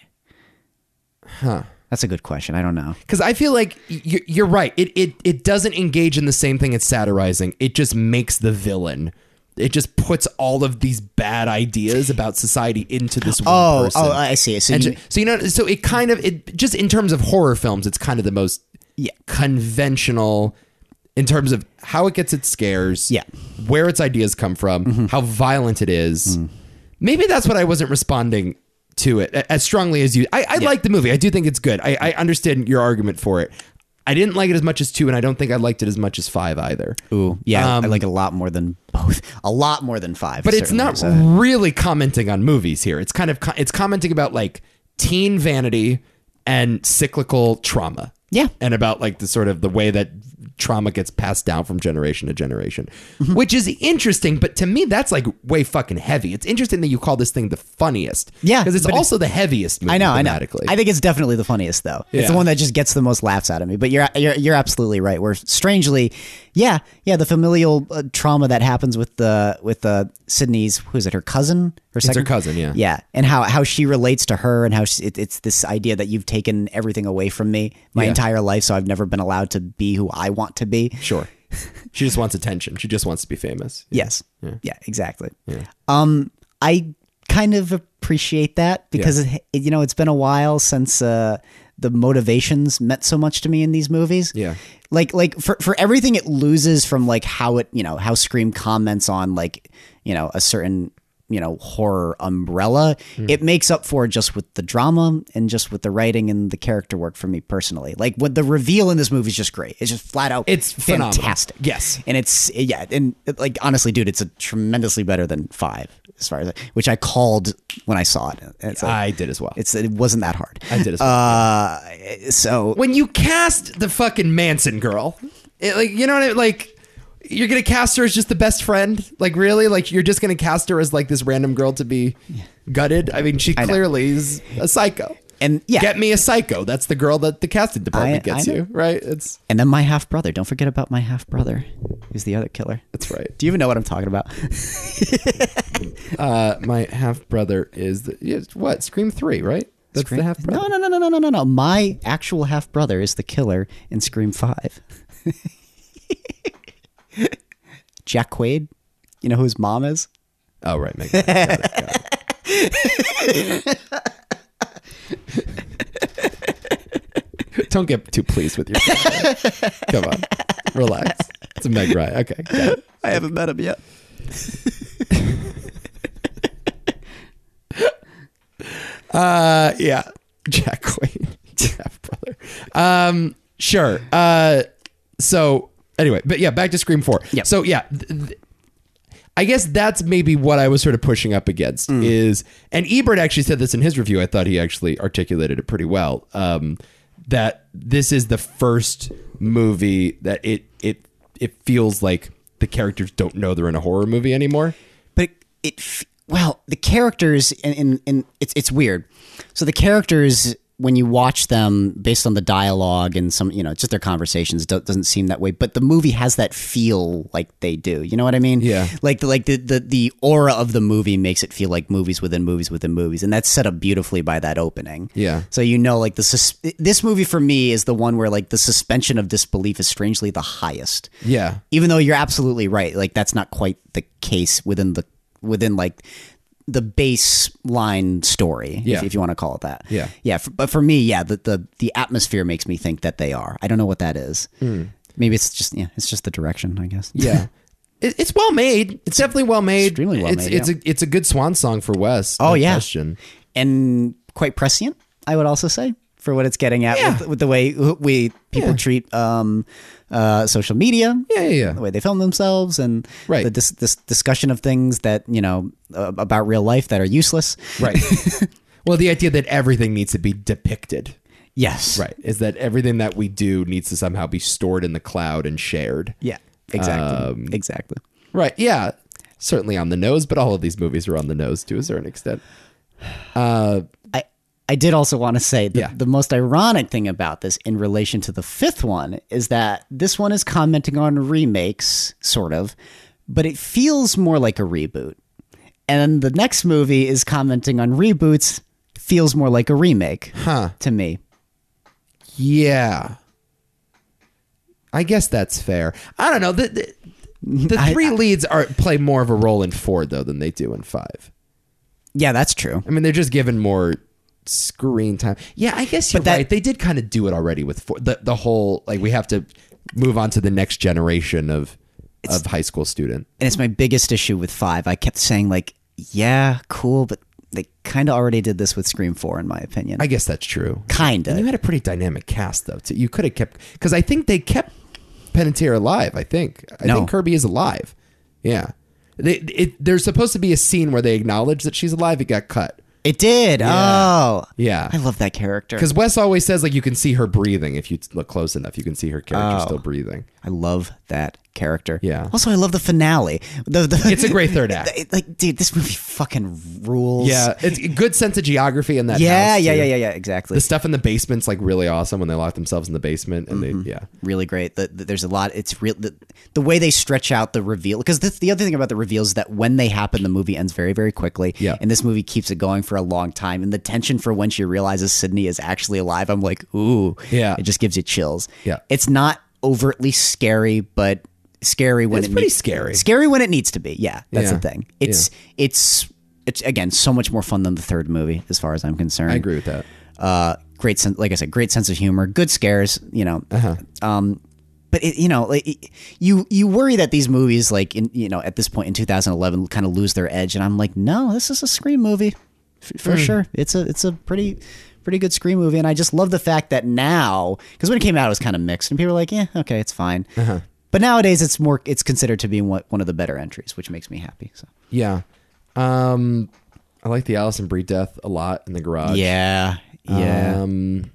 [SPEAKER 2] Huh. That's a good question. I don't know.
[SPEAKER 1] Because I feel like y- you're, you're right. It, it it doesn't engage in the same thing it's satirizing. It just makes the villain. It just puts all of these bad ideas about society into this one
[SPEAKER 2] Oh,
[SPEAKER 1] person.
[SPEAKER 2] oh, I see. So
[SPEAKER 1] And
[SPEAKER 2] you,
[SPEAKER 1] ju- so you know, so it kind of it just in terms of horror films, it's kind of the most
[SPEAKER 2] Yeah.
[SPEAKER 1] conventional in terms of how it gets its scares,
[SPEAKER 2] Yeah. Mm-hmm.
[SPEAKER 1] where its ideas come from, how violent it is.
[SPEAKER 2] Mm.
[SPEAKER 1] Maybe that's what I wasn't responding to it a- as strongly as you. I, I like the movie. I do think it's good. I, I understand your argument for it. I didn't like it as much as two, and I don't think I liked it as much as five either. Um,
[SPEAKER 2] ooh, yeah, I like it a lot more than both. A lot more than five.
[SPEAKER 1] But it's
[SPEAKER 2] certainly. uh,
[SPEAKER 1] not
[SPEAKER 2] So-
[SPEAKER 1] really commenting on movies here. It's kind of co- it's commenting about like teen vanity and cyclical trauma.
[SPEAKER 2] Yeah.
[SPEAKER 1] And about like the sort of the way that trauma gets passed down from generation to generation,
[SPEAKER 2] Mm-hmm.
[SPEAKER 1] which is interesting, but to me that's like way fucking heavy. It's interesting that you call this thing the funniest.
[SPEAKER 2] Yeah,
[SPEAKER 1] Because it's
[SPEAKER 2] but
[SPEAKER 1] also the heaviest movie
[SPEAKER 2] I know, I know.
[SPEAKER 1] thematically.
[SPEAKER 2] I think it's definitely the funniest though. It's the
[SPEAKER 1] Yeah.
[SPEAKER 2] one that just gets the most laughs out of me. But you're you're, you're absolutely right. We're strangely, yeah, yeah, the familial uh, trauma that happens with the with uh, Sydney's who is it? Her cousin, her
[SPEAKER 1] it's
[SPEAKER 2] second
[SPEAKER 1] her cousin, yeah.
[SPEAKER 2] yeah, and how how she relates to her, and how she, it, it's this idea that you've taken everything away from me my
[SPEAKER 1] Yeah.
[SPEAKER 2] entire life, so I've never been allowed to be who I want to be.
[SPEAKER 1] Sure. she just wants attention. She just wants to be famous.
[SPEAKER 2] Yes. Yeah, exactly. Um, I kind of appreciate that because it, you know it's been a while since uh, the motivations meant so much to me in these movies.
[SPEAKER 1] Yeah.
[SPEAKER 2] Like like for for everything it loses from like how it you know how Scream comments on like you know a certain you know horror umbrella
[SPEAKER 1] Hmm.
[SPEAKER 2] it makes up for just with the drama and just with the writing and the character work for me personally like what the reveal in this movie is just great it's just flat out
[SPEAKER 1] It's phenomenal.
[SPEAKER 2] fantastic
[SPEAKER 1] Yes.
[SPEAKER 2] and it's yeah, and like honestly, dude, it's a tremendously better than five as far as which I called when I saw it. It's like,
[SPEAKER 1] I did as well.
[SPEAKER 2] it's it wasn't that hard.
[SPEAKER 1] I did as
[SPEAKER 2] Uh,
[SPEAKER 1] well.
[SPEAKER 2] So
[SPEAKER 1] when you cast the fucking Manson girl, it, like you know what I like you're gonna cast her as just the best friend, like really, like you're just gonna cast her as like this random girl to be gutted. I mean, she
[SPEAKER 2] know.
[SPEAKER 1] clearly is a psycho.
[SPEAKER 2] and yeah,
[SPEAKER 1] Get me a psycho. That's the girl that the casting department
[SPEAKER 2] I-
[SPEAKER 1] gets
[SPEAKER 2] I know.
[SPEAKER 1] you, right? It's
[SPEAKER 2] and then my half brother. Don't forget about my half brother, who's the other killer.
[SPEAKER 1] that's right.
[SPEAKER 2] Do you even know what I'm talking about?
[SPEAKER 1] Uh, my half brother is the, yeah, it's what Scream Three, right? That's the half brother.
[SPEAKER 2] No, no, no, no, no, no, no, no. My actual half brother is the killer in Scream Five. Jack Quaid. You know who his mom is?
[SPEAKER 1] Oh right, Megan. Got it, got it. Don't get too pleased with yourself. Come on, relax. It's a Meg Ryan. Okay, got it.
[SPEAKER 2] I haven't met him yet.
[SPEAKER 1] Uh, yeah, Jack Quaid, half brother. Um, sure. Uh, so anyway, but yeah, back to Scream Four.
[SPEAKER 2] Yep.
[SPEAKER 1] So yeah, th- th- I guess that's maybe what I was sort of pushing up against is, and Ebert actually said this in his review. I thought he actually articulated it pretty well. Um, that this is the first movie that it it it feels like the characters don't know they're in a horror movie anymore.
[SPEAKER 2] but it, it f- well the characters and in, in, it's it's weird so the characters when you watch them based on the dialogue and some you know just their conversations do- doesn't seem that way but the movie has that feel like they do you know what i mean
[SPEAKER 1] Yeah.
[SPEAKER 2] like the like the, the the aura of the movie makes it feel like movies within movies within movies and that's set up beautifully by that opening
[SPEAKER 1] Yeah.
[SPEAKER 2] so you know like the sus- this movie for me is the one where like the suspension of disbelief is strangely the highest
[SPEAKER 1] Yeah.
[SPEAKER 2] even though you're absolutely right like that's not quite the case within the within like the baseline story
[SPEAKER 1] Yeah.
[SPEAKER 2] if, if you want to call it that
[SPEAKER 1] Yeah.
[SPEAKER 2] yeah f- but for me yeah the, the the atmosphere makes me think that they are i don't know what that is maybe it's just yeah it's just the direction i guess
[SPEAKER 1] Hmm. Yeah. It, it's well made. It's definitely well made.
[SPEAKER 2] extremely well
[SPEAKER 1] it's,
[SPEAKER 2] made,
[SPEAKER 1] It's
[SPEAKER 2] yeah.
[SPEAKER 1] a it's a good swan song for Wes.
[SPEAKER 2] Oh,
[SPEAKER 1] no
[SPEAKER 2] yeah.
[SPEAKER 1] question.
[SPEAKER 2] and quite prescient i would also say for what it's getting at
[SPEAKER 1] Yeah.
[SPEAKER 2] with, with the way we people treat um uh social media
[SPEAKER 1] Yeah, yeah,
[SPEAKER 2] the
[SPEAKER 1] yeah.
[SPEAKER 2] way they film themselves and
[SPEAKER 1] Right.
[SPEAKER 2] the dis- this discussion of things that you know uh, about real life that are useless
[SPEAKER 1] Right. well, the idea that everything needs to be depicted,
[SPEAKER 2] yes
[SPEAKER 1] right, is that everything that we do needs to somehow be stored in the cloud and shared.
[SPEAKER 2] Yeah, exactly.
[SPEAKER 1] Um,
[SPEAKER 2] exactly.
[SPEAKER 1] Right. Yeah. Certainly on the nose, but all of these movies are on the nose to a certain extent.
[SPEAKER 2] I I did also want to say that
[SPEAKER 1] Yeah.
[SPEAKER 2] the most ironic thing about this in relation to the fifth one is that this one is commenting on remakes, sort of, but it feels more like a reboot. And the next movie is commenting on reboots, feels more like a remake to me.
[SPEAKER 1] Yeah. I guess that's fair. I don't know. The, the, the
[SPEAKER 2] I-
[SPEAKER 1] three
[SPEAKER 2] I-
[SPEAKER 1] leads are play more of a role in four though than they do in five.
[SPEAKER 2] Yeah, that's true.
[SPEAKER 1] I mean, they're just given more screen time. Yeah, I guess you're
[SPEAKER 2] But that-
[SPEAKER 1] right. They did kind of do it already with four, the the whole like we have to move on to the next generation of of high school student.
[SPEAKER 2] And it's my biggest issue with five. I kept saying, like, yeah, cool, but they kind of already did this with Scream 4, in my opinion.
[SPEAKER 1] I guess that's true.
[SPEAKER 2] Kinda.
[SPEAKER 1] And you had a pretty dynamic cast though. Too. You could have kept because I think they kept Penetier alive. I think. I
[SPEAKER 2] No.
[SPEAKER 1] think Kirby is alive. Yeah. They, it, there's supposed to be a scene where they acknowledge that she's alive. It got cut.
[SPEAKER 2] it did. Oh.
[SPEAKER 1] Yeah.
[SPEAKER 2] I love that character.
[SPEAKER 1] Because Wes always says like you can see her breathing if you t- look close enough. You can see her character
[SPEAKER 2] Oh.
[SPEAKER 1] still breathing.
[SPEAKER 2] I love that character.
[SPEAKER 1] Yeah.
[SPEAKER 2] Also, I love the finale. The, the,
[SPEAKER 1] It's a great third act.
[SPEAKER 2] It- like, dude, this movie fucking rules.
[SPEAKER 1] Yeah, it's a good sense of geography in that.
[SPEAKER 2] Yeah,
[SPEAKER 1] house,
[SPEAKER 2] yeah,
[SPEAKER 1] too.
[SPEAKER 2] yeah, yeah, yeah, exactly.
[SPEAKER 1] The stuff in the basement's like really awesome when they lock themselves in the basement and
[SPEAKER 2] Mm-hmm.
[SPEAKER 1] they yeah.
[SPEAKER 2] really great. The, the- there's a lot. It's real. The, the way they stretch out the reveal, because the, the other thing about the reveals is that when they happen, the movie ends very, very quickly.
[SPEAKER 1] Yeah.
[SPEAKER 2] And this movie keeps it going for a long time. And the tension for when she realizes Sydney is actually alive, I'm like, ooh.
[SPEAKER 1] Yeah.
[SPEAKER 2] It just gives you chills.
[SPEAKER 1] Yeah.
[SPEAKER 2] It's not overtly scary, but scary when
[SPEAKER 1] It's
[SPEAKER 2] it
[SPEAKER 1] pretty
[SPEAKER 2] need-
[SPEAKER 1] scary.
[SPEAKER 2] Scary when it needs to be. Yeah. That's
[SPEAKER 1] Yeah.
[SPEAKER 2] the thing. It's it's it's again so much more fun than the third movie, as far as I'm concerned.
[SPEAKER 1] I agree with that.
[SPEAKER 2] Uh, great sense, like I said, great sense of humor, good scares, you know. Um, but it, you know, like, it- you you worry that these movies, like in you know, at this point in 2011, kind of lose their edge, and I'm like, no, this is a scream movie f- for sure. It's a it's a pretty pretty good scream movie, and I just love the fact that now, because when it came out, it was kind of mixed, and people were like, yeah, okay, it's fine. But nowadays, it's more it's considered to be one one of the better entries, which makes me happy. So
[SPEAKER 1] Yeah. Um I like the Allison Brie death a lot in the garage.
[SPEAKER 2] yeah, yeah.
[SPEAKER 1] Um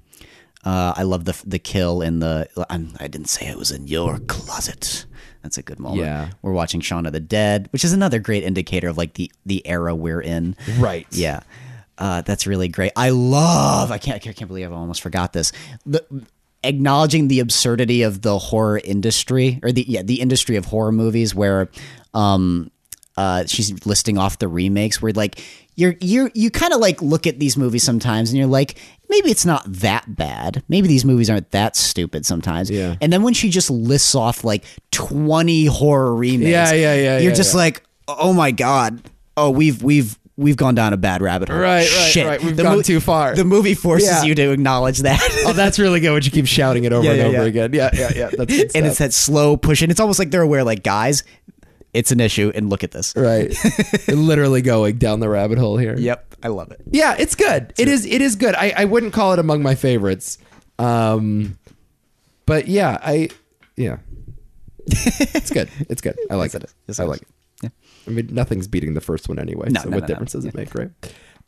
[SPEAKER 2] Uh, I love the the kill in the. I'm, I didn't say it was in your closet. That's a good moment.
[SPEAKER 1] Yeah.
[SPEAKER 2] we're watching Shaun of the Dead, which is another great indicator of like the the era we're in.
[SPEAKER 1] Right.
[SPEAKER 2] Yeah, uh, that's really great. I love. I can't. I can't believe I almost forgot this. The, acknowledging the absurdity of the horror industry, or the yeah, the industry of horror movies, where, um, uh, she's listing off the remakes. Where like you're you're you kind of like look at these movies sometimes, and you're like, maybe it's not that bad. Maybe these movies aren't that stupid sometimes.
[SPEAKER 1] Yeah.
[SPEAKER 2] And then when she just lists off like twenty horror remakes,
[SPEAKER 1] Yeah, yeah, yeah,
[SPEAKER 2] you're
[SPEAKER 1] yeah,
[SPEAKER 2] just
[SPEAKER 1] yeah.
[SPEAKER 2] like, oh my god, oh we've we've we've gone down a bad rabbit hole.
[SPEAKER 1] Right, right,
[SPEAKER 2] Shit.
[SPEAKER 1] right. We've gone too far.
[SPEAKER 2] The movie forces
[SPEAKER 1] Yeah.
[SPEAKER 2] you to acknowledge that.
[SPEAKER 1] Oh, that's really good when you keep shouting it over
[SPEAKER 2] Yeah,
[SPEAKER 1] and
[SPEAKER 2] yeah,
[SPEAKER 1] over
[SPEAKER 2] yeah.
[SPEAKER 1] again. Yeah, yeah, yeah. That's good
[SPEAKER 2] and
[SPEAKER 1] stuff.
[SPEAKER 2] it's that slow push, and it's almost like they're aware, like, guys, it's an issue, and look at this.
[SPEAKER 1] right. Literally going down the rabbit hole here.
[SPEAKER 2] Yep, I love it.
[SPEAKER 1] Yeah, it's good. It is. It is good. I, I wouldn't call it among my favorites, um, but yeah, I yeah, it's good. It's good. I like it.
[SPEAKER 2] Yes,
[SPEAKER 1] I
[SPEAKER 2] it
[SPEAKER 1] like
[SPEAKER 2] is.
[SPEAKER 1] it. I mean, nothing's beating the first one anyway.
[SPEAKER 2] No,
[SPEAKER 1] so
[SPEAKER 2] no,
[SPEAKER 1] what
[SPEAKER 2] no, no.
[SPEAKER 1] difference does it make, right?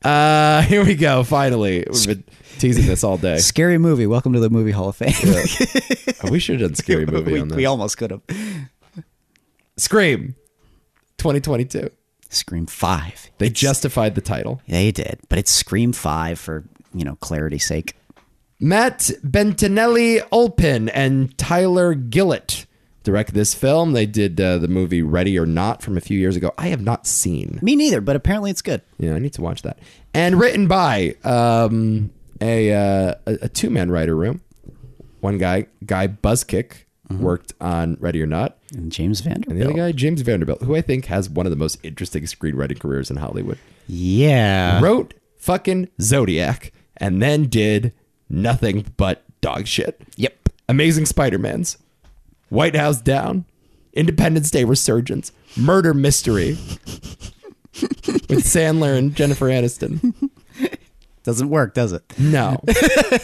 [SPEAKER 1] Uh, here we go. Finally, we've been teasing this all day.
[SPEAKER 2] Scary movie. Welcome to the movie Hall of Fame.
[SPEAKER 1] we should have done scary movie
[SPEAKER 2] we,
[SPEAKER 1] on this.
[SPEAKER 2] we almost could have.
[SPEAKER 1] Scream, 2022.
[SPEAKER 2] Scream Five.
[SPEAKER 1] They justified the title.
[SPEAKER 2] They did, but it's Scream Five for you know clarity's sake.
[SPEAKER 1] Matt Bentinelli Olpin and Tyler Gillett direct this film. They did uh, the movie Ready or Not from a few years ago. I have not seen.
[SPEAKER 2] Me neither, but apparently it's good.
[SPEAKER 1] Yeah, I need to watch that. And written by um, a, uh, a a two-man writer room. One guy, Guy Buzzkick, worked on Ready or Not.
[SPEAKER 2] And James Vanderbilt.
[SPEAKER 1] And the other guy, James Vanderbilt, who I think has one of the most interesting screenwriting careers in Hollywood,
[SPEAKER 2] Yeah.
[SPEAKER 1] wrote fucking Zodiac and then did nothing but dog shit.
[SPEAKER 2] Yep.
[SPEAKER 1] Amazing Spider Man's, White House Down, Independence Day Resurgence, Murder Mystery with Sandler and Jennifer Aniston.
[SPEAKER 2] Doesn't work, does it?
[SPEAKER 1] No.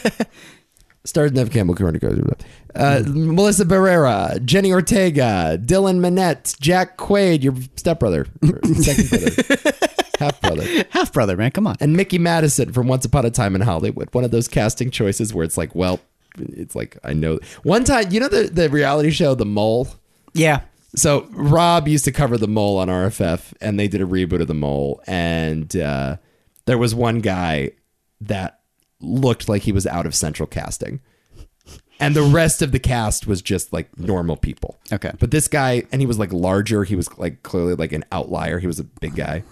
[SPEAKER 1] Stars Nev Campbell, Corinna Gozer. Uh, Melissa Barrera, Jenny Ortega, Dylan Minette, Jack Quaid, your stepbrother, or second brother, half brother,
[SPEAKER 2] Half brother, man. Come on.
[SPEAKER 1] and Mickey Madison from Once Upon a Time in Hollywood. One of those casting choices where it's like, well, it's like, I know. One time, you know the, the reality show, The Mole?
[SPEAKER 2] Yeah.
[SPEAKER 1] So Rob used to cover the mole on RFF, and they did a reboot of the mole, and uh, there was one guy that looked like he was out of central casting. And the rest of the cast was just like normal people.
[SPEAKER 2] Okay.
[SPEAKER 1] But this guy, and he was like larger. He was like clearly like an outlier. He was a big guy.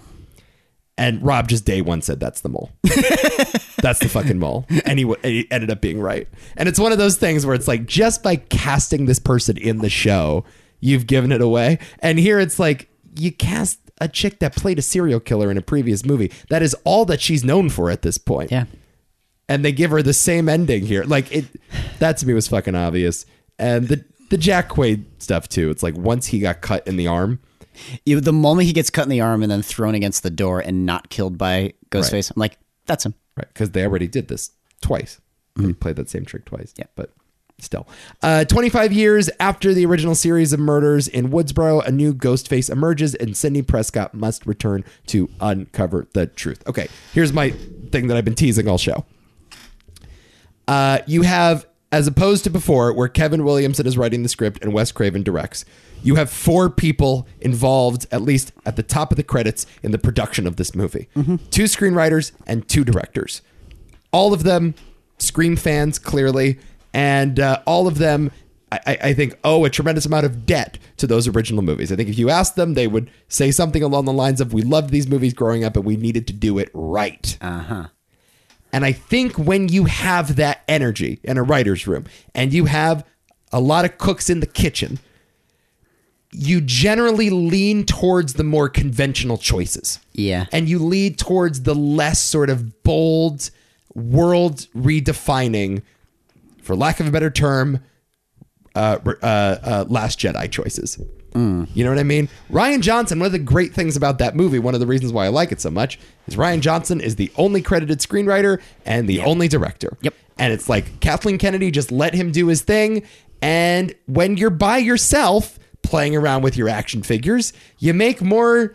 [SPEAKER 1] And Rob just day one said, that's the mole. that's the fucking mole. And he, w- and he ended up being right. And it's one of those things where it's like, just by casting this person in the show, you've given it away. And here it's like, you cast a chick that played a serial killer in a previous movie. That is all that she's known for at this point
[SPEAKER 2] Yeah.
[SPEAKER 1] and they give her the same ending here. Like it, that to me was fucking obvious. And the the Jack Quaid stuff too. It's like once he got cut in the arm,
[SPEAKER 2] You, the moment he gets cut in the arm and then thrown against the door and not killed by Ghostface, I'm like, that's him.
[SPEAKER 1] right? Because they already did this twice. They played that same trick twice.
[SPEAKER 2] Yeah.
[SPEAKER 1] but still, uh, 25 years after the original series of murders in Woodsboro, a new ghost face emerges, and Sidney Prescott must return to uncover the truth. Okay, here's my thing that I've been teasing all show. Uh, you have, as opposed to before, where Kevin Williamson is writing the script and Wes Craven directs, you have four people involved, at least at the top of the credits, in the production of this movie two screenwriters and two directors. All of them Scream fans, clearly, and uh, all of them. I- I, I think owe a tremendous amount of debt to those original movies. I think if you asked them, they would say something along the lines of, "We loved these movies growing up, and we needed to do it right." And I think when you have that energy in a writer's room and you have a lot of cooks in the kitchen, you generally lean towards the more conventional choices.
[SPEAKER 2] Yeah.
[SPEAKER 1] And you lead towards the less sort of bold, world redefining, for lack of a better term, uh, uh, uh, Last Jedi choices. You know what I mean? Ryan Johnson, one of the great things about that movie, one of the reasons why I like it so much, is Ryan Johnson is the only credited screenwriter and the only director.
[SPEAKER 2] Yep.
[SPEAKER 1] And it's like Kathleen Kennedy just let him do his thing. And when you're by yourself playing around with your action figures, you make more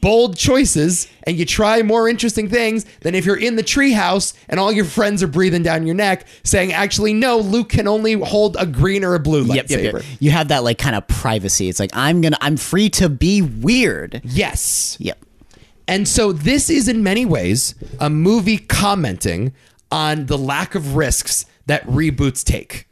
[SPEAKER 1] bold choices and you try more interesting things than if you're in the treehouse and all your friends are breathing down your neck saying, actually, no, Luke can only hold a green or a blue lightsaber.
[SPEAKER 2] Yep, yep, yep. You have that like kind of privacy. It's like I'm gonna, I'm free to be weird.
[SPEAKER 1] Yes.
[SPEAKER 2] Yep.
[SPEAKER 1] And so this is in many ways a movie commenting on the lack of risks that reboots take.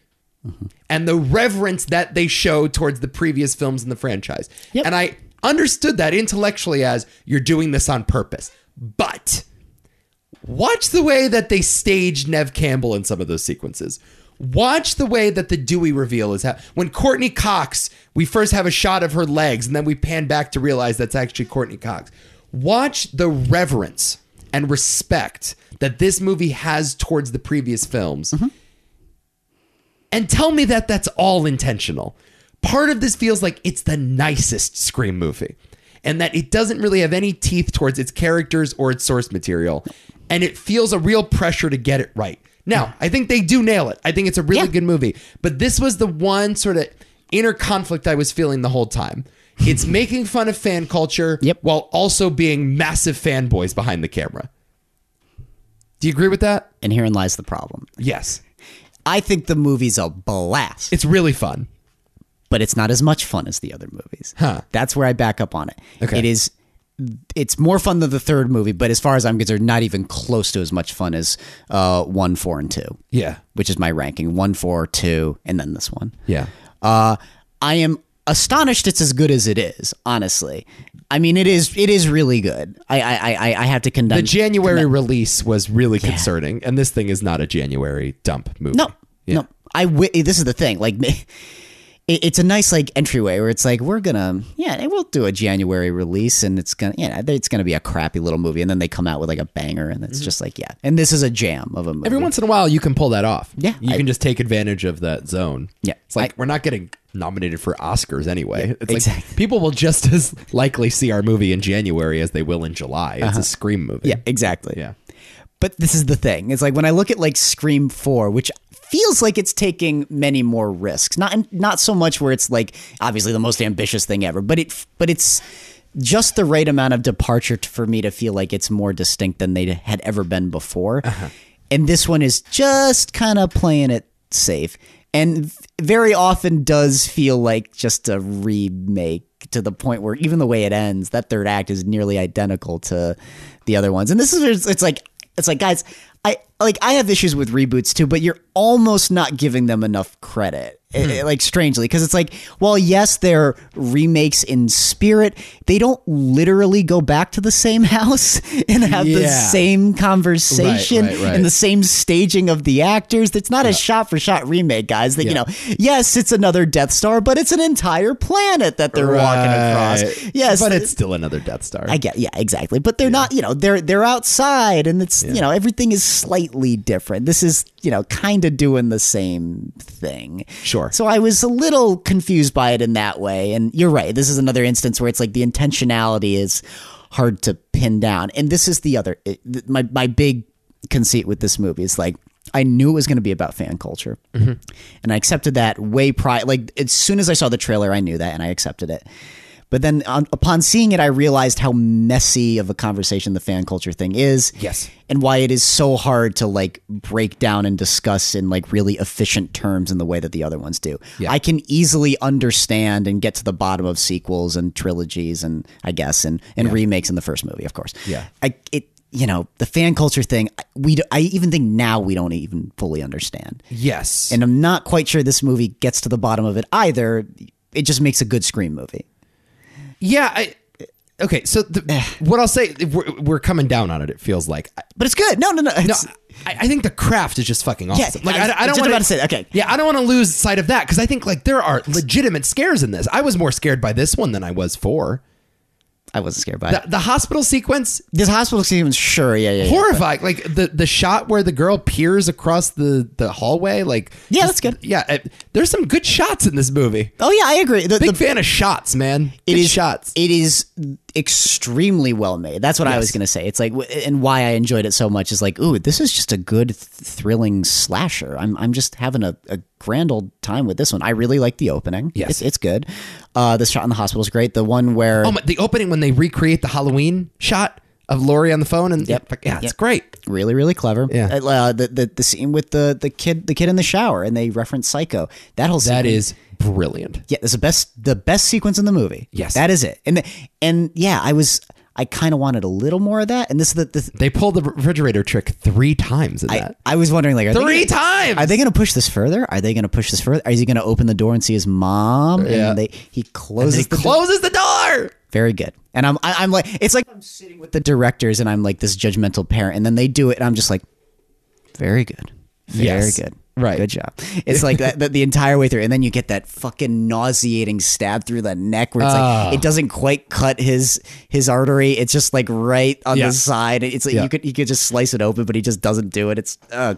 [SPEAKER 1] And the reverence that they show towards the previous films in the franchise.
[SPEAKER 2] Yep.
[SPEAKER 1] And I understood that intellectually as you're doing this on purpose. But watch the way that they stage Nev Campbell in some of those sequences. Watch the way that the Dewey reveal is. Ha- when Courtney Cox, we first have a shot of her legs, and then we pan back to realize that's actually Courtney Cox. Watch the reverence and respect that this movie has towards the previous films and tell me that that's all intentional. Part of this feels like it's the nicest Scream movie, and that it doesn't really have any teeth towards its characters or its source material, and it feels a real pressure to get it right. Now, I think they do nail it. I think it's a really
[SPEAKER 2] Yeah.
[SPEAKER 1] good movie, but this was the one sort of inner conflict I was feeling the whole time. It's making fun of fan culture
[SPEAKER 2] Yep.
[SPEAKER 1] while also being massive fanboys behind the camera. Do you agree with that?
[SPEAKER 2] And herein lies the problem.
[SPEAKER 1] Yes.
[SPEAKER 2] I think the movie's a blast,
[SPEAKER 1] It's really fun.
[SPEAKER 2] but it's not as much fun as the other movies.
[SPEAKER 1] Huh.
[SPEAKER 2] That's where I back up on it.
[SPEAKER 1] Okay.
[SPEAKER 2] It is. It's more fun than the third movie, but as far as I'm concerned, not even close to as much fun as uh, one, four, and two,
[SPEAKER 1] Yeah.
[SPEAKER 2] which is my ranking: one, four, two, and then this one.
[SPEAKER 1] Yeah.
[SPEAKER 2] Uh, I am astonished it's as good as it is. Honestly, I mean it is. It is really good. I I I, I- I have to condemn.
[SPEAKER 1] The January release was really concerning, and this thing is not a January dump movie.
[SPEAKER 2] No, no. I wi- this is the thing. Like, it, it's a nice like entryway where it's like we're gonna yeah we'll do a January release and it's gonna yeah it's gonna be a crappy little movie and then they come out with like a banger and
[SPEAKER 1] Mm-hmm.
[SPEAKER 2] it's just like yeah and this is a jam of a movie.
[SPEAKER 1] Every once in a while, you can pull that off.
[SPEAKER 2] Yeah,
[SPEAKER 1] you
[SPEAKER 2] I-
[SPEAKER 1] can just take advantage of that zone.
[SPEAKER 2] Yeah,
[SPEAKER 1] it's like
[SPEAKER 2] I-
[SPEAKER 1] we're not getting nominated for Oscars anyway. it's
[SPEAKER 2] exactly.
[SPEAKER 1] like people will just as likely see our movie in January as they will in July. It's a Scream movie.
[SPEAKER 2] Uh-huh. yeah exactly
[SPEAKER 1] yeah,
[SPEAKER 2] But this is the thing. It's like when I look at like Scream 4, which feels like it's taking many more risks. Not not so much where it's like obviously the most ambitious thing ever, but it but it's just the right amount of departure t for me to feel like it's more distinct than they had ever been before. And this one is just kind of playing it safe and v- very often does feel like just a remake to the point where even the way it ends that third act is nearly identical to the other ones and this is it's like it's like guys i like I have issues with reboots too, but you're almost not giving them enough credit. eh, eh, like strangely, because it's like, well, yes, they're remakes in spirit. They don't literally go back to the same house and have the
[SPEAKER 1] Yeah.
[SPEAKER 2] same conversation
[SPEAKER 1] Right, right, right.
[SPEAKER 2] and the same staging of the actors. It's not a shot for shot remake, guys. That you
[SPEAKER 1] Yeah.
[SPEAKER 2] know, yes, it's another Death Star, but it's an entire planet that they're walking across.
[SPEAKER 1] Right.
[SPEAKER 2] Yes, uh,
[SPEAKER 1] but it's still another Death Star.
[SPEAKER 2] I get yeah, exactly. But they're not, you know, they're they're outside and it's you know, everything is slightly different. This is, you know, kind of doing the same thing.
[SPEAKER 1] Sure.
[SPEAKER 2] So I was a little confused by it in that way. And you're right. This is another instance where it's like the intentionality is hard to pin down. And this is the other it- th- my my big conceit with this movie is like I knew it was going to be about fan culture, and I accepted that way prior. Like as soon as I saw the trailer, I knew that, and I accepted it. But then, on, upon seeing it, I realized how messy of a conversation the fan culture thing is.
[SPEAKER 1] Yes.
[SPEAKER 2] and why it is so hard to like break down and discuss in like really efficient terms in the way that the other ones do. I can easily understand and get to the bottom of sequels and trilogies, and I guess and and remakes in the first movie, of course.
[SPEAKER 1] Yeah.
[SPEAKER 2] I it you know the fan culture thing. I- We d- I even think now we don't even fully understand,
[SPEAKER 1] Yes.
[SPEAKER 2] and I'm not quite sure this movie gets to the bottom of it either. It just makes a good scream movie.
[SPEAKER 1] yeah. I, okay. So
[SPEAKER 2] Eh.
[SPEAKER 1] the, what I'll say, we're, we're coming down on it. It feels like. I,
[SPEAKER 2] But it's good. No, no, no.
[SPEAKER 1] no,
[SPEAKER 2] It's,
[SPEAKER 1] I, I think the craft is just fucking
[SPEAKER 2] Yeah,
[SPEAKER 1] awesome. like
[SPEAKER 2] I was
[SPEAKER 1] I, I don't
[SPEAKER 2] just
[SPEAKER 1] want
[SPEAKER 2] about to say that. Okay.
[SPEAKER 1] Yeah, I don't want to lose sight of that because I think like there are legitimate scares in this. I was more scared by this one than I was for
[SPEAKER 2] I wasn't scared by
[SPEAKER 1] the,
[SPEAKER 2] it.
[SPEAKER 1] the hospital sequence.
[SPEAKER 2] This hospital sequence, sure, yeah, yeah, yeah.
[SPEAKER 1] horrifying. Like the the shot where the girl peers across the the hallway. Like
[SPEAKER 2] Yeah,
[SPEAKER 1] just-
[SPEAKER 2] that's good.
[SPEAKER 1] Yeah, uh, there's some good shots in this movie.
[SPEAKER 2] Oh yeah, I agree. The,
[SPEAKER 1] Big
[SPEAKER 2] the,
[SPEAKER 1] fan of shots, man.
[SPEAKER 2] it
[SPEAKER 1] Good
[SPEAKER 2] is
[SPEAKER 1] shots.
[SPEAKER 2] It is extremely well made. That's what I was going to say. It's like, wh- and why I enjoyed it so much is like, ooh, this is just a good, th- thrilling slasher. I'm, I'm just having a, a grand old time with this one. I really like the opening.
[SPEAKER 1] Yes.
[SPEAKER 2] it's, it's good. Uh, the shot in the hospital is great. The one where
[SPEAKER 1] oh my, the opening when they recreate the Halloween shot of Laurie on the phone and
[SPEAKER 2] Yep.
[SPEAKER 1] yeah, it's
[SPEAKER 2] Yep.
[SPEAKER 1] great.
[SPEAKER 2] really really clever
[SPEAKER 1] Yeah.
[SPEAKER 2] uh, the, the the scene with the the kid the kid in the shower and they reference psycho that whole
[SPEAKER 1] That
[SPEAKER 2] sequence-
[SPEAKER 1] is brilliant.
[SPEAKER 2] Yeah, it's the best the best sequence in the movie.
[SPEAKER 1] Yes.
[SPEAKER 2] that is it. And the, and yeah, I was I kind of wanted a little more of that. And this is the, the
[SPEAKER 1] They pulled the refrigerator trick three times in that.
[SPEAKER 2] I was wondering like are
[SPEAKER 1] Three
[SPEAKER 2] they gonna,
[SPEAKER 1] times.
[SPEAKER 2] Are they going to push this further? Are they going to push this further? Is he going to open the door and see his mom?
[SPEAKER 1] Yeah.
[SPEAKER 2] And they he closes
[SPEAKER 1] He
[SPEAKER 2] the door.
[SPEAKER 1] closes the door.
[SPEAKER 2] Very good. And I'm I, I'm like it's like I'm sitting with the directors and I'm like this judgmental parent and then they do it and I'm just like very good. Very
[SPEAKER 1] Yes.
[SPEAKER 2] good.
[SPEAKER 1] Right.
[SPEAKER 2] Good job. It's like that, that the entire way through and then you get that fucking nauseating stab through the neck where it's
[SPEAKER 1] Ah.
[SPEAKER 2] like it doesn't quite cut his his artery. It's just like right on
[SPEAKER 1] Yeah.
[SPEAKER 2] the side. It's like
[SPEAKER 1] Yeah.
[SPEAKER 2] you could you could just slice it open but he just doesn't do it. It's uh,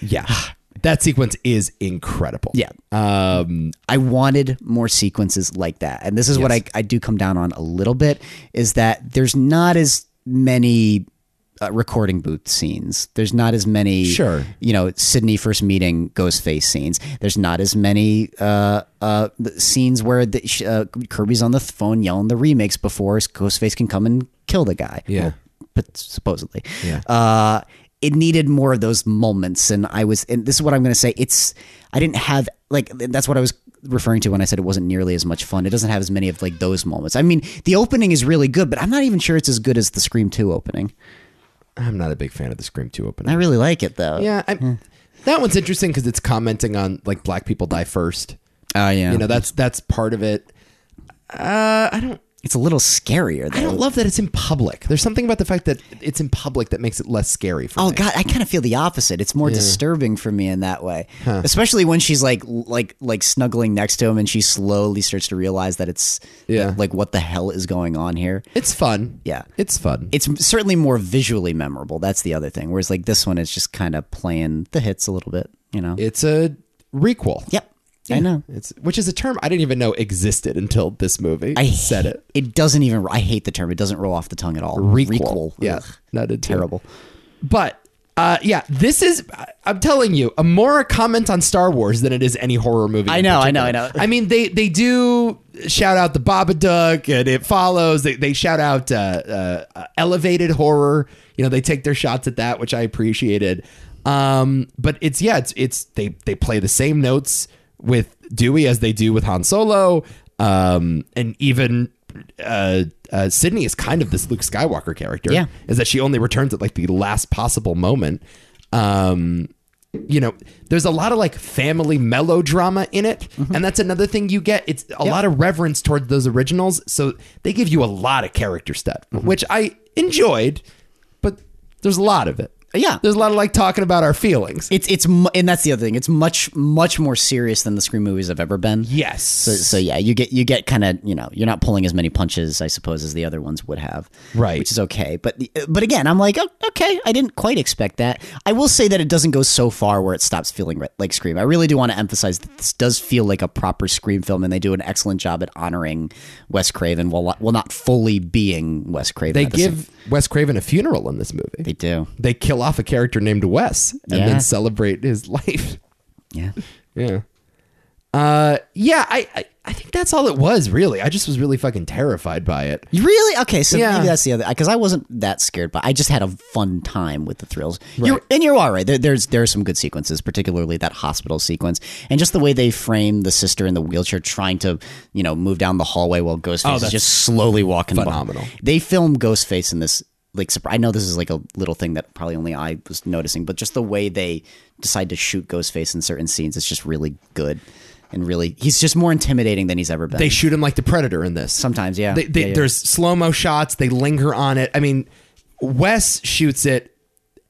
[SPEAKER 1] Yeah. That sequence is incredible.
[SPEAKER 2] yeah.
[SPEAKER 1] Um,
[SPEAKER 2] I wanted more sequences like that. And this is what I,
[SPEAKER 1] Yes.
[SPEAKER 2] I do come down on a little bit is that there's not as many uh, recording booth scenes. There's not as many,
[SPEAKER 1] Sure.
[SPEAKER 2] you know, Sydney first meeting Ghostface scenes. There's not as many uh, uh, th- scenes where the, sh- uh, Kirby's on the phone yelling the remakes before Ghostface can come and kill the guy.
[SPEAKER 1] Yeah.
[SPEAKER 2] Well, but supposedly.
[SPEAKER 1] Yeah.
[SPEAKER 2] Uh, it needed more of those moments, and I was, and this is what I'm going to say. It's I didn't have like that's what I was referring to when I said it wasn't nearly as much fun. It doesn't have as many of like those moments. I mean, the opening is really good, but I'm not even sure it's as good as the Scream Two opening.
[SPEAKER 1] I'm not a big fan of the Scream 2 opening.
[SPEAKER 2] I really like it though.
[SPEAKER 1] Yeah, I, that one's interesting because it's commenting on like black people die first.
[SPEAKER 2] Oh yeah.
[SPEAKER 1] You know, that's that's part of it. Uh, I don't,
[SPEAKER 2] it's a little scarier. Though.
[SPEAKER 1] I don't love that it's in public. There's something about the fact that it's in public that makes it less scary for
[SPEAKER 2] Oh
[SPEAKER 1] me.
[SPEAKER 2] god, I kind of feel the opposite. It's more disturbing for me in that way, especially when she's like, like, like snuggling next to him, and she slowly starts to realize that it's,
[SPEAKER 1] Yeah.
[SPEAKER 2] like, what the hell is going on here?
[SPEAKER 1] It's fun.
[SPEAKER 2] Yeah.
[SPEAKER 1] it's fun.
[SPEAKER 2] It's certainly more visually memorable. That's the other thing. Whereas like this one is just kind of playing the hits a little bit, you know.
[SPEAKER 1] it's a requel.
[SPEAKER 2] yep, I know.
[SPEAKER 1] It's which is a term I didn't even know existed until this movie.
[SPEAKER 2] I
[SPEAKER 1] said it.
[SPEAKER 2] It doesn't even. I hate the term. It doesn't roll off the tongue at all. Requel.
[SPEAKER 1] Yeah,
[SPEAKER 2] Ugh.
[SPEAKER 1] not a
[SPEAKER 2] terrible.
[SPEAKER 1] But uh, yeah, this is, I- I'm telling you, a more a comment on Star Wars than it is any horror movie.
[SPEAKER 2] I
[SPEAKER 1] in
[SPEAKER 2] know, I know,
[SPEAKER 1] particular.
[SPEAKER 2] I know.
[SPEAKER 1] I mean, they, they do shout out the Babadook and It Follows. They, they shout out uh, uh, Elevated Horror. You know, they take their shots at that, which I appreciated. Um, but it's, yeah, it's, it's they, they play the same notes with Dewey as they do with Han Solo. Um, and even uh, uh, Sydney is kind of this Luke Skywalker character
[SPEAKER 2] Yeah.
[SPEAKER 1] is that she only returns at like the last possible moment. Um, you know, there's a lot of like family melodrama in it,
[SPEAKER 2] Mm-hmm.
[SPEAKER 1] and that's another thing you get. It's a lot of reverence toward those originals, so they give you a lot of character stuff,
[SPEAKER 2] Mm-hmm.
[SPEAKER 1] which I enjoyed, but there's a lot of it.
[SPEAKER 2] Yeah.
[SPEAKER 1] there's a lot of like talking about our feelings.
[SPEAKER 2] It's it's mu- and that's the other thing. It's much much more serious than the Scream movies I've ever been.
[SPEAKER 1] yes.
[SPEAKER 2] So, so yeah, you get you get kind of you know you're not pulling as many punches I suppose as the other ones would have,
[SPEAKER 1] Right.
[SPEAKER 2] Which is okay, but but again, I'm like oh, okay, I didn't quite expect that. I will say that it doesn't go so far where it stops feeling re- like Scream. I really do want to emphasize that this does feel like a proper Scream film, and they do an excellent job at honoring Wes Craven while while not fully being Wes Craven.
[SPEAKER 1] they
[SPEAKER 2] at the same-
[SPEAKER 1] give Wes Craven a funeral in this movie. They,
[SPEAKER 2] they do
[SPEAKER 1] kill off a character named Wes and
[SPEAKER 2] Yeah.
[SPEAKER 1] then celebrate his life.
[SPEAKER 2] yeah.
[SPEAKER 1] Yeah. Uh, yeah, I, I, I think that's all it was, really. I just was really fucking terrified by it.
[SPEAKER 2] Really? Okay, so
[SPEAKER 1] Yeah.
[SPEAKER 2] maybe that's the other because I wasn't that scared, but I just had a fun time with the thrills. You're, and you are right. There, there's there are some good sequences, particularly that hospital sequence, and just the way they frame the sister in the wheelchair trying to you know move down the hallway while Ghostface is
[SPEAKER 1] Oh, that's
[SPEAKER 2] just slowly walking. behind.
[SPEAKER 1] phenomenal.
[SPEAKER 2] They film Ghostface in this like surpri- I know this is like a little thing that probably only I was noticing, but just the way they decide to shoot Ghostface in certain scenes is just really good and really he's just more intimidating than he's ever been.
[SPEAKER 1] They shoot him like the Predator in this.
[SPEAKER 2] Sometimes, yeah.
[SPEAKER 1] They, they,
[SPEAKER 2] Yeah, yeah.
[SPEAKER 1] There's slow mo shots. They linger on it. I mean, Wes shoots it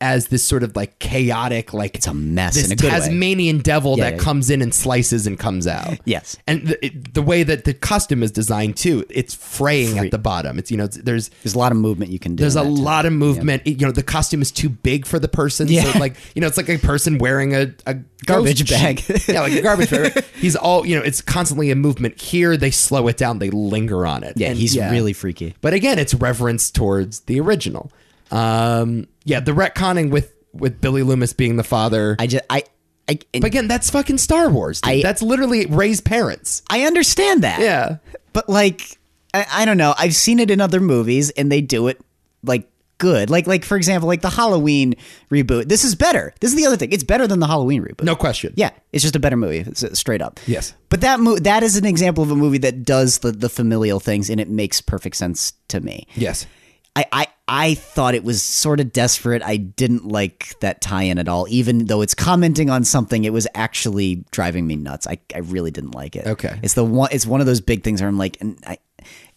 [SPEAKER 1] as this sort of like chaotic, like it's
[SPEAKER 2] a mess
[SPEAKER 1] This
[SPEAKER 2] in a good way.
[SPEAKER 1] Tasmanian devil that
[SPEAKER 2] yeah, yeah.
[SPEAKER 1] comes in and slices and comes out.
[SPEAKER 2] Yes.
[SPEAKER 1] and the, it- the way that the costume is designed too, it's fraying at the bottom. It's you know it's- there's
[SPEAKER 2] there's a lot of movement you can do.
[SPEAKER 1] There's
[SPEAKER 2] in
[SPEAKER 1] a
[SPEAKER 2] that, too.
[SPEAKER 1] lot of movement. It- You know, the costume is too big for the person.
[SPEAKER 2] Yeah.
[SPEAKER 1] So like, you know, it's like a person wearing a, a ghost
[SPEAKER 2] Garbage bag.
[SPEAKER 1] sheet. yeah, like a garbage bag. right? He's all, you know, it's constantly in movement. Here, they slow it down. They linger on it.
[SPEAKER 2] Yeah,
[SPEAKER 1] And
[SPEAKER 2] he's really freaky.
[SPEAKER 1] But again, it's reverence towards the original. Um, yeah, the retconning with with Billy Loomis being the father.
[SPEAKER 2] I just I I
[SPEAKER 1] but again, that's fucking Star Wars. dude.
[SPEAKER 2] I-
[SPEAKER 1] that's literally Ray's parents.
[SPEAKER 2] I understand that.
[SPEAKER 1] Yeah.
[SPEAKER 2] But like I, I don't know. I've seen it in other movies and they do it like good. Like like for example, like the Halloween reboot. This is better. This is the other thing. It's better than the Halloween reboot.
[SPEAKER 1] No question.
[SPEAKER 2] Yeah, it's just a better movie, s- straight up.
[SPEAKER 1] Yes.
[SPEAKER 2] But that mo- that is an example of a movie that does the, the familial things and it makes perfect sense to me.
[SPEAKER 1] Yes.
[SPEAKER 2] I, I I thought it was sort of desperate. I didn't like that tie-in at all. Even though it's commenting on something, it was actually driving me nuts. I, I really didn't like it.
[SPEAKER 1] Okay.
[SPEAKER 2] It's the one it's one of those big things where I'm like, and I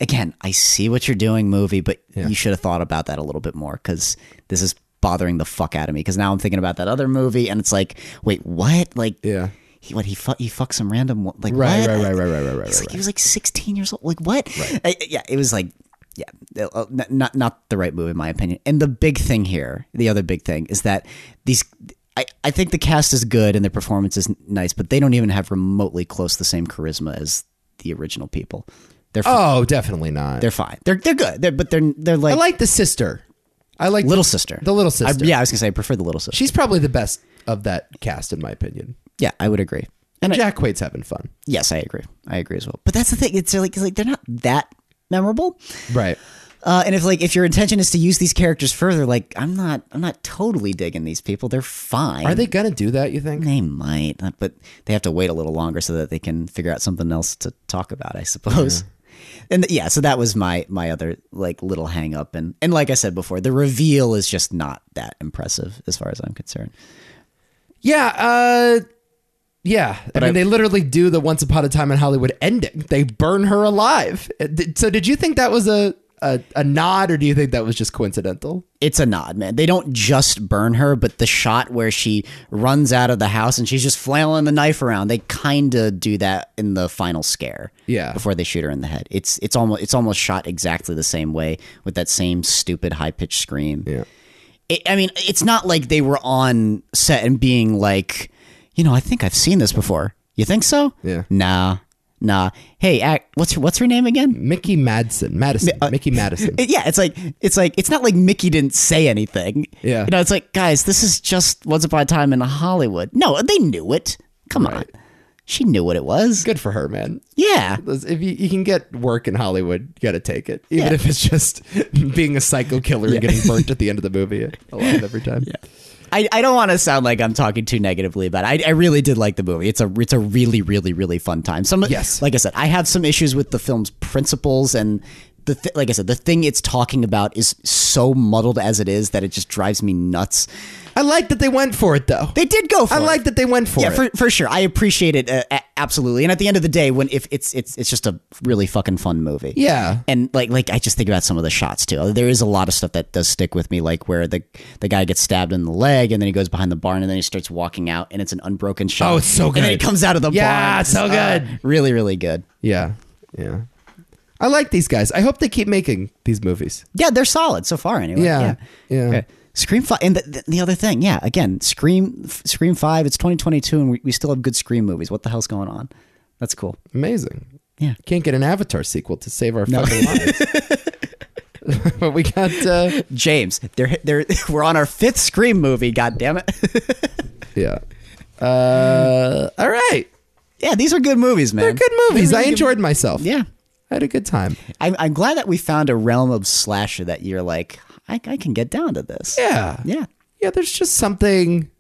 [SPEAKER 2] again, I see what you're doing, movie, but you should have thought about that a little bit more because this is bothering the fuck out of me. Because now I'm thinking about that other movie and it's like, wait, what? Like
[SPEAKER 1] Yeah.
[SPEAKER 2] He, what he fuck he fucks some random wo- like
[SPEAKER 1] Right,
[SPEAKER 2] what?
[SPEAKER 1] right, right, right, right, right, right,
[SPEAKER 2] He's
[SPEAKER 1] right.
[SPEAKER 2] like, he was like 16 years old. Like what? I- yeah, it was like, yeah, uh, n- not not the right move in my opinion. And the big thing here, the other big thing is that these. I, I think the cast is good and their performance is n- nice, but they don't even have remotely close the same charisma as the original people. They're fi-
[SPEAKER 1] Oh, definitely not.
[SPEAKER 2] they're fine. They're they're good. They're but they're they're like,
[SPEAKER 1] I like the sister. I like
[SPEAKER 2] little sister.
[SPEAKER 1] The little
[SPEAKER 2] I-
[SPEAKER 1] sister.
[SPEAKER 2] yeah, I was gonna say I prefer the little sister.
[SPEAKER 1] She's probably the best of that cast, in my opinion.
[SPEAKER 2] yeah, I would agree.
[SPEAKER 1] And
[SPEAKER 2] I-
[SPEAKER 1] Jack Quaid's having fun.
[SPEAKER 2] Yes, I agree. I agree as well. But that's the thing. It's like it's like they're not that memorable.
[SPEAKER 1] Right.
[SPEAKER 2] Uh, and if like if your intention is to use these characters further, like I'm not I'm not totally digging these people. They're fine.
[SPEAKER 1] Are they going to do that, you think?
[SPEAKER 2] They might, but they have to wait a little longer so that they can figure out something else to talk about, I suppose. And yeah, so that was my my other like little hang up and and like I said before, the reveal is just not that impressive as far as I'm concerned.
[SPEAKER 1] Yeah. Uh, yeah. I mean,
[SPEAKER 2] I-
[SPEAKER 1] they literally do the Once Upon a Time in Hollywood ending. They burn her alive. Uh, did- So did you think that was a, a, a nod, or do you think that was just coincidental?
[SPEAKER 2] it's a nod, man. They don't just burn her, but the shot where she runs out of the house and she's just flailing the knife around, they kind of do that in the final scare.
[SPEAKER 1] Yeah.
[SPEAKER 2] Before they shoot her in the head. It's it's almost it's almost shot exactly the same way with that same stupid high-pitched scream. Yeah. It, I mean, it's not like they were on set and being like, you know, I think I've seen this before. You think so?
[SPEAKER 1] Yeah.
[SPEAKER 2] Nah. Nah. Hey, act, what's her, what's her name again?
[SPEAKER 1] Mickey Madsen. Madison.
[SPEAKER 2] uh,
[SPEAKER 1] Mickey Madison.
[SPEAKER 2] It- yeah, it's like it's like it's not like Mickey didn't say anything.
[SPEAKER 1] Yeah.
[SPEAKER 2] you know, it's like guys, this is just once upon a time in Hollywood. No, they knew it. Come on, she knew what it was.
[SPEAKER 1] Good for her, man.
[SPEAKER 2] Yeah,
[SPEAKER 1] If you, you can get work in Hollywood, you got to take it. Even
[SPEAKER 2] Yeah.
[SPEAKER 1] if it's just being a psycho killer and getting burnt at the end of the movie alive every time. Yeah.
[SPEAKER 2] I, I don't want to sound like I'm talking too negatively about it. I, I really did like the movie. It's a it's a really really really fun time. Some
[SPEAKER 1] Yes.
[SPEAKER 2] like I said, I have some issues with the film's principles and the th- like I said, the thing it's talking about is so muddled as it is that it just drives me nuts.
[SPEAKER 1] I like that they went for it though.
[SPEAKER 2] They did go for
[SPEAKER 1] I
[SPEAKER 2] it.
[SPEAKER 1] like that they went for
[SPEAKER 2] yeah,
[SPEAKER 1] it.
[SPEAKER 2] for, for sure. I appreciate it uh, a- absolutely. And at the end of the day, when if it's it's it's just a really fucking fun movie.
[SPEAKER 1] Yeah.
[SPEAKER 2] And like like I just think about some of the shots too. There is a lot of stuff that does stick with me, like where the the guy gets stabbed in the leg, and then he goes behind the barn, and then he starts walking out, and it's an unbroken shot.
[SPEAKER 1] Oh, it's so
[SPEAKER 2] And then he
[SPEAKER 1] good.
[SPEAKER 2] comes out of the
[SPEAKER 1] Yeah,
[SPEAKER 2] barn.
[SPEAKER 1] so
[SPEAKER 2] Uh,
[SPEAKER 1] good.
[SPEAKER 2] really, really good.
[SPEAKER 1] yeah. Yeah. I like these guys. I hope they keep making these movies.
[SPEAKER 2] Yeah, they're solid so far. Anyway.
[SPEAKER 1] Yeah. Yeah.
[SPEAKER 2] Okay. Scream Five, and the, the, the other thing, yeah, again, Scream, Scream Five. It's 2022, and we, we still have good Scream movies. What the hell's going on? That's cool.
[SPEAKER 1] Amazing.
[SPEAKER 2] Yeah.
[SPEAKER 1] Can't get an Avatar sequel to save our fucking lives. but we got uh,
[SPEAKER 2] James, they're, they're, we're on our fifth Scream movie. God damn it!
[SPEAKER 1] yeah. Uh, all right.
[SPEAKER 2] yeah, these are good movies, man.
[SPEAKER 1] They're good movies.
[SPEAKER 2] really
[SPEAKER 1] I enjoyed myself.
[SPEAKER 2] Yeah,
[SPEAKER 1] I had a good time.
[SPEAKER 2] I'm, I'm glad that we found a realm of slasher that you're like, I, I can get down to this.
[SPEAKER 1] Yeah.
[SPEAKER 2] yeah.
[SPEAKER 1] Yeah, there's just something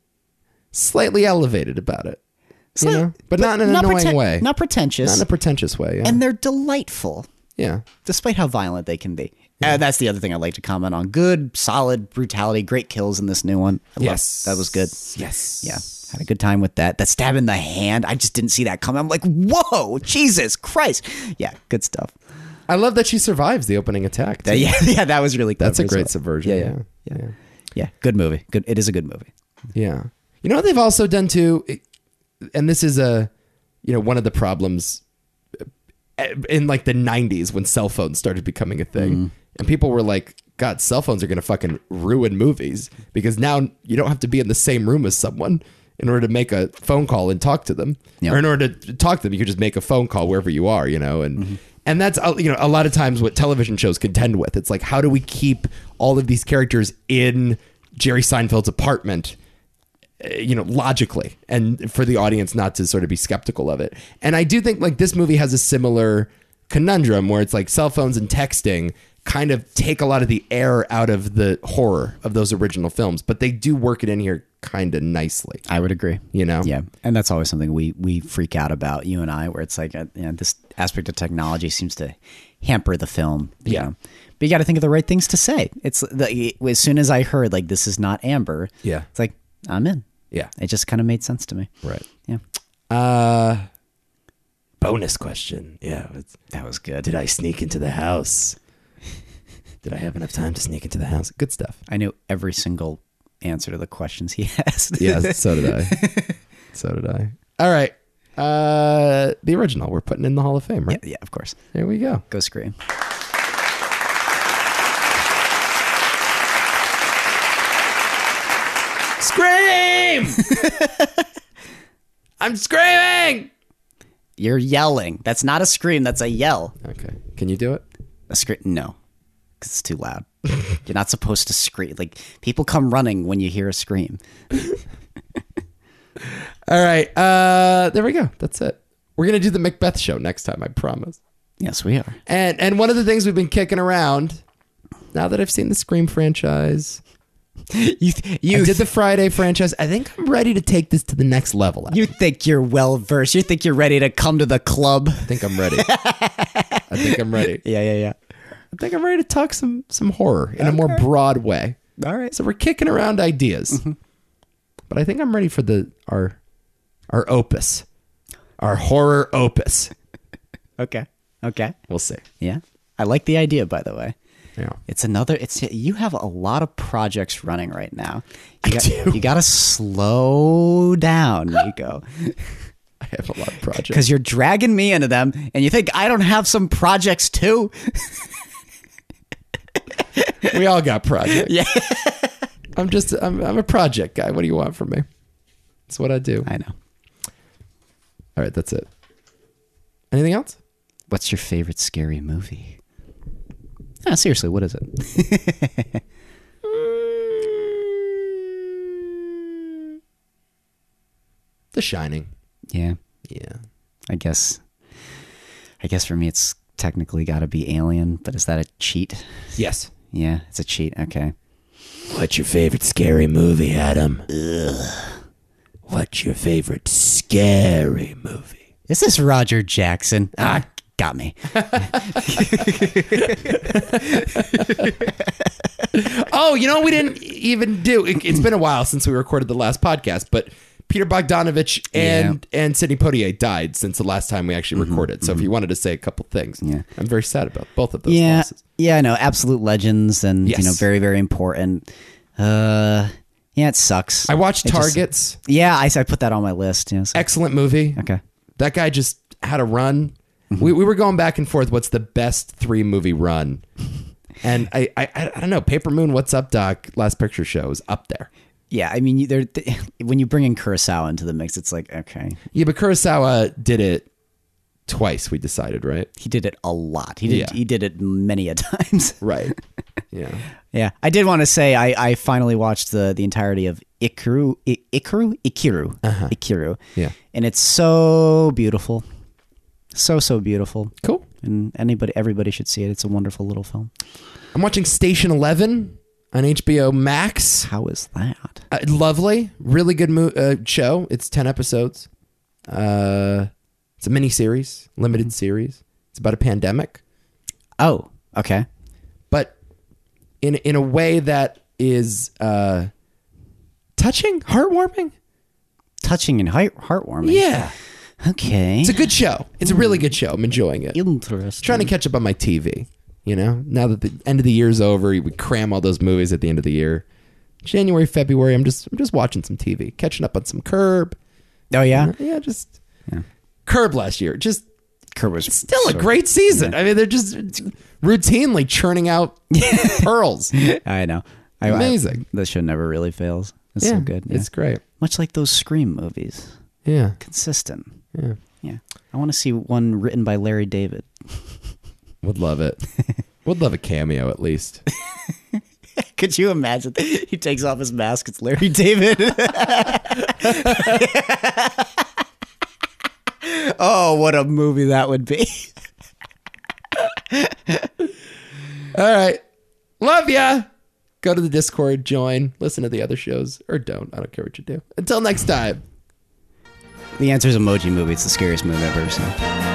[SPEAKER 1] slightly elevated about it.
[SPEAKER 2] Sli-
[SPEAKER 1] you know? But, not in an annoying
[SPEAKER 2] preten-
[SPEAKER 1] way.
[SPEAKER 2] not pretentious,
[SPEAKER 1] Not in a pretentious way. Yeah.
[SPEAKER 2] and they're delightful.
[SPEAKER 1] yeah.
[SPEAKER 2] despite how violent they can be. Uh, that's the other thing I'd like to comment on. Good, solid brutality, great kills in this new one. I loved-
[SPEAKER 1] Yes.
[SPEAKER 2] that was good.
[SPEAKER 1] Yes.
[SPEAKER 2] Yeah, had a good time with that. That stab in the hand, I just didn't see that coming. I'm like, whoa, Jesus Christ! Yeah, good stuff.
[SPEAKER 1] I love that she survives the opening attack.
[SPEAKER 2] That-
[SPEAKER 1] too.
[SPEAKER 2] yeah, yeah, that was really.
[SPEAKER 1] That's a
[SPEAKER 2] clever
[SPEAKER 1] great
[SPEAKER 2] as well.
[SPEAKER 1] subversion.
[SPEAKER 2] Yeah, yeah,
[SPEAKER 1] yeah. yeah.
[SPEAKER 2] yeah. Good movie. Good. It is a good movie.
[SPEAKER 1] Yeah. You know what they've also done too, It- and this is a, you know, one of the problems uh, in like the '90s when cell phones started becoming a thing, and people were like, "God, cell phones are gonna fucking ruin movies because now you don't have to be in the same room as someone." In order to make a phone call and talk to them,
[SPEAKER 2] Yeah.
[SPEAKER 1] or in order to talk to them, you could just make a phone call wherever you are, you know, and and that's uh, you know a lot of times what television shows contend with. It's like how do we keep all of these characters in Jerry Seinfeld's apartment you know logically and for the audience not to sort of be skeptical of it and i do think like this movie has a similar conundrum where it's like cell phones and texting kind of take a lot of the air out of the horror of those original films but they do work it in here kind of nicely
[SPEAKER 2] I would agree.
[SPEAKER 1] you know
[SPEAKER 2] Yeah, and that's always something we we freak out about you and I, where it's like uh, you know, this aspect of technology seems to hamper the film. you
[SPEAKER 1] Yeah.
[SPEAKER 2] know. but you got to think of the right things to say. It's the, as soon as I heard like this is not Amber.
[SPEAKER 1] Yeah.
[SPEAKER 2] it's like I'm in.
[SPEAKER 1] yeah
[SPEAKER 2] It just kind of made sense to me.
[SPEAKER 1] right
[SPEAKER 2] Yeah,
[SPEAKER 1] uh bonus question yeah it's,
[SPEAKER 2] that was good.
[SPEAKER 1] did i sneak into the house did i have enough time to sneak into the house good stuff
[SPEAKER 2] I knew every single answer to the questions he asked.
[SPEAKER 1] yeah, so did I. so did I. All right. Uh the original we're putting in the Hall of Fame,
[SPEAKER 2] yeah,
[SPEAKER 1] right?
[SPEAKER 2] yeah, of course.
[SPEAKER 1] There we go.
[SPEAKER 2] Go scream.
[SPEAKER 1] Scream! I'm screaming.
[SPEAKER 2] You're yelling. That's not a scream. That's a yell.
[SPEAKER 1] Okay. Can you do it?
[SPEAKER 2] a scream no because it's too loud you're not supposed to scream like people come running when you hear a scream
[SPEAKER 1] All right. Uh there we go. That's it. We're going to do the Macbeth show next time, I promise.
[SPEAKER 2] yes we are
[SPEAKER 1] And and one of the things we've been kicking around now that I've seen the Scream franchise,
[SPEAKER 2] you
[SPEAKER 1] I
[SPEAKER 2] you
[SPEAKER 1] did the Friday franchise. I think I'm ready to take this to the next level.
[SPEAKER 2] you think you're well versed you think you're ready to come to the club
[SPEAKER 1] I think I'm ready. I think I'm ready.
[SPEAKER 2] yeah yeah yeah
[SPEAKER 1] I think I'm ready to talk some some horror in a more broad way.
[SPEAKER 2] all right
[SPEAKER 1] So we're kicking around ideas, but I think I'm ready for the our our opus, our horror opus.
[SPEAKER 2] okay okay
[SPEAKER 1] We'll see.
[SPEAKER 2] yeah i like the idea by the way
[SPEAKER 1] Yeah,
[SPEAKER 2] it's another it's you have a lot of projects running right now you got, you got to slow down nico
[SPEAKER 1] I have a lot of projects.
[SPEAKER 2] because you're dragging me into them and you think i don't have some projects too
[SPEAKER 1] We all got projects. yeah, I'm just I'm I'm a project guy. What do you want from me? That's what I do.
[SPEAKER 2] i know
[SPEAKER 1] All right, that's it. Anything else?
[SPEAKER 2] What's your favorite scary movie? Ah, seriously, what is it?
[SPEAKER 1] The Shining.
[SPEAKER 2] yeah,
[SPEAKER 1] Yeah.
[SPEAKER 2] I guess. I guess for me, it's technically got to be Alien, but is that a cheat?
[SPEAKER 1] Yes.
[SPEAKER 2] Yeah, it's a cheat. Okay.
[SPEAKER 1] What's your favorite scary movie, Adam? What's your favorite scary movie?
[SPEAKER 2] Is this Roger Jackson? Ah,
[SPEAKER 4] Got me.
[SPEAKER 1] Oh, you know, we didn't even do. It, has been a while since we recorded the last podcast, but Peter Bogdanovich and and Sidney Poitier died since the last time we actually recorded. So if you wanted to say a couple things, yeah. I'm very sad about both of those
[SPEAKER 4] Yeah.
[SPEAKER 1] losses.
[SPEAKER 2] Yeah, I know. Absolute legends and, you know,
[SPEAKER 1] Yes.
[SPEAKER 2] very, very important. Uh, yeah, it sucks.
[SPEAKER 1] I watched Targets.
[SPEAKER 2] yeah, I, I put that on my list. You know, so-
[SPEAKER 1] Excellent movie.
[SPEAKER 2] Okay.
[SPEAKER 1] That guy just had a run. We, we were going back and forth. What's the best three movie run? And I, I I- I don't know. Paper Moon, What's Up, Doc? Last Picture Show is up there.
[SPEAKER 2] yeah, I mean, you, there when you bring in Kurosawa into the mix, it's like, okay.
[SPEAKER 1] Yeah, but Kurosawa did it twice. We decided, right?
[SPEAKER 2] He did it a lot. He did,
[SPEAKER 1] Yeah.
[SPEAKER 2] he did it many a times.
[SPEAKER 1] Right. yeah.
[SPEAKER 2] Yeah, I did want to say I, I finally watched the the entirety of Ikuru I, Ikuru Ikiru Ikiru.
[SPEAKER 1] Uh-huh. Yeah.
[SPEAKER 2] and it's so beautiful, so so beautiful,
[SPEAKER 1] Cool.
[SPEAKER 2] and anybody everybody should see it. It's a wonderful little film.
[SPEAKER 1] I'm watching Station Eleven on HBO Max.
[SPEAKER 2] How is that?
[SPEAKER 1] Uh, lovely, really good mo- uh, show. It's ten episodes. Uh, it's a mini series, limited series. It's about a pandemic.
[SPEAKER 2] Oh, okay.
[SPEAKER 1] but in in a way that is uh, touching, heartwarming.
[SPEAKER 2] Touching and heart heartwarming.
[SPEAKER 1] Yeah,
[SPEAKER 2] Okay.
[SPEAKER 1] it's a good show. It's a really good show. I'm enjoying it.
[SPEAKER 2] Interesting.
[SPEAKER 1] Trying to catch up on my TV. You know, now that the end of the year's over, we cram all those movies at the end of the year. January, February, I'm just I'm just watching some TV, catching up on some Curb.
[SPEAKER 2] Oh yeah.
[SPEAKER 1] Yeah, just Curb last year. Just
[SPEAKER 2] Kurt was
[SPEAKER 1] still a great season. I mean, they're just routinely churning out pearls.
[SPEAKER 2] I know. I, I-
[SPEAKER 1] Amazing.
[SPEAKER 2] that show never really fails. It's so good. yeah.
[SPEAKER 1] It's great.
[SPEAKER 2] much like those Scream movies.
[SPEAKER 1] Yeah.
[SPEAKER 2] Consistent.
[SPEAKER 1] Yeah.
[SPEAKER 2] Yeah. I want to see one written by Larry David.
[SPEAKER 1] Would love it. Would love a cameo at least.
[SPEAKER 4] Could you imagine? He takes off his mask. It's Larry David. oh, what a movie that would be.
[SPEAKER 1] All right. Love ya. Go to the Discord, join, listen to the other shows, or don't. I don't care what you do. Until next time.
[SPEAKER 4] The answer is Emoji Movie. It's the scariest movie I've ever seen.